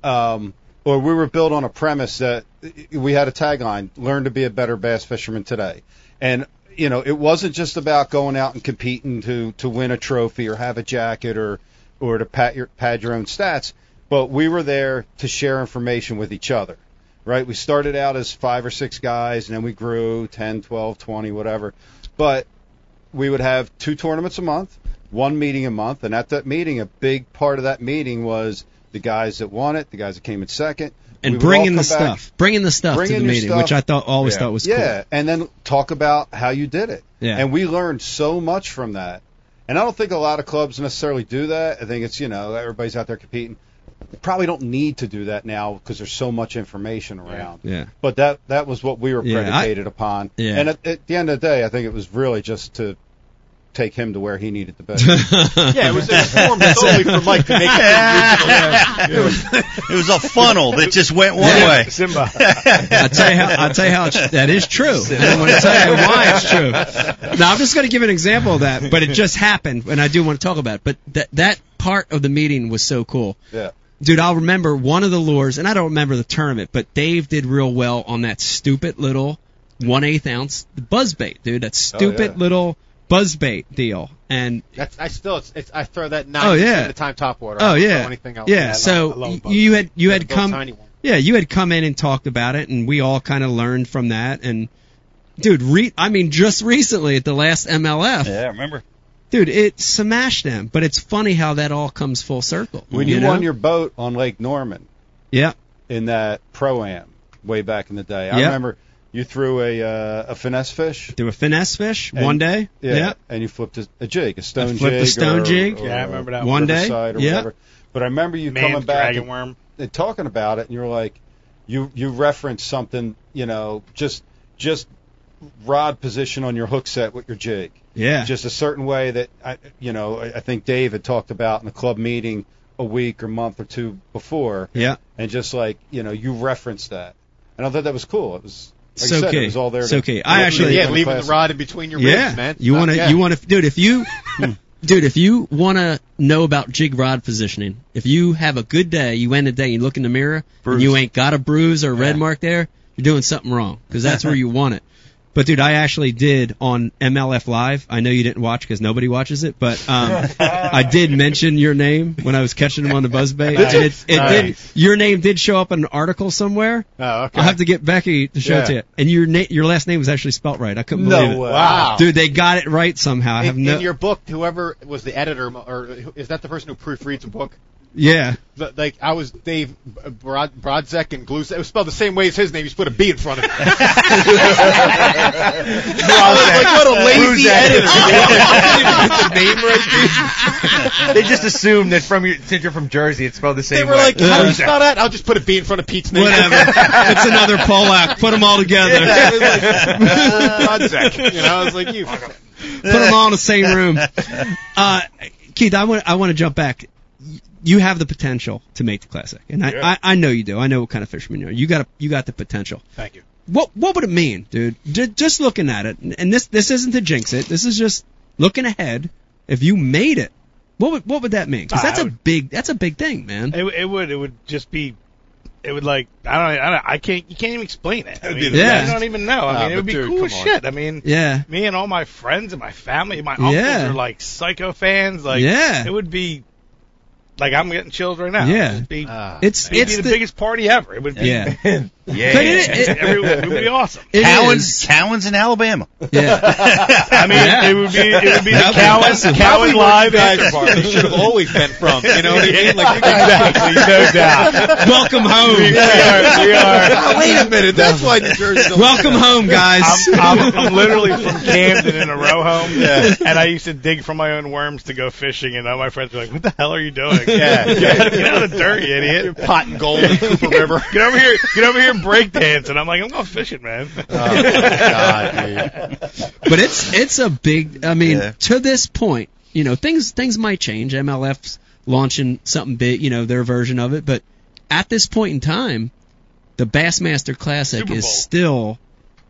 Speaker 5: um, or we were built on a premise that we had a tagline: "Learn to be a better bass fisherman today." And you know, it wasn't just about going out and competing to to win a trophy or have a jacket or or to pat your pad your own stats, but we were there to share information with each other. Right? We started out as five or six guys, and then we grew 10, 12, 20, whatever. But we would have two tournaments a month, one meeting a month, and at that meeting, a big part of that meeting was the guys that won it, the guys that came in second,
Speaker 1: And
Speaker 5: We would
Speaker 1: bring
Speaker 5: all
Speaker 1: in the
Speaker 5: come back-
Speaker 1: stuff. Bring in the stuff
Speaker 5: Bring
Speaker 1: to
Speaker 5: in
Speaker 1: the
Speaker 5: your
Speaker 1: meeting,
Speaker 5: stuff.
Speaker 1: which I thought always
Speaker 6: Yeah.
Speaker 1: thought was
Speaker 5: yeah, and then talk about how you did it.
Speaker 1: Yeah.
Speaker 5: And we learned so much from that. And I don't think a lot of clubs necessarily do that. I think it's you know everybody's out there competing. Probably don't need to do that now because there's so much information around.
Speaker 1: cool. Yeah.
Speaker 5: But that that was what we were
Speaker 1: Yeah, I-
Speaker 5: predicated upon.
Speaker 1: Yeah.
Speaker 5: And at, at the end of the day, I think it was really just to take him to where he needed to be.
Speaker 3: Yeah, it was in a form solely for Mike to make
Speaker 2: It was a funnel that just went one way.
Speaker 4: Simba.
Speaker 1: I'll tell you how, I'll tell you how it's, that is true. And I'm going to tell you why it's true. Now, I'm just going to give an example of that, but it just happened, and I do want to talk about it. But that, that part of the meeting was so cool.
Speaker 5: yeah.
Speaker 1: Dude, I'll remember one of the lures, and I don't remember the tournament, but Dave did real well on that stupid little one eighth ounce buzz bait, dude.
Speaker 2: Oh,
Speaker 1: That stupid
Speaker 5: yeah.
Speaker 1: little buzz bait deal. And
Speaker 3: That's, I still, it's, it's, I throw that nine
Speaker 1: Oh, yeah.
Speaker 3: in the time top water. I
Speaker 1: Oh
Speaker 3: don't
Speaker 1: yeah.
Speaker 3: throw anything else.
Speaker 1: Yeah.
Speaker 3: I love-
Speaker 1: so
Speaker 3: I love
Speaker 1: y-
Speaker 3: bugs.
Speaker 1: you had you had
Speaker 3: Those
Speaker 1: come.
Speaker 3: tiny ones.
Speaker 1: Yeah, you had come in and talked about it, and we all kind of learned from that. And dude. Re- I mean, just recently at the last MLF,
Speaker 2: Yeah, remember?
Speaker 1: dude, it smashed them. But it's funny how that all comes full circle.
Speaker 5: When you,
Speaker 1: you know?
Speaker 5: won your boat on Lake Norman
Speaker 1: yeah,
Speaker 5: in that pro am way back in the day, I
Speaker 1: Yeah.
Speaker 5: remember you threw a uh, a finesse fish.
Speaker 1: do a finesse fish
Speaker 5: And-
Speaker 1: one day.
Speaker 5: Yeah,
Speaker 1: yeah.
Speaker 5: and you flipped a, a jig, a stone
Speaker 1: flipped a
Speaker 5: jig.
Speaker 1: stone
Speaker 5: or-
Speaker 1: jig.
Speaker 5: or
Speaker 4: Yeah, I remember that
Speaker 1: One day.
Speaker 5: Riverside Or
Speaker 1: Yeah.
Speaker 5: whatever. But I remember you coming
Speaker 4: Man,
Speaker 5: back
Speaker 4: dragon
Speaker 5: and,
Speaker 4: worm.
Speaker 5: and talking about it, and you were like, you you referenced something, you know, just just rod position on your hook set with your jig,
Speaker 1: yeah.
Speaker 5: just a certain way that I, you know, I, I think Dave had talked about in a club meeting a week or month or two before,
Speaker 1: yeah.
Speaker 5: and just like you know, you referenced that, and I thought that was cool. It was. Like
Speaker 1: So
Speaker 5: I said,
Speaker 1: okay.
Speaker 5: it was all there.
Speaker 1: So
Speaker 5: to-
Speaker 1: okay. I
Speaker 5: Yeah,
Speaker 1: actually-
Speaker 5: yeah,
Speaker 3: yeah, leaving the
Speaker 5: classic.
Speaker 3: rod in between your
Speaker 1: Yeah,
Speaker 3: ribs, man. Uh,
Speaker 1: you want to,
Speaker 3: Yeah.
Speaker 1: you want to, dude. If you, dude, if you want to know about jig rod positioning, if you have a good day, you end the day, you look in the mirror, and you ain't got a bruise or a red mark there, you're doing something wrong because that's where you want it. But dude, I actually did on MLF Live. I know you didn't watch because nobody watches it, but um, I did mention your name when I was catching him on the buzz bait. and it, it did, your name did show up in an article somewhere.
Speaker 3: Oh, okay.
Speaker 1: I'll have to get Becky to show it to
Speaker 5: Yeah.
Speaker 1: you. And your na- your last name was actually spelt right. I couldn't believe it.
Speaker 5: No way.
Speaker 3: Wow.
Speaker 1: Dude, they got it right somehow. I have
Speaker 3: Oh. in,
Speaker 1: no.
Speaker 3: in your book, whoever was the editor, mo- or who- is that the person who proofreads a book?
Speaker 1: yeah.
Speaker 3: The- Like I was Dave Brod, Brodzek and Gluzek. It was spelled the same way as his name. He just put a B in front of it. I was like, what a lazy editor!
Speaker 6: They just assume that from your, since you're from Jersey, it's spelled the same
Speaker 3: They were
Speaker 6: way.
Speaker 3: like, how do you spell that? I'll just put a B in front of Pete's name.
Speaker 1: Whatever. it's another Polak. Put them all together.
Speaker 3: It was like, uh, Brodzek. You know, I was like, you.
Speaker 1: Put them all in the same room. Uh, Keith, I want I want to jump back. You have the potential to make the classic, and I, I, I know you do. I know what kind of fisherman you are. You got a, you got the potential.
Speaker 4: Thank you.
Speaker 1: What what would it mean, dude? Ju- just looking at it, and this this isn't to jinx it. This is just looking ahead. If you made it, what would what would that mean? Because
Speaker 4: I
Speaker 1: that's a
Speaker 4: would-
Speaker 1: big that's a big thing, man.
Speaker 4: It, it would. It would just be. It would like I don't. I, don't, I can't. You can't even explain it. I mean,
Speaker 1: the best.
Speaker 4: You don't even know. I
Speaker 3: Nah,
Speaker 4: mean, it
Speaker 3: but
Speaker 4: would be
Speaker 3: dude,
Speaker 4: cool
Speaker 3: come
Speaker 4: as
Speaker 3: on.
Speaker 4: shit. I mean,
Speaker 1: Yeah.
Speaker 4: me and all my friends and my family, my uncles
Speaker 1: Yeah.
Speaker 4: are like psycho fans. Like,
Speaker 1: Yeah.
Speaker 4: it would be. Like I'm getting chills right now.
Speaker 1: Yeah.
Speaker 4: It would be,
Speaker 3: Uh, Ah.
Speaker 1: It's
Speaker 4: it'd
Speaker 1: it's
Speaker 4: be the, biggest party ever. It would be.
Speaker 1: yeah.
Speaker 6: yeah.
Speaker 1: But it- it-
Speaker 4: every- it would be awesome.
Speaker 1: It
Speaker 2: Cowan's,
Speaker 1: is.
Speaker 2: Cowan's in Alabama.
Speaker 1: Yeah.
Speaker 4: I mean,
Speaker 1: Yeah.
Speaker 4: it would be it would be
Speaker 1: That'd
Speaker 4: the
Speaker 1: be
Speaker 4: Cowan
Speaker 1: awesome.
Speaker 4: Cowan live after party.
Speaker 3: They should have always been from. You know what I mean? Like, you guys
Speaker 4: exactly, no doubt.
Speaker 1: Welcome home.
Speaker 4: We are.
Speaker 3: Oh, wait a minute. That's why New Jersey's a
Speaker 1: Welcome home, guys.
Speaker 4: I'm, I'm, I'm literally from Camden in a row home, and I used to dig for my own worms to go fishing, and all my friends were like, "What the hell are you doing? Yeah, get, get out of the dirt, you idiot!
Speaker 3: pot and gold in Cooper River.
Speaker 4: Get over here, get over here, and break dance." And I'm like, "I'm going fishing, man."
Speaker 3: Oh, God, dude.
Speaker 1: but it's it's a big. I mean,
Speaker 2: Yeah.
Speaker 1: to this point, you know, things things might change. MLF's launching something big, you know, their version of it. But at this point in time, the Bassmaster Classic
Speaker 4: Super
Speaker 1: is
Speaker 4: Bowl.
Speaker 1: still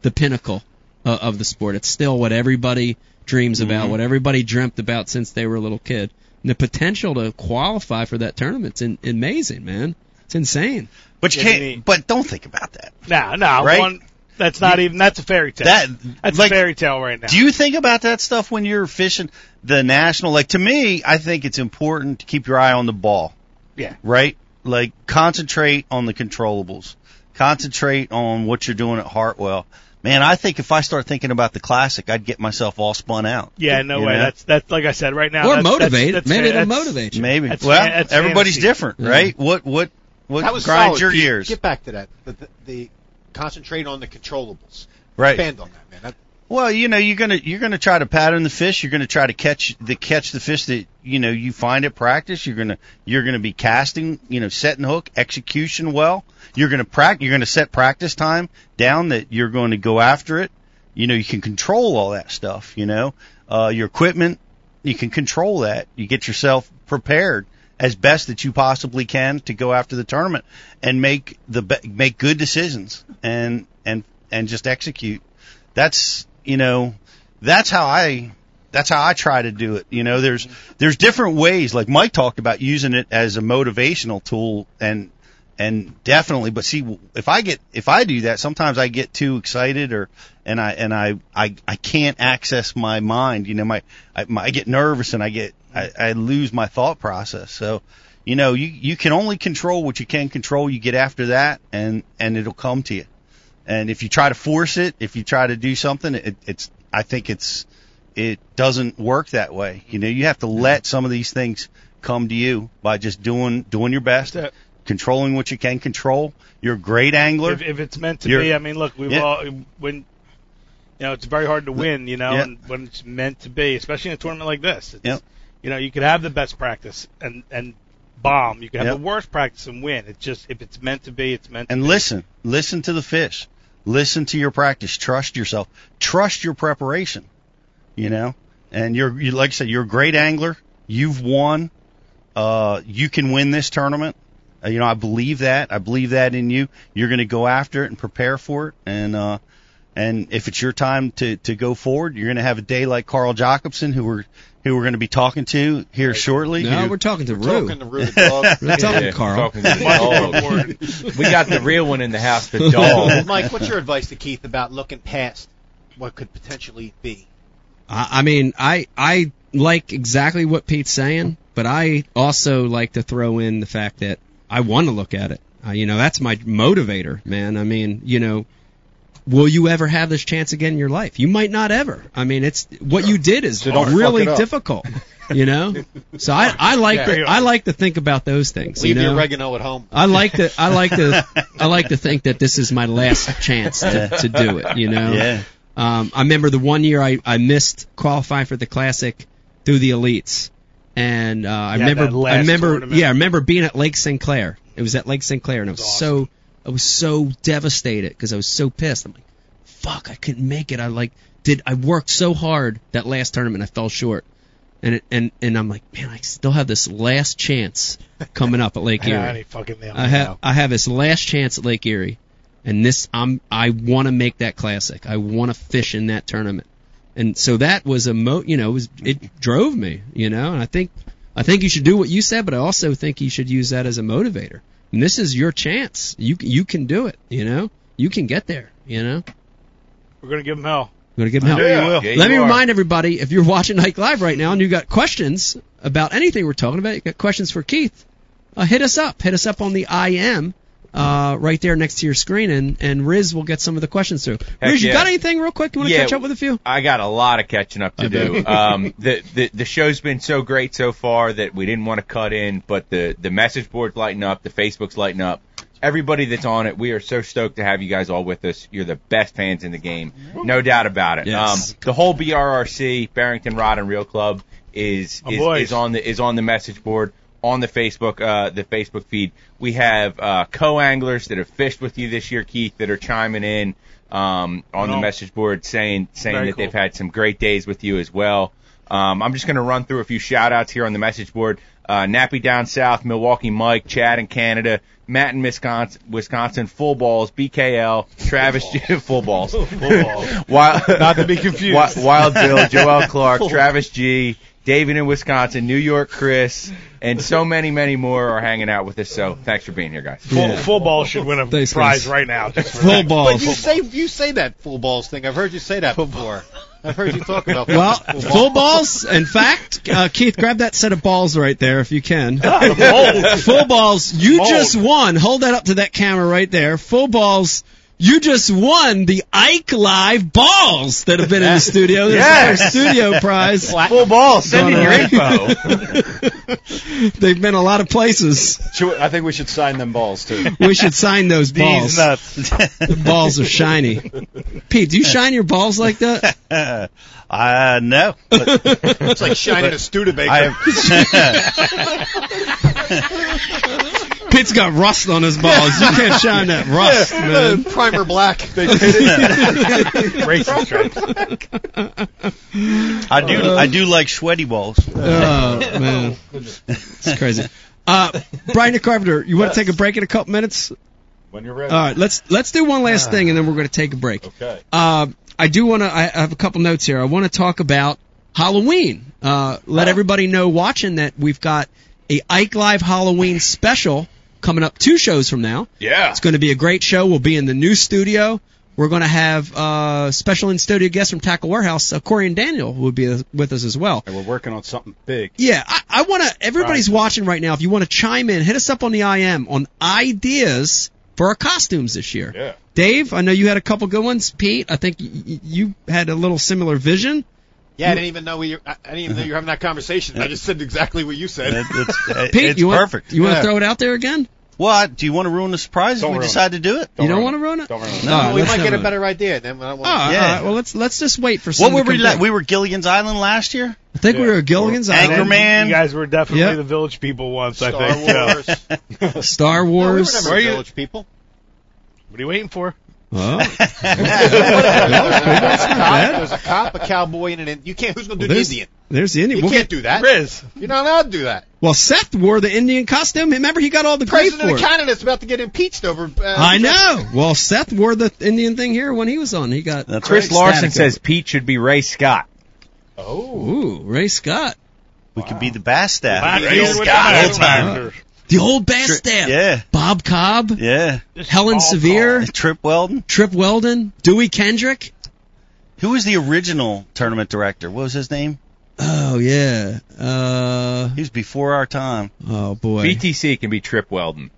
Speaker 1: the pinnacle uh, of the sport. It's still what everybody dreams about, what everybody dreamt about since they were a little kid. And the potential to qualify for that tournament's in, amazing, man. It's insane.
Speaker 2: But you
Speaker 4: Yeah,
Speaker 2: can't.
Speaker 4: you mean-
Speaker 2: But don't think about that.
Speaker 4: No, no,
Speaker 2: Right?
Speaker 4: one, that's not even that's a fairy tale.
Speaker 2: That
Speaker 4: that's
Speaker 2: like,
Speaker 4: a fairy tale right now.
Speaker 2: Do you think about that stuff when you're fishing the national? Like to me, I think it's important to keep your eye on the ball.
Speaker 4: Yeah.
Speaker 2: Right? Like concentrate on the controllables. Concentrate on what you're doing at Hartwell. Man, I think if I start thinking about the classic, I'd get myself all spun out.
Speaker 4: yeah, no
Speaker 2: You
Speaker 4: way.
Speaker 2: know?
Speaker 4: That's that's like I said right now.
Speaker 1: or
Speaker 4: that's,
Speaker 1: motivate.
Speaker 4: That's, that's,
Speaker 1: Maybe it'll
Speaker 4: that's,
Speaker 1: motivate you.
Speaker 2: maybe.
Speaker 4: that's
Speaker 2: well,
Speaker 4: fan- that's
Speaker 2: everybody's
Speaker 4: fantasy.
Speaker 2: different, right? What what what
Speaker 3: That was
Speaker 2: grinds
Speaker 3: solid,
Speaker 2: your
Speaker 3: Pete.
Speaker 2: gears?
Speaker 3: Get back to that. The, the, the concentrate on the controllables.
Speaker 2: Right.
Speaker 3: Expand on that, man. That,
Speaker 2: Well, you know, you're gonna you're gonna try to pattern the fish. You're gonna try to catch the catch the fish that you know you find at practice. You're gonna you're gonna be casting, you know, setting hook, execution well. You're gonna practice. You're gonna set practice time down that you're going to go after it. You know, you can control all that stuff. You know, uh, your equipment, you can control that. You get yourself prepared as best that you possibly can to go after the tournament and make the be- make good decisions and and and just execute that's you know that's how I that's how I try to do it. You know, there's there's different ways. Like Mike talked about using it as a motivational tool and and definitely but see if I get if I do that sometimes I get too excited or and I and I I, I can't access my mind you know my I, my I get nervous and I get I, I lose my thought process so you know you you can only control what you can control you get after that and and it'll come to you And if you try to force it, if you try to do something, it, it's I think it's it doesn't work that way. You know, you have to let some of these things come to you by just doing doing your best,
Speaker 4: That's it.
Speaker 2: controlling what you can control. You're a great angler.
Speaker 4: If, if it's meant to
Speaker 2: You're-
Speaker 4: be, I mean, look, we've
Speaker 2: Yeah.
Speaker 4: all when you know it's very hard to win, you know,
Speaker 2: Yeah.
Speaker 4: and when it's meant to be, especially in a tournament like this. It's,
Speaker 2: Yep.
Speaker 4: You know, you could have the best practice and and bomb. You could have
Speaker 2: Yep.
Speaker 4: the worst practice and win. It's just if it's meant to be, it's meant. to
Speaker 2: and
Speaker 4: be.
Speaker 2: listen, listen to the fish, listen to your practice, trust yourself, trust your preparation. You know, and you're you, like I said, you're a great angler. You've won. Uh, you can win this tournament. Uh, you know, I believe that. I believe that in you. You're going to go after it and prepare for it. And uh, and if it's your time to to go forward, you're going to have a day like Carl Jacobson, who we're who we're going to be talking to here shortly.
Speaker 1: No,
Speaker 2: who-
Speaker 1: we're talking to Rue.
Speaker 3: Talking to Rue the dog.
Speaker 1: We're talking to
Speaker 6: Yeah,
Speaker 1: Carl.
Speaker 6: talking to the dog. we got the real one in the house, the dog.
Speaker 3: Mike, what's your advice to Keith about looking past what could potentially be?
Speaker 1: I, I mean, I I like exactly what Pete's saying, but I also like to throw in the fact that I want to look at it. Uh, you know, that's my motivator, man. I mean, you know, will you ever have this chance again in your life? You might not ever. I mean, it's what you did is
Speaker 5: don't fuck
Speaker 1: really
Speaker 5: it up.
Speaker 1: difficult. You know, so I I like
Speaker 4: Yeah.
Speaker 1: to, I like to think about those things.
Speaker 3: Leave
Speaker 1: you know?
Speaker 3: the oregano at home.
Speaker 5: Oh,
Speaker 1: I like to I like to I like to think that this is my last chance to, to do it. You know.
Speaker 2: Yeah.
Speaker 1: Um, I remember the one year I, I missed qualifying for the classic through the elites, and uh, I
Speaker 4: Yeah, that
Speaker 1: remember
Speaker 4: last
Speaker 1: I remember
Speaker 4: tournament.
Speaker 1: yeah I remember being at Lake Sinclair. It was at Lake Sinclair, and I was so I was so devastated because I was so pissed. I'm like, fuck, I couldn't make it. I like did I worked so hard that last tournament, I fell short. And it, and and I'm like, man, I still have this last chance coming up at Lake
Speaker 4: I, know, I
Speaker 1: Erie.
Speaker 4: ain't fucking them
Speaker 1: I have I have this last chance at Lake Erie, and this I'm I want to make that classic. I want to fish in that tournament, and so that was a mo. You know, it, was, it drove me. You know, and I think I think you should do what you said, but I also think you should use that as a motivator. And this is your chance. You you can do it. You know, you can get there. You know, I'm
Speaker 4: We're gonna give them hell.
Speaker 1: gonna give him help.
Speaker 2: There you will.
Speaker 6: Yeah,
Speaker 1: Let
Speaker 6: you
Speaker 1: me
Speaker 6: are.
Speaker 1: remind everybody if you're watching Hike Live right now and you got questions about anything we're talking about, you got questions for Keith, uh, hit us up. Hit us up on the IM uh, right there next to your screen, and, and Riz will get some of the questions through.
Speaker 6: Heck
Speaker 1: Riz, you
Speaker 6: yeah.
Speaker 1: got anything real quick? You want to
Speaker 6: Yeah.
Speaker 1: catch up with a few?
Speaker 6: I got a lot of catching up to do. Um, the, the the show's been so great so far that we didn't want to cut in, but the the message board's lighting up, the Facebook's lighting up. Everybody that's on it, we are so stoked to have you guys all with us. You're the best fans in the game, no doubt about it.
Speaker 1: Yes.
Speaker 6: Um, the whole BRRC, Barrington Rod and Reel Club, is
Speaker 4: My
Speaker 6: is,
Speaker 4: boys.
Speaker 6: is on the is on the message board on the Facebook uh, the Facebook feed. We have uh, co anglers that have fished with you this year, Keith, that are chiming in um, on the
Speaker 4: No.
Speaker 6: message board saying saying
Speaker 4: Very
Speaker 6: that they've
Speaker 4: cool.
Speaker 6: had some great days with you as well. Um, I'm just going to run through a few shout outs here on the message board. Uh, Nappy down south, Milwaukee Mike, Chad in Canada, Matt in Wisconsin, Wisconsin, full balls, BKL, Travis, full balls, full balls. Wild, not to be confused. Wild Bill, Joel Clark, Travis G, David in Wisconsin, New York Chris, and so many, many more are hanging out with us. So thanks for being here, guys.
Speaker 4: Full, full ball should win a
Speaker 1: Thanks,
Speaker 4: prize
Speaker 1: guys.
Speaker 4: right now. Just for
Speaker 1: Full
Speaker 4: that.
Speaker 3: But
Speaker 1: balls.
Speaker 3: you say you say that full balls thing. I've heard you say that before. I've heard you talk about
Speaker 1: Well,
Speaker 3: full
Speaker 1: full balls. In fact, uh, Keith, grab that set of balls right there if you can. full balls. You just won. Hold that up to that camera right there. Full balls. You just won the Ike Live balls that have been in the studio. There's another studio prize.
Speaker 6: Full balls, send in
Speaker 1: Gone
Speaker 6: your
Speaker 1: away.
Speaker 6: info.
Speaker 1: They've been a lot of places.
Speaker 5: Should- I think we should sign them balls too.
Speaker 1: We should sign those balls.
Speaker 2: These uh, nuts.
Speaker 1: The balls are shiny. Pete, do you shine your balls like that?
Speaker 2: I know.
Speaker 3: It's like shining a Studebaker.
Speaker 2: I have.
Speaker 1: Pete's got rust on his balls. You can't shine that rust, man.
Speaker 3: primer black.
Speaker 4: Racist stripes.
Speaker 2: I
Speaker 1: Uh,
Speaker 2: do. I do like sweaty balls. Uh,
Speaker 1: Oh man, it's crazy. Uh, Brian the Carpenter, you want to take a break in a couple minutes?
Speaker 5: When you're ready. Ah.
Speaker 1: All right, let's let's do one last thing, and then we're going to take a break.
Speaker 5: Okay.
Speaker 1: Uh, I do want to. I I have a couple notes here. I want to talk about Halloween. Uh, let
Speaker 5: Ah.
Speaker 1: everybody know watching that we've got a Ike Live Halloween special coming up two shows from now.
Speaker 6: Yeah.
Speaker 1: It's going to be a great show. We'll be in the new studio. We're going to have uh, special in studio guests from Tackle Warehouse. Uh, Corey and Daniel will be with us as well.
Speaker 5: And we're working on something big.
Speaker 1: Yeah, I, I want to. Everybody's watching right now. If you want to chime in, hit us up on the IM on ideas for our costumes this year.
Speaker 7: Yeah.
Speaker 1: Dave, I know you had a couple good ones. Pete, I think y- y- you had a little similar vision.
Speaker 3: Yeah, I didn't even know we. I I didn't even know you were having that conversation. I just said exactly what you said.
Speaker 2: That- that's-
Speaker 1: Pete,
Speaker 2: it's
Speaker 1: you want,
Speaker 2: perfect.
Speaker 1: You want
Speaker 5: Yeah.
Speaker 1: to throw it out there again?
Speaker 2: What? Do you want to ruin the surprise
Speaker 7: Don't
Speaker 2: if we
Speaker 7: ruin it.
Speaker 2: decide to do it?
Speaker 1: you don't
Speaker 7: ruin
Speaker 1: want to
Speaker 7: it.
Speaker 1: ruin it?
Speaker 7: Don't ruin it.
Speaker 1: No,
Speaker 3: we
Speaker 1: let's
Speaker 3: might
Speaker 1: not
Speaker 3: get a
Speaker 1: ruin it.
Speaker 3: better idea then. I don't
Speaker 1: Oh,
Speaker 3: want
Speaker 1: all
Speaker 2: Yeah.
Speaker 1: right. Well, let's let's just wait for
Speaker 2: What
Speaker 1: some.
Speaker 2: were
Speaker 1: to come
Speaker 2: we? La-
Speaker 1: back.
Speaker 2: we were Gilligan's Island last year.
Speaker 1: I think we were at Gilligan's Island,
Speaker 2: Anchorman.
Speaker 4: You guys were definitely
Speaker 1: Yeah.
Speaker 4: the village people once,
Speaker 3: Star
Speaker 4: I think. so.
Speaker 3: Wars.
Speaker 1: Star
Speaker 3: No, we were
Speaker 1: Wars.
Speaker 3: never
Speaker 6: Were you-
Speaker 3: village people.
Speaker 4: What are you waiting for?
Speaker 1: Oh.
Speaker 3: There's a cop,
Speaker 1: bad.
Speaker 3: there's a cop, a cowboy, and an Indian. You can't. Who's going to do the
Speaker 1: there's-
Speaker 3: Indian?
Speaker 1: There's the Indian.
Speaker 3: You
Speaker 1: We'll
Speaker 3: can't
Speaker 1: get-
Speaker 3: do that.
Speaker 4: Riz.
Speaker 3: You're not allowed to do that.
Speaker 1: well, Seth wore the Indian costume. Remember, he got all the grief
Speaker 3: President
Speaker 1: for
Speaker 3: of
Speaker 1: it.
Speaker 3: Canada's about to get impeached over. Uh,
Speaker 1: I know. Well, Seth wore the Indian thing here when he was on. He got
Speaker 2: That's
Speaker 6: Chris
Speaker 2: right.
Speaker 6: Larson
Speaker 2: Static.
Speaker 6: says Pete should be Ray Scott.
Speaker 1: ooh Ray Scott,
Speaker 2: we could be the Bass Staff.
Speaker 4: Ray Scott. Old
Speaker 1: time. the old bass staff.
Speaker 2: Yeah,
Speaker 1: Bob Cobb,
Speaker 2: yeah.
Speaker 1: Helen Severe,
Speaker 2: Trip Weldon.
Speaker 1: Trip Weldon, Dewey Kendrick.
Speaker 2: Who was the original tournament director? What was his name?
Speaker 1: Oh yeah. Uh.
Speaker 2: He was before our time.
Speaker 1: Oh boy.
Speaker 6: BTC can be Trip Weldon.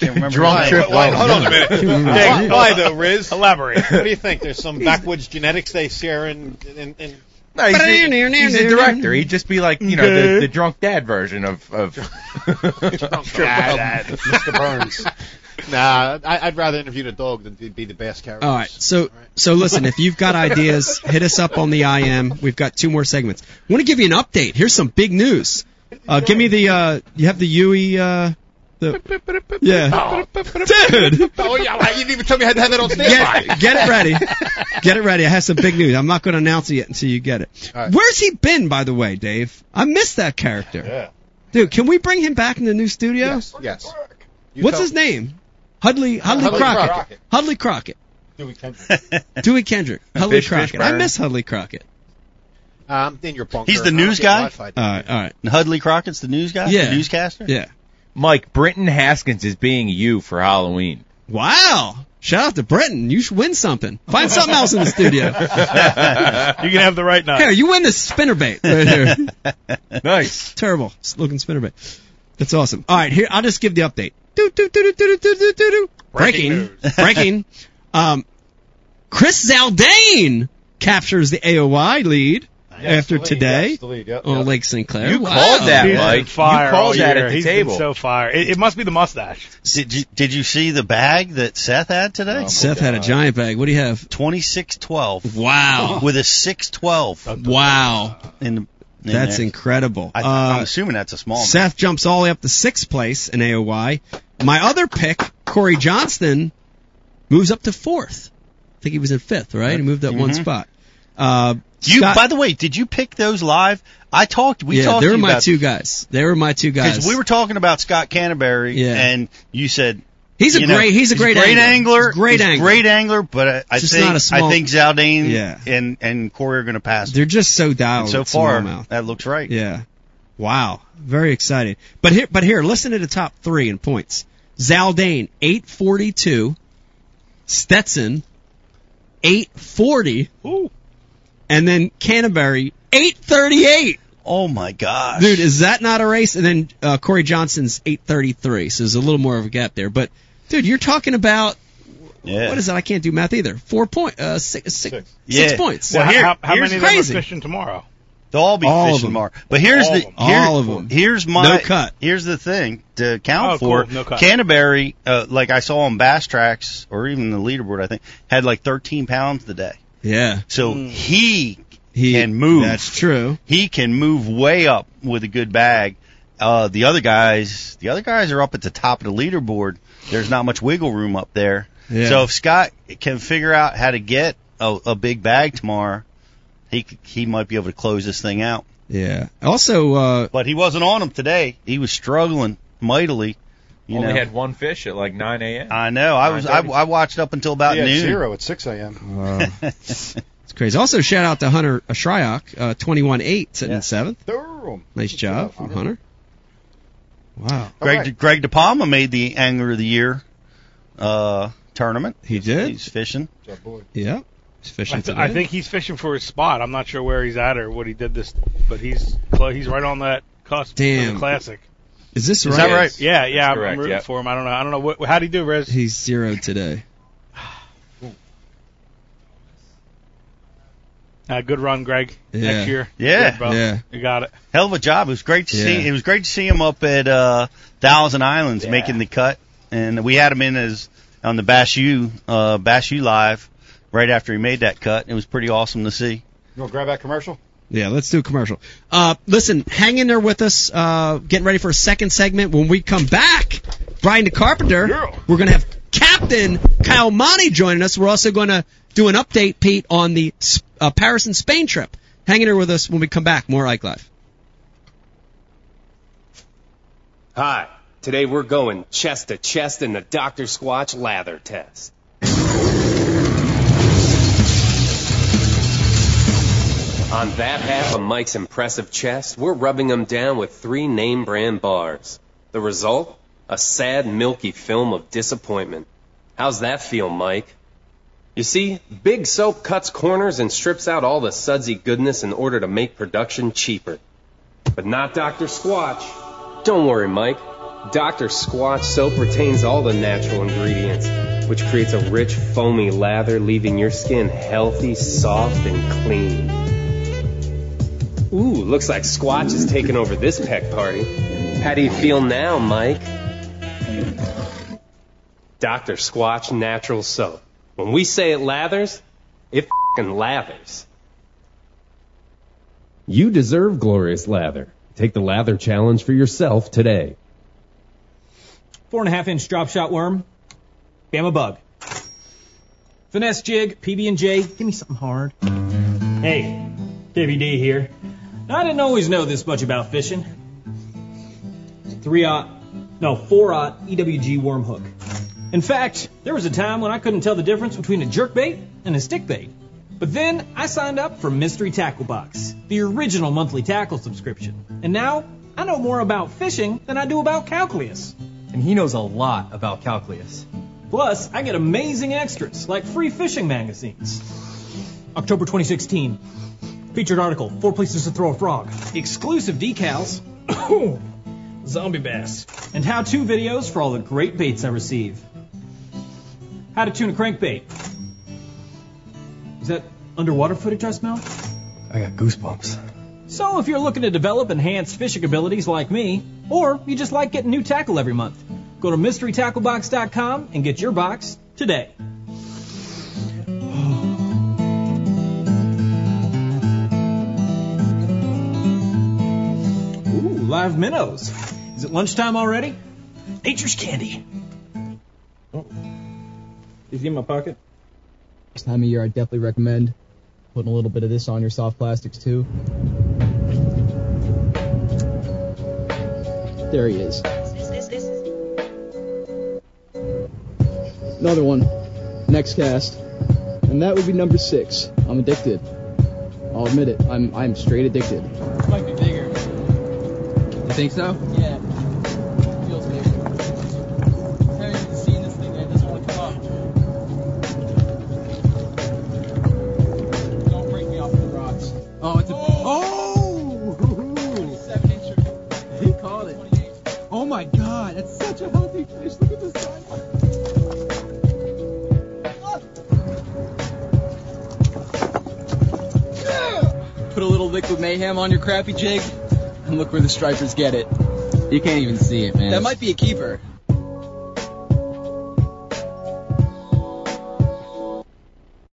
Speaker 2: Can't remember.
Speaker 6: Drunk
Speaker 2: his
Speaker 6: Trip
Speaker 2: name.
Speaker 3: Wait, hold on a minute. Why,
Speaker 1: Wow.
Speaker 3: why though, Riz? What
Speaker 4: Elaborate.
Speaker 3: do you think? There's some backwoods genetics they share in. in, in
Speaker 6: No, he's, a, he's a director. He'd just be like, you know, the, the drunk dad version of. of
Speaker 3: Dad, Mr. Burns. Nah, I, I'd rather interview the dog than be- be the bass character.
Speaker 1: All right. So so listen, if you've got ideas, hit us up on the IM. We've got two more segments. I want to give you an update. Here's some big news. Uh, give me the uh, you have the Yui uh, the yeah dude
Speaker 3: Oh yeah, like, you didn't even tell me I had to have that on standby.
Speaker 1: get, get it ready get it ready. I have some big news. I'm not going to announce it yet until you get it.
Speaker 3: All right.
Speaker 1: Where's he been by the way, Dave? I miss that character. Dude, can we bring him back in the new studio?
Speaker 3: Yes, yes. You
Speaker 1: What's
Speaker 3: tell-
Speaker 1: his name? Hudley Hudley,
Speaker 3: Hudley
Speaker 1: Crockett.
Speaker 3: Crockett.
Speaker 1: Hudley Crockett. Dewey Kendrick. Hudley
Speaker 6: Fish,
Speaker 1: Crockett. I
Speaker 6: Fishburne.
Speaker 1: miss Hudley Crockett.
Speaker 3: Um, in your bunker.
Speaker 2: He's the news guy?
Speaker 3: I'll get Wi-Fi.
Speaker 1: All right, all right.
Speaker 2: And Hudley Crockett's the news guy.
Speaker 1: Yeah.
Speaker 2: The newscaster.
Speaker 1: Yeah.
Speaker 6: Mike, Britton Haskins is being you for Halloween.
Speaker 1: Wow. Shout out to Brenton. You should win something. Find something else in the studio.
Speaker 4: You can have the right
Speaker 1: Here,
Speaker 4: nut.
Speaker 1: you win this spinnerbait right here.
Speaker 6: Nice.
Speaker 1: Terrible It's looking spinnerbait. That's awesome. All right, here I'll just give the update. Do, do, do, do, do, do, do, do, do. Breaking. Breaking. Um, Chris Zaldane captures the AOI lead after today
Speaker 5: Yes, the lead, yep,
Speaker 1: on
Speaker 5: yep.
Speaker 1: Lake Sinclair.
Speaker 6: You
Speaker 1: Wow.
Speaker 6: called that,
Speaker 4: He's been
Speaker 6: Mike.
Speaker 4: fire
Speaker 6: you called
Speaker 4: all
Speaker 6: that
Speaker 4: year.
Speaker 6: at the
Speaker 4: He's
Speaker 6: table.
Speaker 4: Been so fire. It, it must be the mustache.
Speaker 2: Did you did you see the bag that Seth had today?
Speaker 1: Seth had a giant bag. What do you have?
Speaker 2: Twenty six twelve
Speaker 6: Oh.
Speaker 1: Wow.
Speaker 2: with a six twelve
Speaker 1: Wow.
Speaker 2: in the. In
Speaker 1: Um, That's
Speaker 2: there.
Speaker 1: incredible.
Speaker 2: I,
Speaker 1: Uh,
Speaker 2: I'm assuming that's a small. man.
Speaker 1: Seth jumps all the way up to sixth place in AOY. My other pick, Corey Johnston, moves up to fourth. I think he was in fifth, right? He moved up one spot. Uh,
Speaker 2: Mm-hmm. You,
Speaker 1: Scott-
Speaker 2: by the way, did you pick those live? I talked. We
Speaker 1: yeah,
Speaker 2: talked.
Speaker 1: they
Speaker 2: to
Speaker 1: were
Speaker 2: you
Speaker 1: my
Speaker 2: about,
Speaker 1: two guys. They were my two guys.
Speaker 2: Because we were talking about Scott Canterbury,
Speaker 1: Yeah.
Speaker 2: and you said
Speaker 1: he's a
Speaker 2: you
Speaker 1: great.
Speaker 2: know,
Speaker 1: he's a great,
Speaker 2: angler.
Speaker 1: He's a great
Speaker 2: He's a
Speaker 1: angler.
Speaker 2: Great angler. But I, I
Speaker 1: Just
Speaker 2: think
Speaker 1: not a small-
Speaker 2: I think Zaldane
Speaker 1: Yeah.
Speaker 2: and and Corey are going to pass. him.
Speaker 1: They're just so dialed.
Speaker 2: so
Speaker 1: at
Speaker 2: far,
Speaker 1: smallmouth.
Speaker 2: that looks right.
Speaker 1: Yeah. Wow. Very exciting. But here, but here, listen to the top three in points. Zaldane, 842. Stetson, 840. And then Canterbury, 838.
Speaker 2: Oh my gosh,
Speaker 1: Dude, is that not a race? And then uh, Corey Johnson's 833. So there's a little more of a gap there. But, dude, you're talking about,
Speaker 2: Yeah.
Speaker 1: what is that? I can't do math either. Four point, uh, six, six, six
Speaker 2: Yeah.
Speaker 1: points.
Speaker 4: Well,
Speaker 2: here-
Speaker 4: how, how
Speaker 2: here's
Speaker 4: many of
Speaker 1: crazy.
Speaker 4: them are fishing tomorrow?
Speaker 2: They'll all be
Speaker 1: All of
Speaker 2: fishing
Speaker 1: them.
Speaker 2: tomorrow. But here's
Speaker 4: All
Speaker 2: the
Speaker 4: of them.
Speaker 2: here-
Speaker 1: All of them.
Speaker 2: Here's my
Speaker 1: No cut.
Speaker 2: Here's the thing to account
Speaker 4: Oh, cool.
Speaker 2: for.
Speaker 4: No cut.
Speaker 2: Canterbury, uh, like I saw on Bass Tracks or even the leaderboard, I think had like 13 pounds today.
Speaker 1: Yeah.
Speaker 2: So
Speaker 4: Hmm.
Speaker 2: he
Speaker 1: He
Speaker 2: Can move.
Speaker 1: That's true.
Speaker 2: he can move way up with a good bag. Uh, the other guys, the other guys are up at the top of the leaderboard. There's not much wiggle room up there.
Speaker 1: Yeah.
Speaker 2: So if Scott can figure out how to get a, a big bag tomorrow, he c- he might be able to close this thing out.
Speaker 1: Yeah. Also, uh,
Speaker 2: But he wasn't on him today. He was struggling mightily. You
Speaker 6: Only
Speaker 2: know,
Speaker 6: had one fish at like 9 a.m.
Speaker 2: I know. I was I,
Speaker 6: Alright,
Speaker 2: I watched up until about
Speaker 5: He had
Speaker 2: noon.
Speaker 5: zero at 6 a.m.
Speaker 1: Uh, It's crazy. Also, shout out to Hunter Shryock, uh, 21-8, sitting in seventh.
Speaker 5: Boom.
Speaker 1: Nice job from Hunter. Wow.
Speaker 2: Greg
Speaker 5: Alright.
Speaker 2: Greg DePalma made the Angler of the Year uh, tournament.
Speaker 1: He did?
Speaker 2: He's fishing.
Speaker 5: Good boy.
Speaker 1: Yeah. He's fishing
Speaker 4: I, th-
Speaker 1: today.
Speaker 4: I think he's fishing for his spot. I'm not sure where he's at or what he did this, but he's cl- he's right on that cusp of
Speaker 1: Damn.
Speaker 4: the classic.
Speaker 1: Is this
Speaker 2: Is
Speaker 1: right?
Speaker 2: that right?
Speaker 4: Yeah, yeah, I'm, I'm
Speaker 6: correct,
Speaker 4: rooting
Speaker 6: yep.
Speaker 4: for him. I don't know. I don't know. What, how'd he do, Riz?
Speaker 1: He's zero today.
Speaker 4: Uh, good run, Greg.
Speaker 1: Yeah.
Speaker 4: Next year.
Speaker 2: Yeah.
Speaker 4: Good, bro.
Speaker 1: Yeah.
Speaker 4: You got it.
Speaker 2: Hell of a job. It was great to
Speaker 1: Yeah.
Speaker 2: see. It was great to see him up at uh, Thousand Islands making the cut, and we had him in as on the Bash U, uh, Bash U live right after he made that cut. It was pretty awesome to see.
Speaker 5: You want to grab that commercial?
Speaker 1: Yeah, let's do a commercial. Uh, listen, hang in there with us. Uh, getting ready for a second segment. When we come back, Brian the Carpenter, we're going to have Captain Kyle Monty joining us. We're also going to do an update, Pete, on the S- uh, Paris and Spain trip. Hang in there with us when we come back. More Ike Live.
Speaker 9: Hi, today we're going chest to chest in the Dr. Squatch lather test. On that half of Mike's impressive chest, we're rubbing him down with three name brand bars. The result? A sad, milky film of disappointment. How's that feel, Mike? You see, Big Soap cuts corners and strips out all the sudsy goodness in order to make production cheaper. But not Dr. Squatch. Don't worry, Mike. Dr. Squatch soap retains all the natural ingredients, which creates a rich, foamy lather, leaving your skin healthy, soft, and clean. Ooh, looks like Squatch is taking over this peck party. How do you feel now, Mike? Dr. Squatch Natural Soap. When we say it lathers, it fing lathers. You deserve glorious lather. Take the lather challenge for yourself today.
Speaker 10: Four and a half inch drop shot worm. Bama bug. Finesse jig, PB and J. Give me something hard. Hey, KVD here. I didn't always know this much about fishing. Three aught, no E four aught EWG worm hook. In fact, there was a time when I couldn't tell the difference between a jerk bait and a stick bait. But then I signed up for Mystery Tackle Box, the original monthly tackle subscription, and now I know more about fishing than I do about calculus.
Speaker 11: And he knows a lot about Calculus.
Speaker 10: Plus, I get amazing extras like free fishing magazines. October 2016. Featured article Four Places to Throw a Frog. Exclusive decals. Zombie bass. And how to videos for all the great baits I receive. How to tune a crankbait. Is that underwater footage I smell?
Speaker 11: I got goosebumps.
Speaker 10: So, if you're looking to develop enhanced fishing abilities like me, or you just like getting new tackle every month, go to mysterytacklebox.com and get your box today. Ooh, live minnows. Is it lunchtime already? Nature's candy. Oh. Is he in my pocket?
Speaker 12: This time of year, I definitely recommend putting a little bit of this on your soft plastics too. There he is. Another one. Next cast. And that would be number six. I'm addicted. I'll admit it. I'm I'm straight addicted.
Speaker 11: Might be bigger.
Speaker 12: You think so?
Speaker 11: Yeah. Feels bigger. Haven't even seen this thing yet. It doesn't want to come up. Don't break me off the rocks.
Speaker 12: Oh, it's a
Speaker 11: Oh! 27 incher. He caught it.
Speaker 12: Oh my god, that's such a healthy fish. Look at this size.
Speaker 11: Put a little liquid mayhem on your crappy jig, and look where the stripers get it. You can't even see it, man. That might be a keeper.